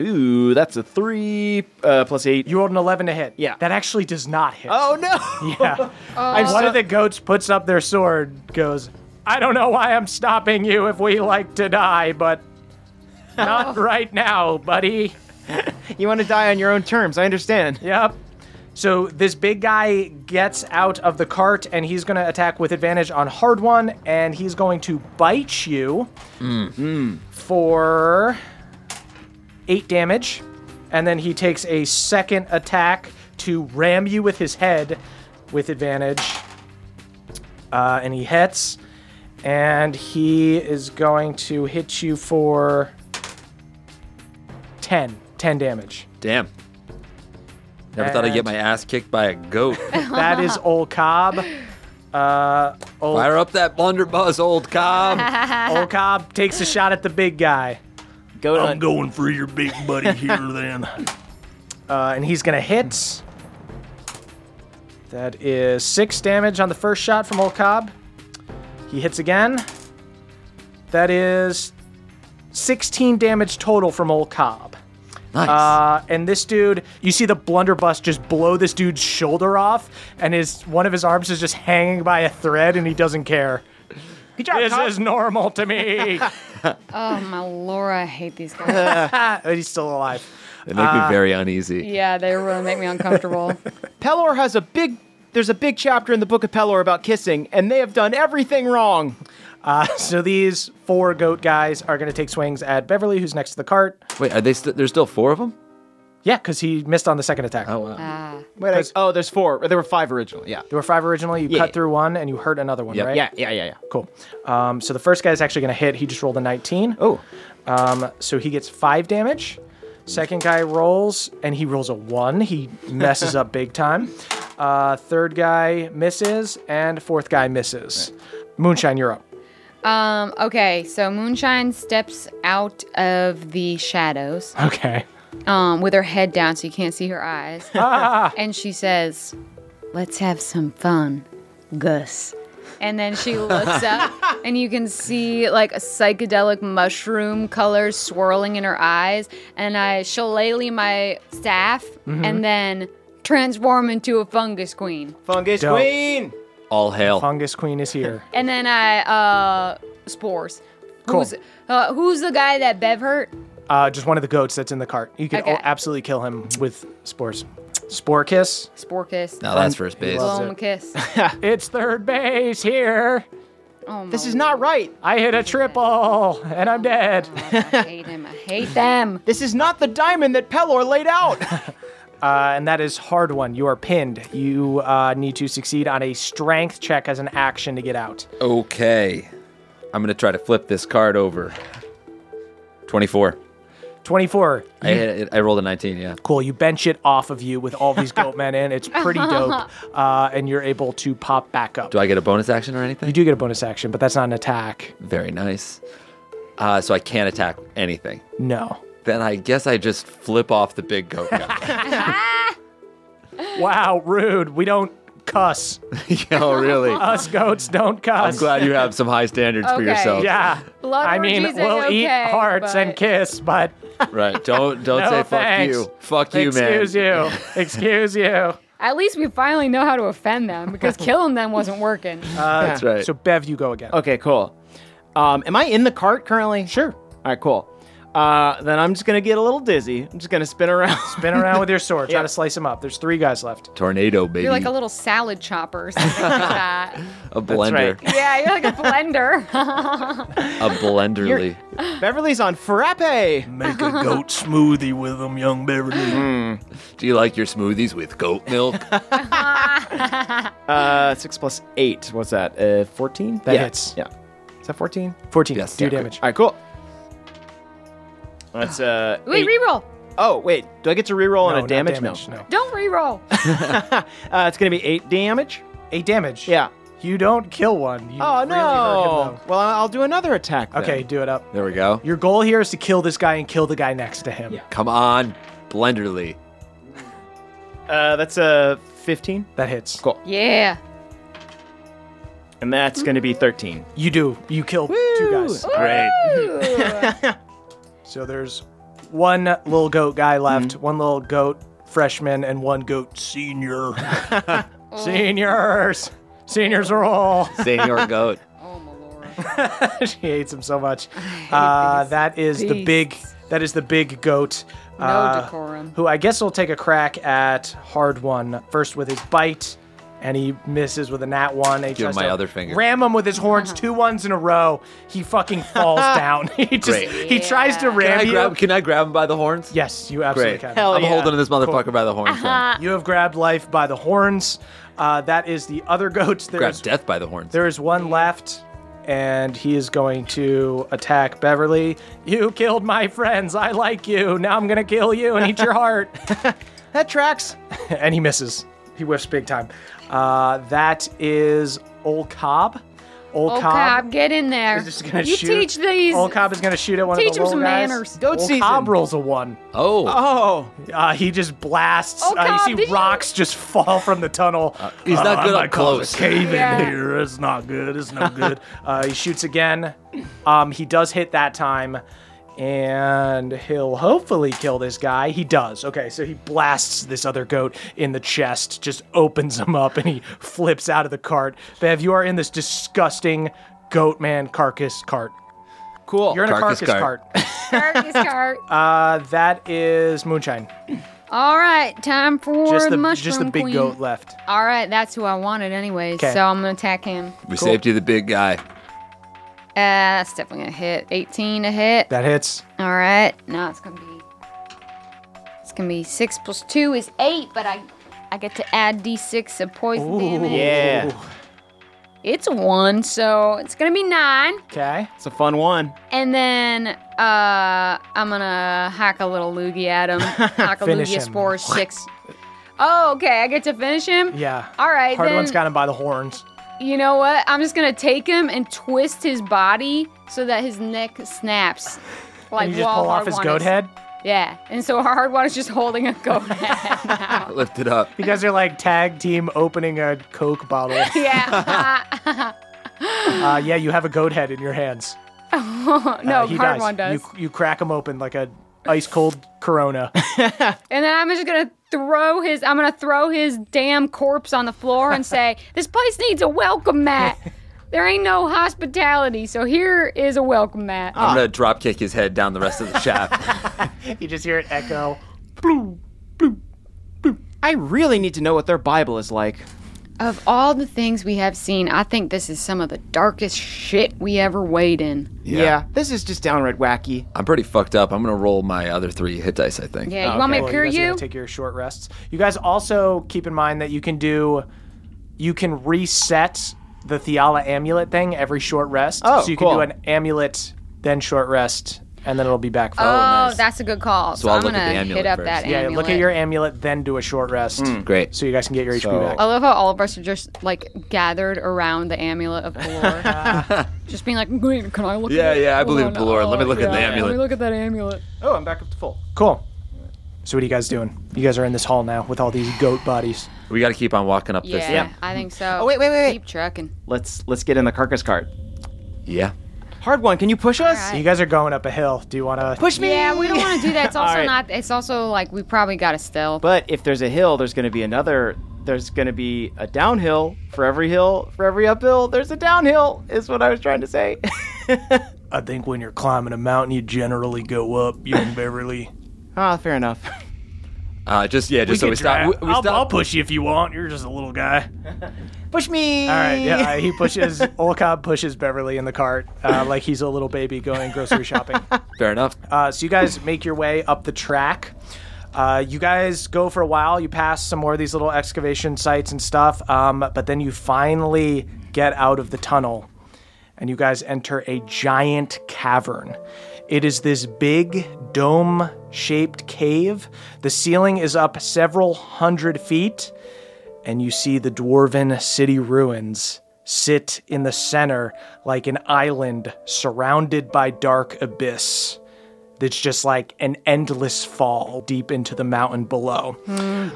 Ooh, that's a 3 uh, plus 8. You rolled an 11 to hit. Yeah. That actually does not hit. oh no. Yeah. and one of the goats puts up their sword, goes, I don't know why I'm stopping you if we like to die, but not right now, buddy. You want to die on your own terms. I understand. Yep. So this big guy gets out of the cart and he's going to attack with advantage on hard one and he's going to bite you for eight damage. And then he takes a second attack to ram you with his head with advantage. Uh, and he hits. And he is going to hit you for 10. 10 damage. Damn. Never thought I'd get And- my ass kicked by a goat. That is old Cobb. Uh, old, Fire up that blunderbuss, old cob. old Cobb takes a shot at the big guy, Go I'm on. going for your big buddy here then. uh, and he's gonna hit. That is six damage on the first shot from old Cobb. He hits again. That is 16 damage total from old Cobb. Nice. Uh, and this dude, you see the blunderbuss just blow this dude's shoulder off, and his one of his arms is just hanging by a thread, and he doesn't care. this is normal to me. Oh my lord, I hate these guys. But he's still alive. they make me very uneasy. yeah, they really make me uncomfortable. Pelor has a big. There's a big chapter in the book of Pelor about kissing, and they have done everything wrong. So these four goat guys are going to take swings at Beverly, who's next to the cart. Wait, are they? St- there's still four of them? Yeah, because he missed on the second attack. Oh wow. Wait, I- oh, there's four. There were five originally. Yeah. There were five originally. You cut through one and you hurt another one, Yep. right? Yeah, yeah, yeah, yeah. Cool. Um, so the first guy is actually going to hit. He just rolled a 19. Oh, Um, so he gets five damage. Second guy rolls and he rolls a one. He messes up big time. Uh, third guy misses and fourth guy misses. Moonshine, you're up. Um, okay, so Moonshine steps out of the shadows Okay. um, with her head down so you can't see her eyes. Ah. and she says, Let's have some fun, Gus. And then she looks up, and you can see like a psychedelic mushroom colors swirling in her eyes. And I shillelagh my staff Mm-hmm. and then transform into a fungus queen. fungus Dope. queen. All hail. Fungus Queen is here. And then I, uh, spores. Cool. Who's, uh, who's the guy that Bev hurt? Uh, just one of the goats that's in the cart. You can Okay. o- absolutely kill him with spores. Spore kiss. Spore kiss. now Oh, that's first base. Blow him a kiss. It's third base here. Oh my This is not right. I hit a triple and I'm dead. God, I hate him. I hate them. This is not the diamond that Pelor laid out. Uh, and that is hard one. You are pinned. You uh, need to succeed on a strength check as an action to get out. Okay. I'm gonna try to flip this card over. Twenty-four. 24. I, hit it- I rolled a 19, yeah. Cool. You bench it off of you with all these goat men in. It's pretty dope. Uh, and you're able to pop back up. Do I get a bonus action or anything? you do get a bonus action, but that's not an attack. Very nice. Uh, so I can't attack anything. No. Then I guess I just flip off the big goat guy. Wow, rude. We don't cuss. oh, really? Us goats don't cuss. I'm glad you have some high standards for Okay. yourself. Yeah. Blood I mean, orgies ain't we'll eat okay, hearts and but- kiss, but Right. Don't don't No, say fuck thanks. you. Fuck you, man. excuse you. Excuse you. At least we finally know how to offend them because killing them wasn't working. That's right. So Bev, you go again. Okay, cool. Um, am I in the cart currently? Sure. All right, cool. Uh, then I'm just gonna get a little dizzy. I'm just gonna spin around. Spin around with your sword. Try to slice them up. There's three guys left. Tornado, baby. You're like a little salad chopper or something like that. a blender. Yeah, you're like a blender. A blenderly. Beverly's on frappe. Make a goat smoothie with them, young Beverly. Mm. Do you like your smoothies with goat milk? Uh, six plus eight. What's that? Uh, fourteen. That yeah. hits. Yeah. Is that fourteen? 14. Yes, Do yeah, damage. All right, cool. That's uh. Wait, eight. reroll. Oh wait, do I get to No, reroll on a not damage? No. Don't reroll. No. Uh, it's gonna be eight damage. Eight damage. Yeah. You don't kill one. You Oh really hurt him, no. well, I'll do another attack. though. then. okay, do it up. there we go. Your goal here is to kill this guy and kill the guy next to him. Come on, blenderly. Uh, that's a fifteen, That hits. Cool. Yeah. and that's gonna be thirteen. You do. You kill two guys. Great. So there's one little goat guy left, Mm-hmm. one little goat freshman, and one goat senior. Seniors! Seniors roll! Senior goat. Oh my lord. she hates him so much. Uh, these that is the big. beasts. That is the big goat. No uh, decorum. Who I guess will take a crack at hard one first with his bite, and he misses with a nat one. He Give him tries my to other finger. Ram him with his horns, Uh-huh. two ones in a row. He fucking falls down. he just Great. he tries to Can ram I you. grab? Can I grab him by the horns? yes, you absolutely Great. can. Hell I'm yeah. Uh-huh. holding this motherfucker by the horns. then. You have grabbed life by the horns. Uh, that is the other goat. Grab There's death by the horns. There is one left, and he is going to attack Beverly. You killed my friends. I like you. Now I'm going to kill you and eat your heart. that tracks. and he misses. He whiffs big time. Uh, that is Ol Cobb. Ol Oh, Cobb Cobb, get in there. is just going to you shoot. teach these. Ol Cobb is going to shoot at one teach of the little 'em some guys. manners. Goat Ol season. Cobb rolls a one. oh, Oh, Uh, he just blasts. Ol uh, Cobb, you did see you- rocks just fall from the tunnel. Uh, Uh, he's not good I up close. cave Yeah. in here. It's not good. It's no good. Uh, he shoots again. Um, he does hit that time, and he'll hopefully kill this guy. He does. Okay, so he blasts this other goat in the chest, just opens him up, and he flips out of the cart. Bev, you are in this disgusting goat man carcass cart. cool. You're in Carcass a carcass cart. cart. Carcass cart. Uh, that is Moonshine. All right, time for Just the the mushroom just the big queen. goat left. All right, that's who I wanted anyway, 'Kay. so I'm gonna attack him. We saved you the big guy. Uh, that's definitely gonna hit. 18 a hit. That hits. All right. No, it's gonna be. It's gonna be six plus two is eight, but I, I get to add d6 of poison damage. yeah, It's a one, so it's gonna be nine. Okay. it's a fun one. And then uh, I'm gonna hack a little loogie at him. Hack a Finish loogie him. of spores six. Oh, okay. I get to finish him. Yeah. All right. Hard then, one's got him by the horns. You know what? I'm just gonna take him and twist his body so that his neck snaps. Like And you just while pull off his Hardwon goat is- head. Yeah, and so hard one is just holding a goat head now. Lift it up. You guys are like tag team opening a Coke bottle. yeah. Uh, yeah, you have a goat head in your hands. no, Uh, he Oh, hard dies. one does. You, you crack him open like a ice cold Corona. And then I'm just gonna throw his. I'm gonna throw his damn corpse on the floor and say, "This place needs a welcome mat. There ain't no hospitality, so here is a welcome mat." Uh. Ah. I'm gonna drop kick his head down the rest of the shaft. you just hear it echo. I really need to know what their Bible is like. Of all the things we have seen, I think this is some of the darkest shit we ever weighed in. Yeah, this is just downright wacky. I'm pretty fucked up. I'm gonna roll my other three hit dice. I think. Yeah, you want me to Oh, Well, cure you guys are you? gonna take your short rests. You guys also keep in mind that you can do, you can reset the Theala amulet thing every short rest. Oh, so you can cool. do an amulet, then short rest, and then it'll be back. For oh, that's a good call. So, I'll I'm look at gonna the amulet hit up first. that yeah. amulet. Look at your amulet, then do a short rest. Great. So you guys can get your HP back. I love how all of us are just like gathered around the amulet of Balor. just being like, Wait, can I look Yeah, at it? yeah, I Hold believe on, Balor. Let me look at the yeah, amulet." Let me look at that amulet. Oh, I'm back up to full. Cool. So what are you guys doing? You guys are in this hall now with all these goat bodies. We got to keep on walking up this Yeah, thing. I think so. Oh, wait, wait, wait, wait. Keep trucking. Let's let's get in the carcass cart. Yeah. Hard one, can you push us? All You guys are going up a hill. Do you want to Push me. Yeah, we don't want to do that. It's also Alright. not. It's also like we probably got to stealth. But if there's a hill, there's going to be another. There's going to be a downhill for every hill. For every uphill, there's a downhill. Is what I was trying to say. I think when you're climbing a mountain, you generally go up, young Beverly. Ah, fair enough. Uh, just yeah, just so we stop. We, we I'll, I'll stop. push you if you want. You're just a little guy. Push me. All right, yeah, he pushes, Olcab pushes Beverly in the cart uh, like he's a little baby going grocery shopping. Fair enough. Uh, so you guys make your way up the track. Uh, you guys go for a while. You pass some more of these little excavation sites and stuff, um, but then you finally get out of the tunnel, and you guys enter a giant cavern. It is this big dome-shaped cave. The ceiling is up several hundred feet, and you see the dwarven city ruins sit in the center like an island surrounded by dark abyss that's just like an endless fall deep into the mountain below. Uh,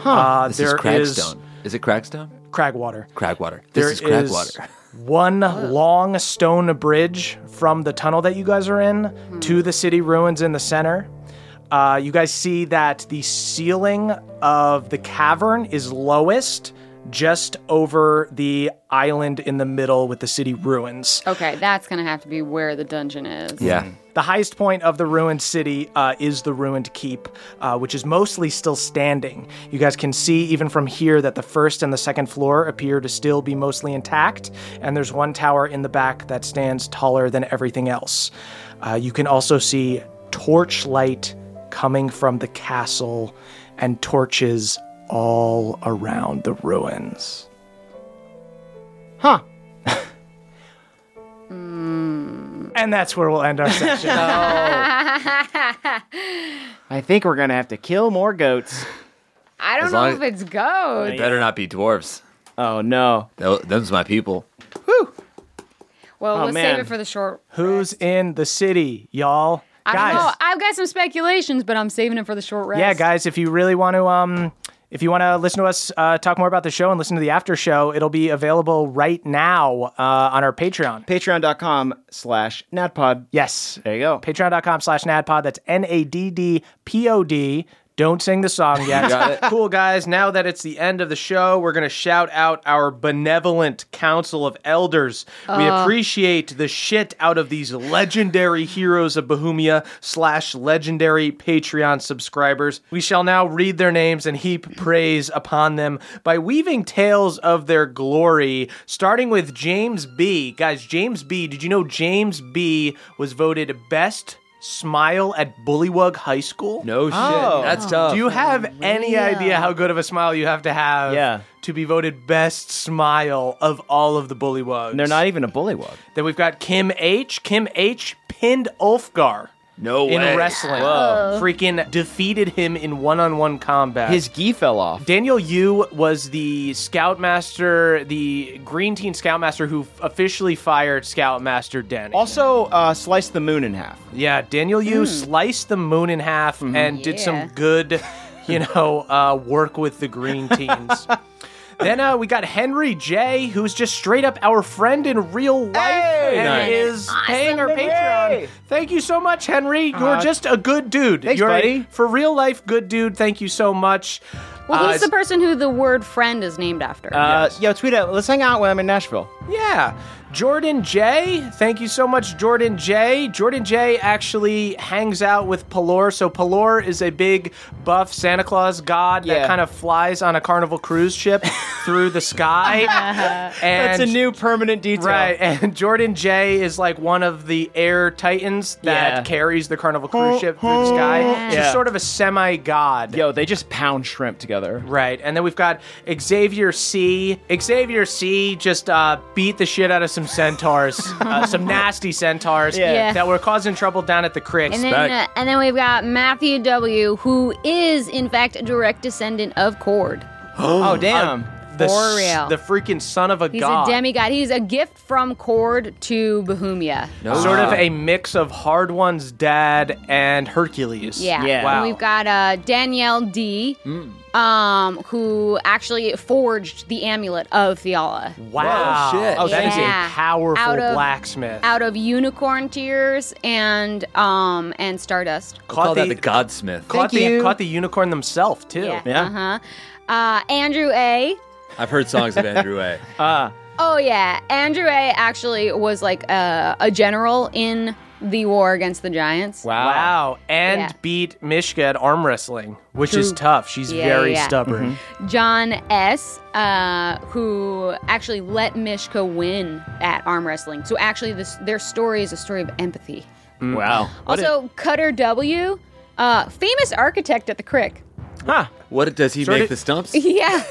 Hmm. This is there is, Cragstone. Is it Cragstone? Cragwater. Cragwater. This There is Cragwater. one long stone bridge from the tunnel that you guys are in Hmm. to the city ruins in the center. Uh, you guys see that the ceiling of the cavern is lowest, just over the island in the middle with the city ruins. okay, that's gonna have to be where the dungeon is. Yeah. The highest point of the ruined city uh, is the ruined keep, uh, which is mostly still standing. You guys can see even from here that the first and the second floor appear to still be mostly intact, and there's one tower in the back that stands taller than everything else. Uh, you can also see torchlight coming from the castle and torches all around the ruins. Huh. And that's where we'll end our session. I think we're gonna have to kill more goats. I don't As know long if as- it's goat. It better not be dwarves. Oh no. Tho- Them's my people. Well, Oh, let's man. save it for the short. Who's in the city, y'all? I guys. don't know. I've got some speculations, but I'm saving it for the short rest. yeah guys if you really want to um if you want to listen to us uh, talk more about the show and listen to the after show it'll be available right now uh, on our patreon Patreon.com slash natpod. yes There you go. patreon.com slash nadpod that's n-a-d-d-p-o-d don't sing the song yet cool guys guys, now that it's the end of the show, we're going to shout out our benevolent council of elders. we appreciate the shit out of these legendary heroes of Bohemia slash legendary Patreon subscribers. We shall now read their names and heap praise upon them by weaving tales of their glory, starting with James B. Guys, James B, did you know James B was voted best smile at Bullywug High School? No shit. That's Oh, tough. Do you have any idea how good of a smile you have to have Yeah. to be voted best smile of all of the bullywugs? They're not even a bullywug. Then we've got Kim H. Kim H. pinned Ulfgar no way. in wrestling. Freaking defeated him in one-on-one combat. His gi fell off. Daniel Yu was the scoutmaster, the green teen scoutmaster who officially fired Scoutmaster Denny. Also, uh, sliced the moon in half. Yeah, Daniel Hmm. Yu sliced the moon in half Mm-hmm. and did Yeah. some good, you know, uh, work with the green teens. then uh, we got Henry J, who's just straight up our friend in real life and Nice. is paying our Patreon. Henry. Uh, Thank you so much, Henry. You're just a good dude. thanks, You're a- buddy. for real life good dude. Thank you so much. Well, Uh, he's the person who the word friend is named after. Uh, Yo, tweet out. Let's hang out when I'm in Nashville. Yeah. Jordan J, thank you so much, Jordan J. Jordan J actually hangs out with Palor. So Palor is a big buff Santa Claus god Yeah. that kind of flies on a carnival cruise ship through the sky. and That's a new permanent detail. Right, and Jordan J is like one of the air titans that Yeah. carries the carnival cruise ship through the sky. She's Yeah. sort of a semi god. Yo, they just pound shrimp together. Right, and then we've got Xavier C. Xavier C. just uh, beat the shit out of some centaurs, uh, some nasty centaurs Yeah. that were causing trouble down at the creek. and then, uh, Back. and then we've got Matthew W., who is in fact a direct descendant of Cord. Oh, damn. the, s- For real. the freaking son of a uh, um, He's god. a demigod. He's a gift from Cord to Bohemia. Oh. Sort of a mix of Hard One's dad and Hercules. Yeah. Wow. We've got uh, Danielle D, um, who actually forged the amulet of Theala. wow. Whoa, shit. Oh, that is Yeah. a powerful Out of- blacksmith. Out of unicorn tears and um and stardust. We'll call Caught that the- the Godsmith. Thank Caught the, you. caught the unicorn themselves, too. Yeah. Yeah. Uh-huh. Uh Andrew A. I've heard songs of Andrew A. Oh yeah, Andrew A. actually was like uh, a general in the war against the giants. Wow. And Yeah. beat Mishka at arm wrestling, which is True. tough. She's Yeah, very yeah. stubborn. Mm-hmm. John S., uh, who actually let Mishka win at arm wrestling. So actually, this their story is a story of empathy. Wow. also, Cutter W., uh, famous architect at the Crick. What does he Sort make of- the stumps? yeah,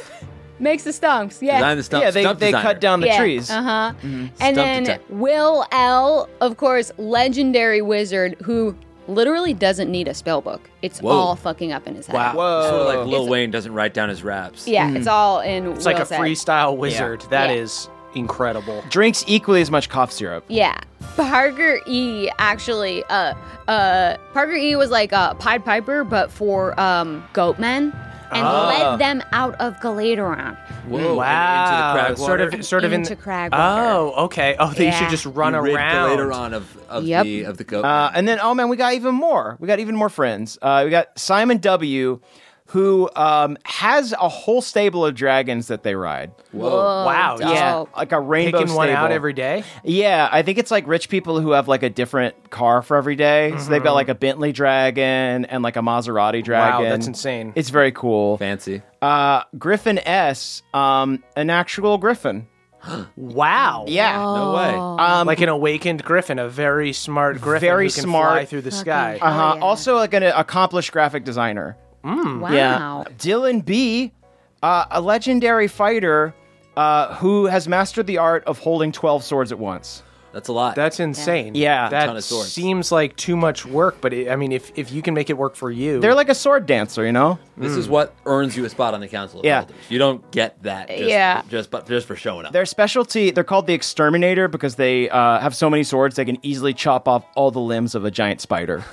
makes the stumps. Yeah, Design the stumps. Yeah, they, stump they designer. cut down the Yeah, trees. Uh-huh. And then detect- Will L, of course, legendary wizard who literally doesn't need a spell book. It's Whoa. all fucking up in his head. It's Sort of like Lil It's- Wayne doesn't write down his raps. Yeah, it's all in It's like a Will's head. freestyle wizard. That Yeah. is incredible. Drinks equally as much cough syrup. Yeah. Parker E actually uh uh Parker E was like a Pied Piper but for um goat men and led them out of Galateron. Whoa. and wow. Into the crag sort water. of, sort of Into in. Cragwater. Oh, okay. Oh, they Yeah. should just run You rid around. later on of, of Yep. the of the goat. Uh, and then, oh man, we got even more. We got even more friends. Uh, we got Simon W., who um, has a whole stable of dragons that they ride. Oh, Whoa. Wow. Yeah. dope. Like a rainbow Picking one out stable. every day. Yeah, I think it's like rich people who have like a different car for every day. So they've got like a Bentley dragon and like a Maserati dragon. Mm-hmm. that's insane. It's very cool. Fancy. Uh, Griffin S, um, an actual Griffin. Wow. Yeah. No Oh. way. Um, Like an awakened griffin, a very smart griffin Very who can smart. fly through the sky. uh-huh. Oh, yeah. Also, like an accomplished graphic designer. Wow. Dylan B, uh, a legendary fighter uh, who has mastered the art of holding 12 swords at once. That's a lot. That's insane. Yeah. that Ton of swords. seems like too much work. But it, I mean, if if you can make it work for you, They're like a sword dancer, you know? this Mm. is what earns you a spot on the council. Of Yeah. Elders. You don't get that. Just, Yeah. Just but just for showing up. Their specialty, they're called the Exterminator because they uh, have so many swords they can easily chop off all the limbs of a giant spider.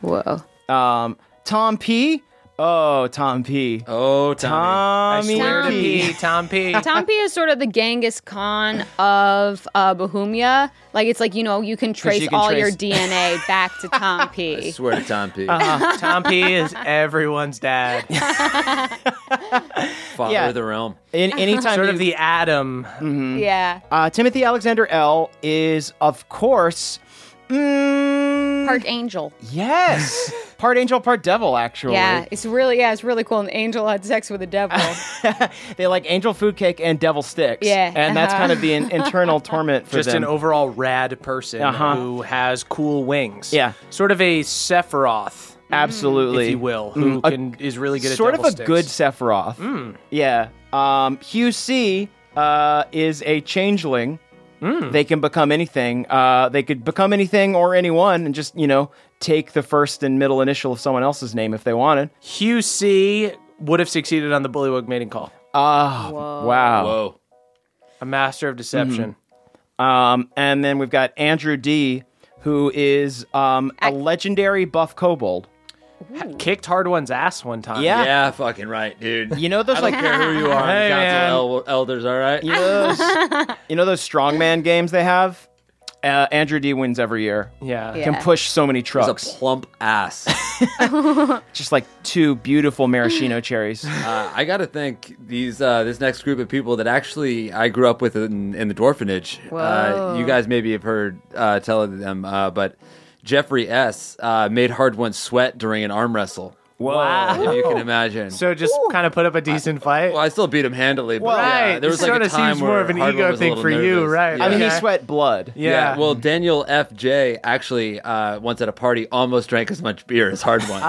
Whoa. Um, Tom P. Oh, Tom P. oh, Tommy. I Tommy swear to Tom P. P, Tom P. Tom P is sort of the Genghis Khan of uh, Bohemia. Like it's like you know you can trace you can all trace- your DNA back to Tom P. I swear to Tom P. Tom P is everyone's dad. Father yeah. of the realm. In anytime sort you- of the Adam. yeah, uh, Timothy Alexander L is of course mm, part angel. yes, part angel, part devil actually. Yeah, it's really yeah, it's really cool. An angel had sex with a devil. they like angel food cake and devil sticks. Yeah, and that's uh-huh. kind of the in- internal torment for Just them. an overall rad person Uh-huh. who has cool wings. Yeah. Sort of a Sephiroth, Absolutely, if you will, who A- can is really good at Mm-hmm. sort of devil a sticks. good Sephiroth. Mm. Yeah. Um, Hugh C uh, is a changeling. Mm. They can become anything. Uh, they could become anything or anyone, and just you know take the first and middle initial of someone else's name if they wanted. Hugh C would have succeeded on the Bullywug mating call. Oh, wow. Ah, Whoa. A master of deception. Um, and then we've got Andrew D, who is um, a legendary buff kobold. Kicked hard one's ass one time. Mm-hmm. Yeah. Yeah, fucking right, dude. You know those I don't like care who you are on Hey, the man. council el- elders, all right? you know those, you know those strongman games they have. Uh, Andrew D wins every year. Yeah. Yeah. Can push so many He's a trucks. plump ass. just like two beautiful maraschino cherries. Uh, I gotta thank these uh, this next group of people that actually I grew up with in, in the dwarfenage. Uh, you guys maybe have heard uh, tell of them, uh, but Jeffrey S. Uh, made hard one sweat during an arm wrestle. Wow. If you can imagine. So just kind of put up a decent fight. well, I still beat him handily, but Well, yeah, right. there was It like sorta a time seems where more of an Hard One ego was a little thing for you, nervous. right. I mean, he Okay. sweat blood. yeah. Well, Daniel F.J. actually uh, once at a party almost drank as much beer as Hard One.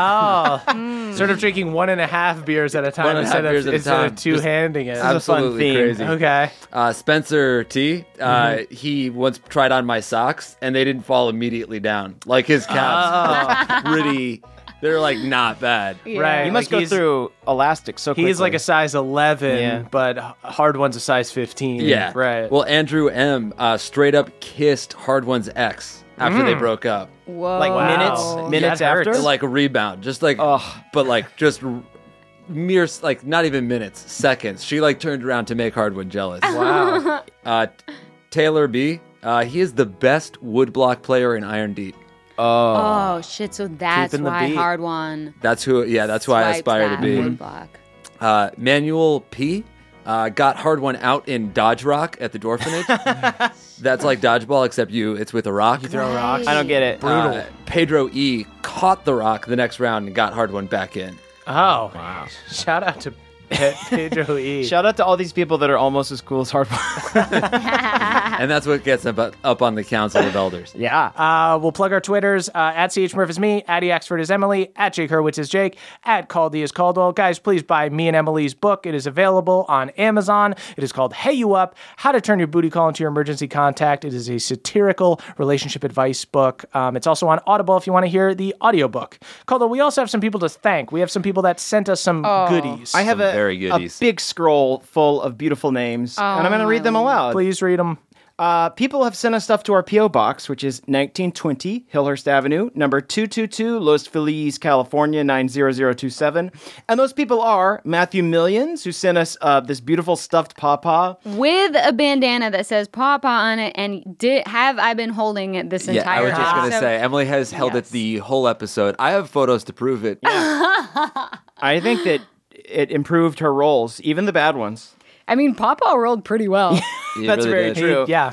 Oh, sort of drinking one and a half beers at a time One and a half instead beers of at a instead time. of two Just- handing it. a fun Absolutely theme. crazy. Okay. Uh, Spencer T. Uh, Mm-hmm. He once Oh. tried on my socks and they didn't fall immediately down. Like his calves, pretty They're like not bad. Yeah. Right, You must like go he's- through elastic so quickly. He's like a size 11, Yeah. but h- hard one's a size 15. Yeah. Right. Well, Andrew M. Uh, straight up kissed Hard One's ex after they broke up. Whoa. Like Wow. Mm. minutes, minutes That hurts. after. Like a rebound, just like, Ugh. but like just r- mere, s- like not even minutes, seconds. She like turned around to make Hard One jealous. wow. Uh, t- Taylor B. Uh, he is the best woodblock player in Iron Deep. Oh shit! So that's Keeping the why beat. hard one. That's who. Yeah, that's who I swiped Mm-hmm. aspire that to be. woodblock. Uh, Manuel P. Uh, got hard one out in Dodge Rock at the Dwarfenage. That's like dodgeball, except you. It's with a rock. You Throw rocks. I don't get it. Uh, brutal. Pedro E. caught the rock the next round and got hard one back in. Oh. Wow. Shout out to Pe- Pedro E. Shout out to all these people that are almost as cool as Hardball. Ah. And that's what gets up, up on the Council of Elders. yeah. Uh, we'll plug our Twitters. Uh, at CH Murph is me. At E. Axford is Emily. At Jake Hurwitz is Jake. At Caldy is Caldwell. Guys, please buy me and Emily's book. It is available on Amazon. It is called Hey You Up How to Turn Your Booty Call into Your Emergency Contact. It is a satirical relationship advice book. Um, it's also on Audible if you want to hear the audiobook. Caldwell, we also have some people to thank. We have some people that sent us some goodies. I have Some a, very a goodies. big scroll full of beautiful names, and I'm going to read them aloud. Please read them. Uh, people have sent us stuff to our P.O. Box, which is 1920 Hillhurst Avenue, number 222, Los Feliz, California, 90027. And those people are Matthew Millions, who sent us uh, this beautiful stuffed pawpaw. With a bandana that says "Papa" on it, and did, have I been holding it this Yeah, entire I was just time? going to So- say, Emily has held Yes. it the whole episode. I have photos to prove it. I think that it improved her roles, even the bad ones. I mean, Papa rolled pretty well. You That's really very did. true. Yeah.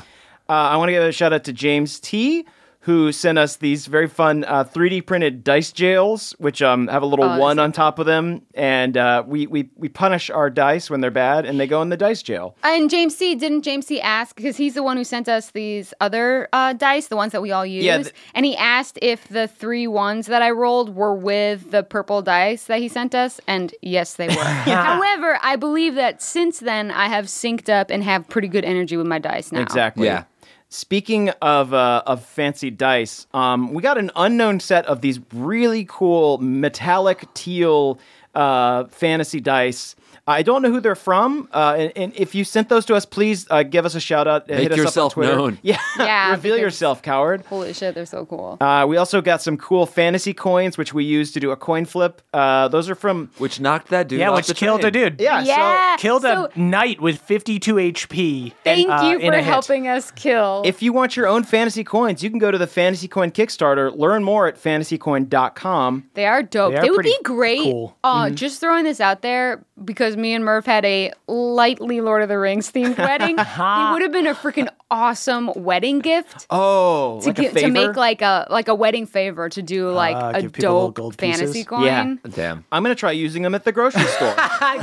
Uh, I want to give a shout out to James T, who sent us these very fun uh, 3D printed dice jails, which um, have a little one on top of them, and uh, we, we we punish our dice when they're bad, and they go in the dice jail. and James C. Didn't James C. ask because he's the one who sent us these other uh, dice, the ones that we all use. Yeah, th- and he asked if the three ones that I rolled were with the purple dice that he sent us, and yes, they were. However, I believe that since then I have synced up and have pretty good energy with my dice now. Exactly. Yeah. Speaking of uh, of fancy dice, um, we got an unknown set of these really cool metallic teal uh, fantasy dice. I don't know who they're from, uh, and, and if you sent those to us, please uh, give us a shout out. Make hit us yourself up on Twitter. known. Yeah, Yeah, reveal because- yourself, coward. Holy shit, they're so cool. Uh, we also got some cool fantasy coins, which we use to do a coin flip. Uh, those are from Which knocked that dude Yeah, off which the killed train. a dude. yeah. Yeah. So Killed So- a knight with 52 HP. Thank and, uh, you in for a hit. helping us kill. if you want your own fantasy coins, you can go to the Fantasy Coin Kickstarter. Learn more at fantasycoin.com. They are dope. They They, are would be pretty great. cool. Mm-hmm. Uh, Just throwing this out there because me and Murph had a lightly Lord of the Rings themed wedding. it would have been a freaking awesome wedding gift Oh, to, gi- to make like a like a wedding favor to do like Ah, a give people little dope gold fantasy pieces. coin. Yeah. Damn. I'm gonna try using them at the grocery store.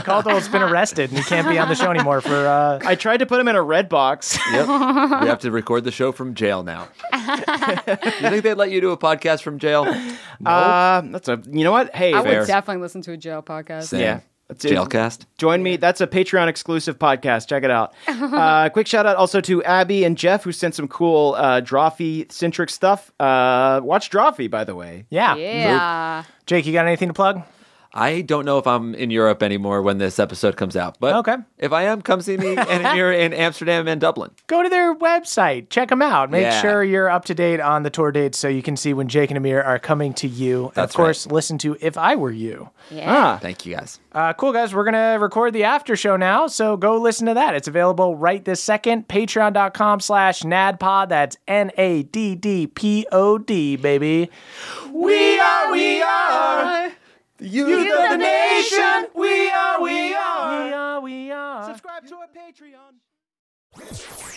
Caldwell's been arrested and he can't be on the show anymore for uh, I tried to put them in a red box. Yep. we have to record the show from jail now. you think they'd let you do a podcast from jail? Uh, that's a you know what? Hey, I Fair. would definitely listen to a jail podcast. Same. yeah. That's it. Jailcast. Join me. That's a Patreon exclusive podcast. Check it out. Uh, quick shout out also to Abby and Jeff who sent some cool uh, Drawfee centric stuff. Uh, watch Drawfee, by the way. yeah. Yeah. Jake, you got anything to plug? I don't know if I'm in Europe anymore when this episode comes out, but Okay. if I am, come see me and if you're in Amsterdam and Dublin. Go to their website, check them out. Make Yeah. sure you're up to date on the tour dates so you can see when Jake and Amir are coming to you. and of That's course, listen to If I Were You. Yeah. Thank you guys. Uh, cool, guys. We're going to record the after show now, so go listen to that. It's available right this second. Patreon.com slash NADPOD. That's N A D D P O D, baby. We are, we are. You, the nation. We are, we are. We are, we are.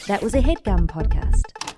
That was a headgum podcast.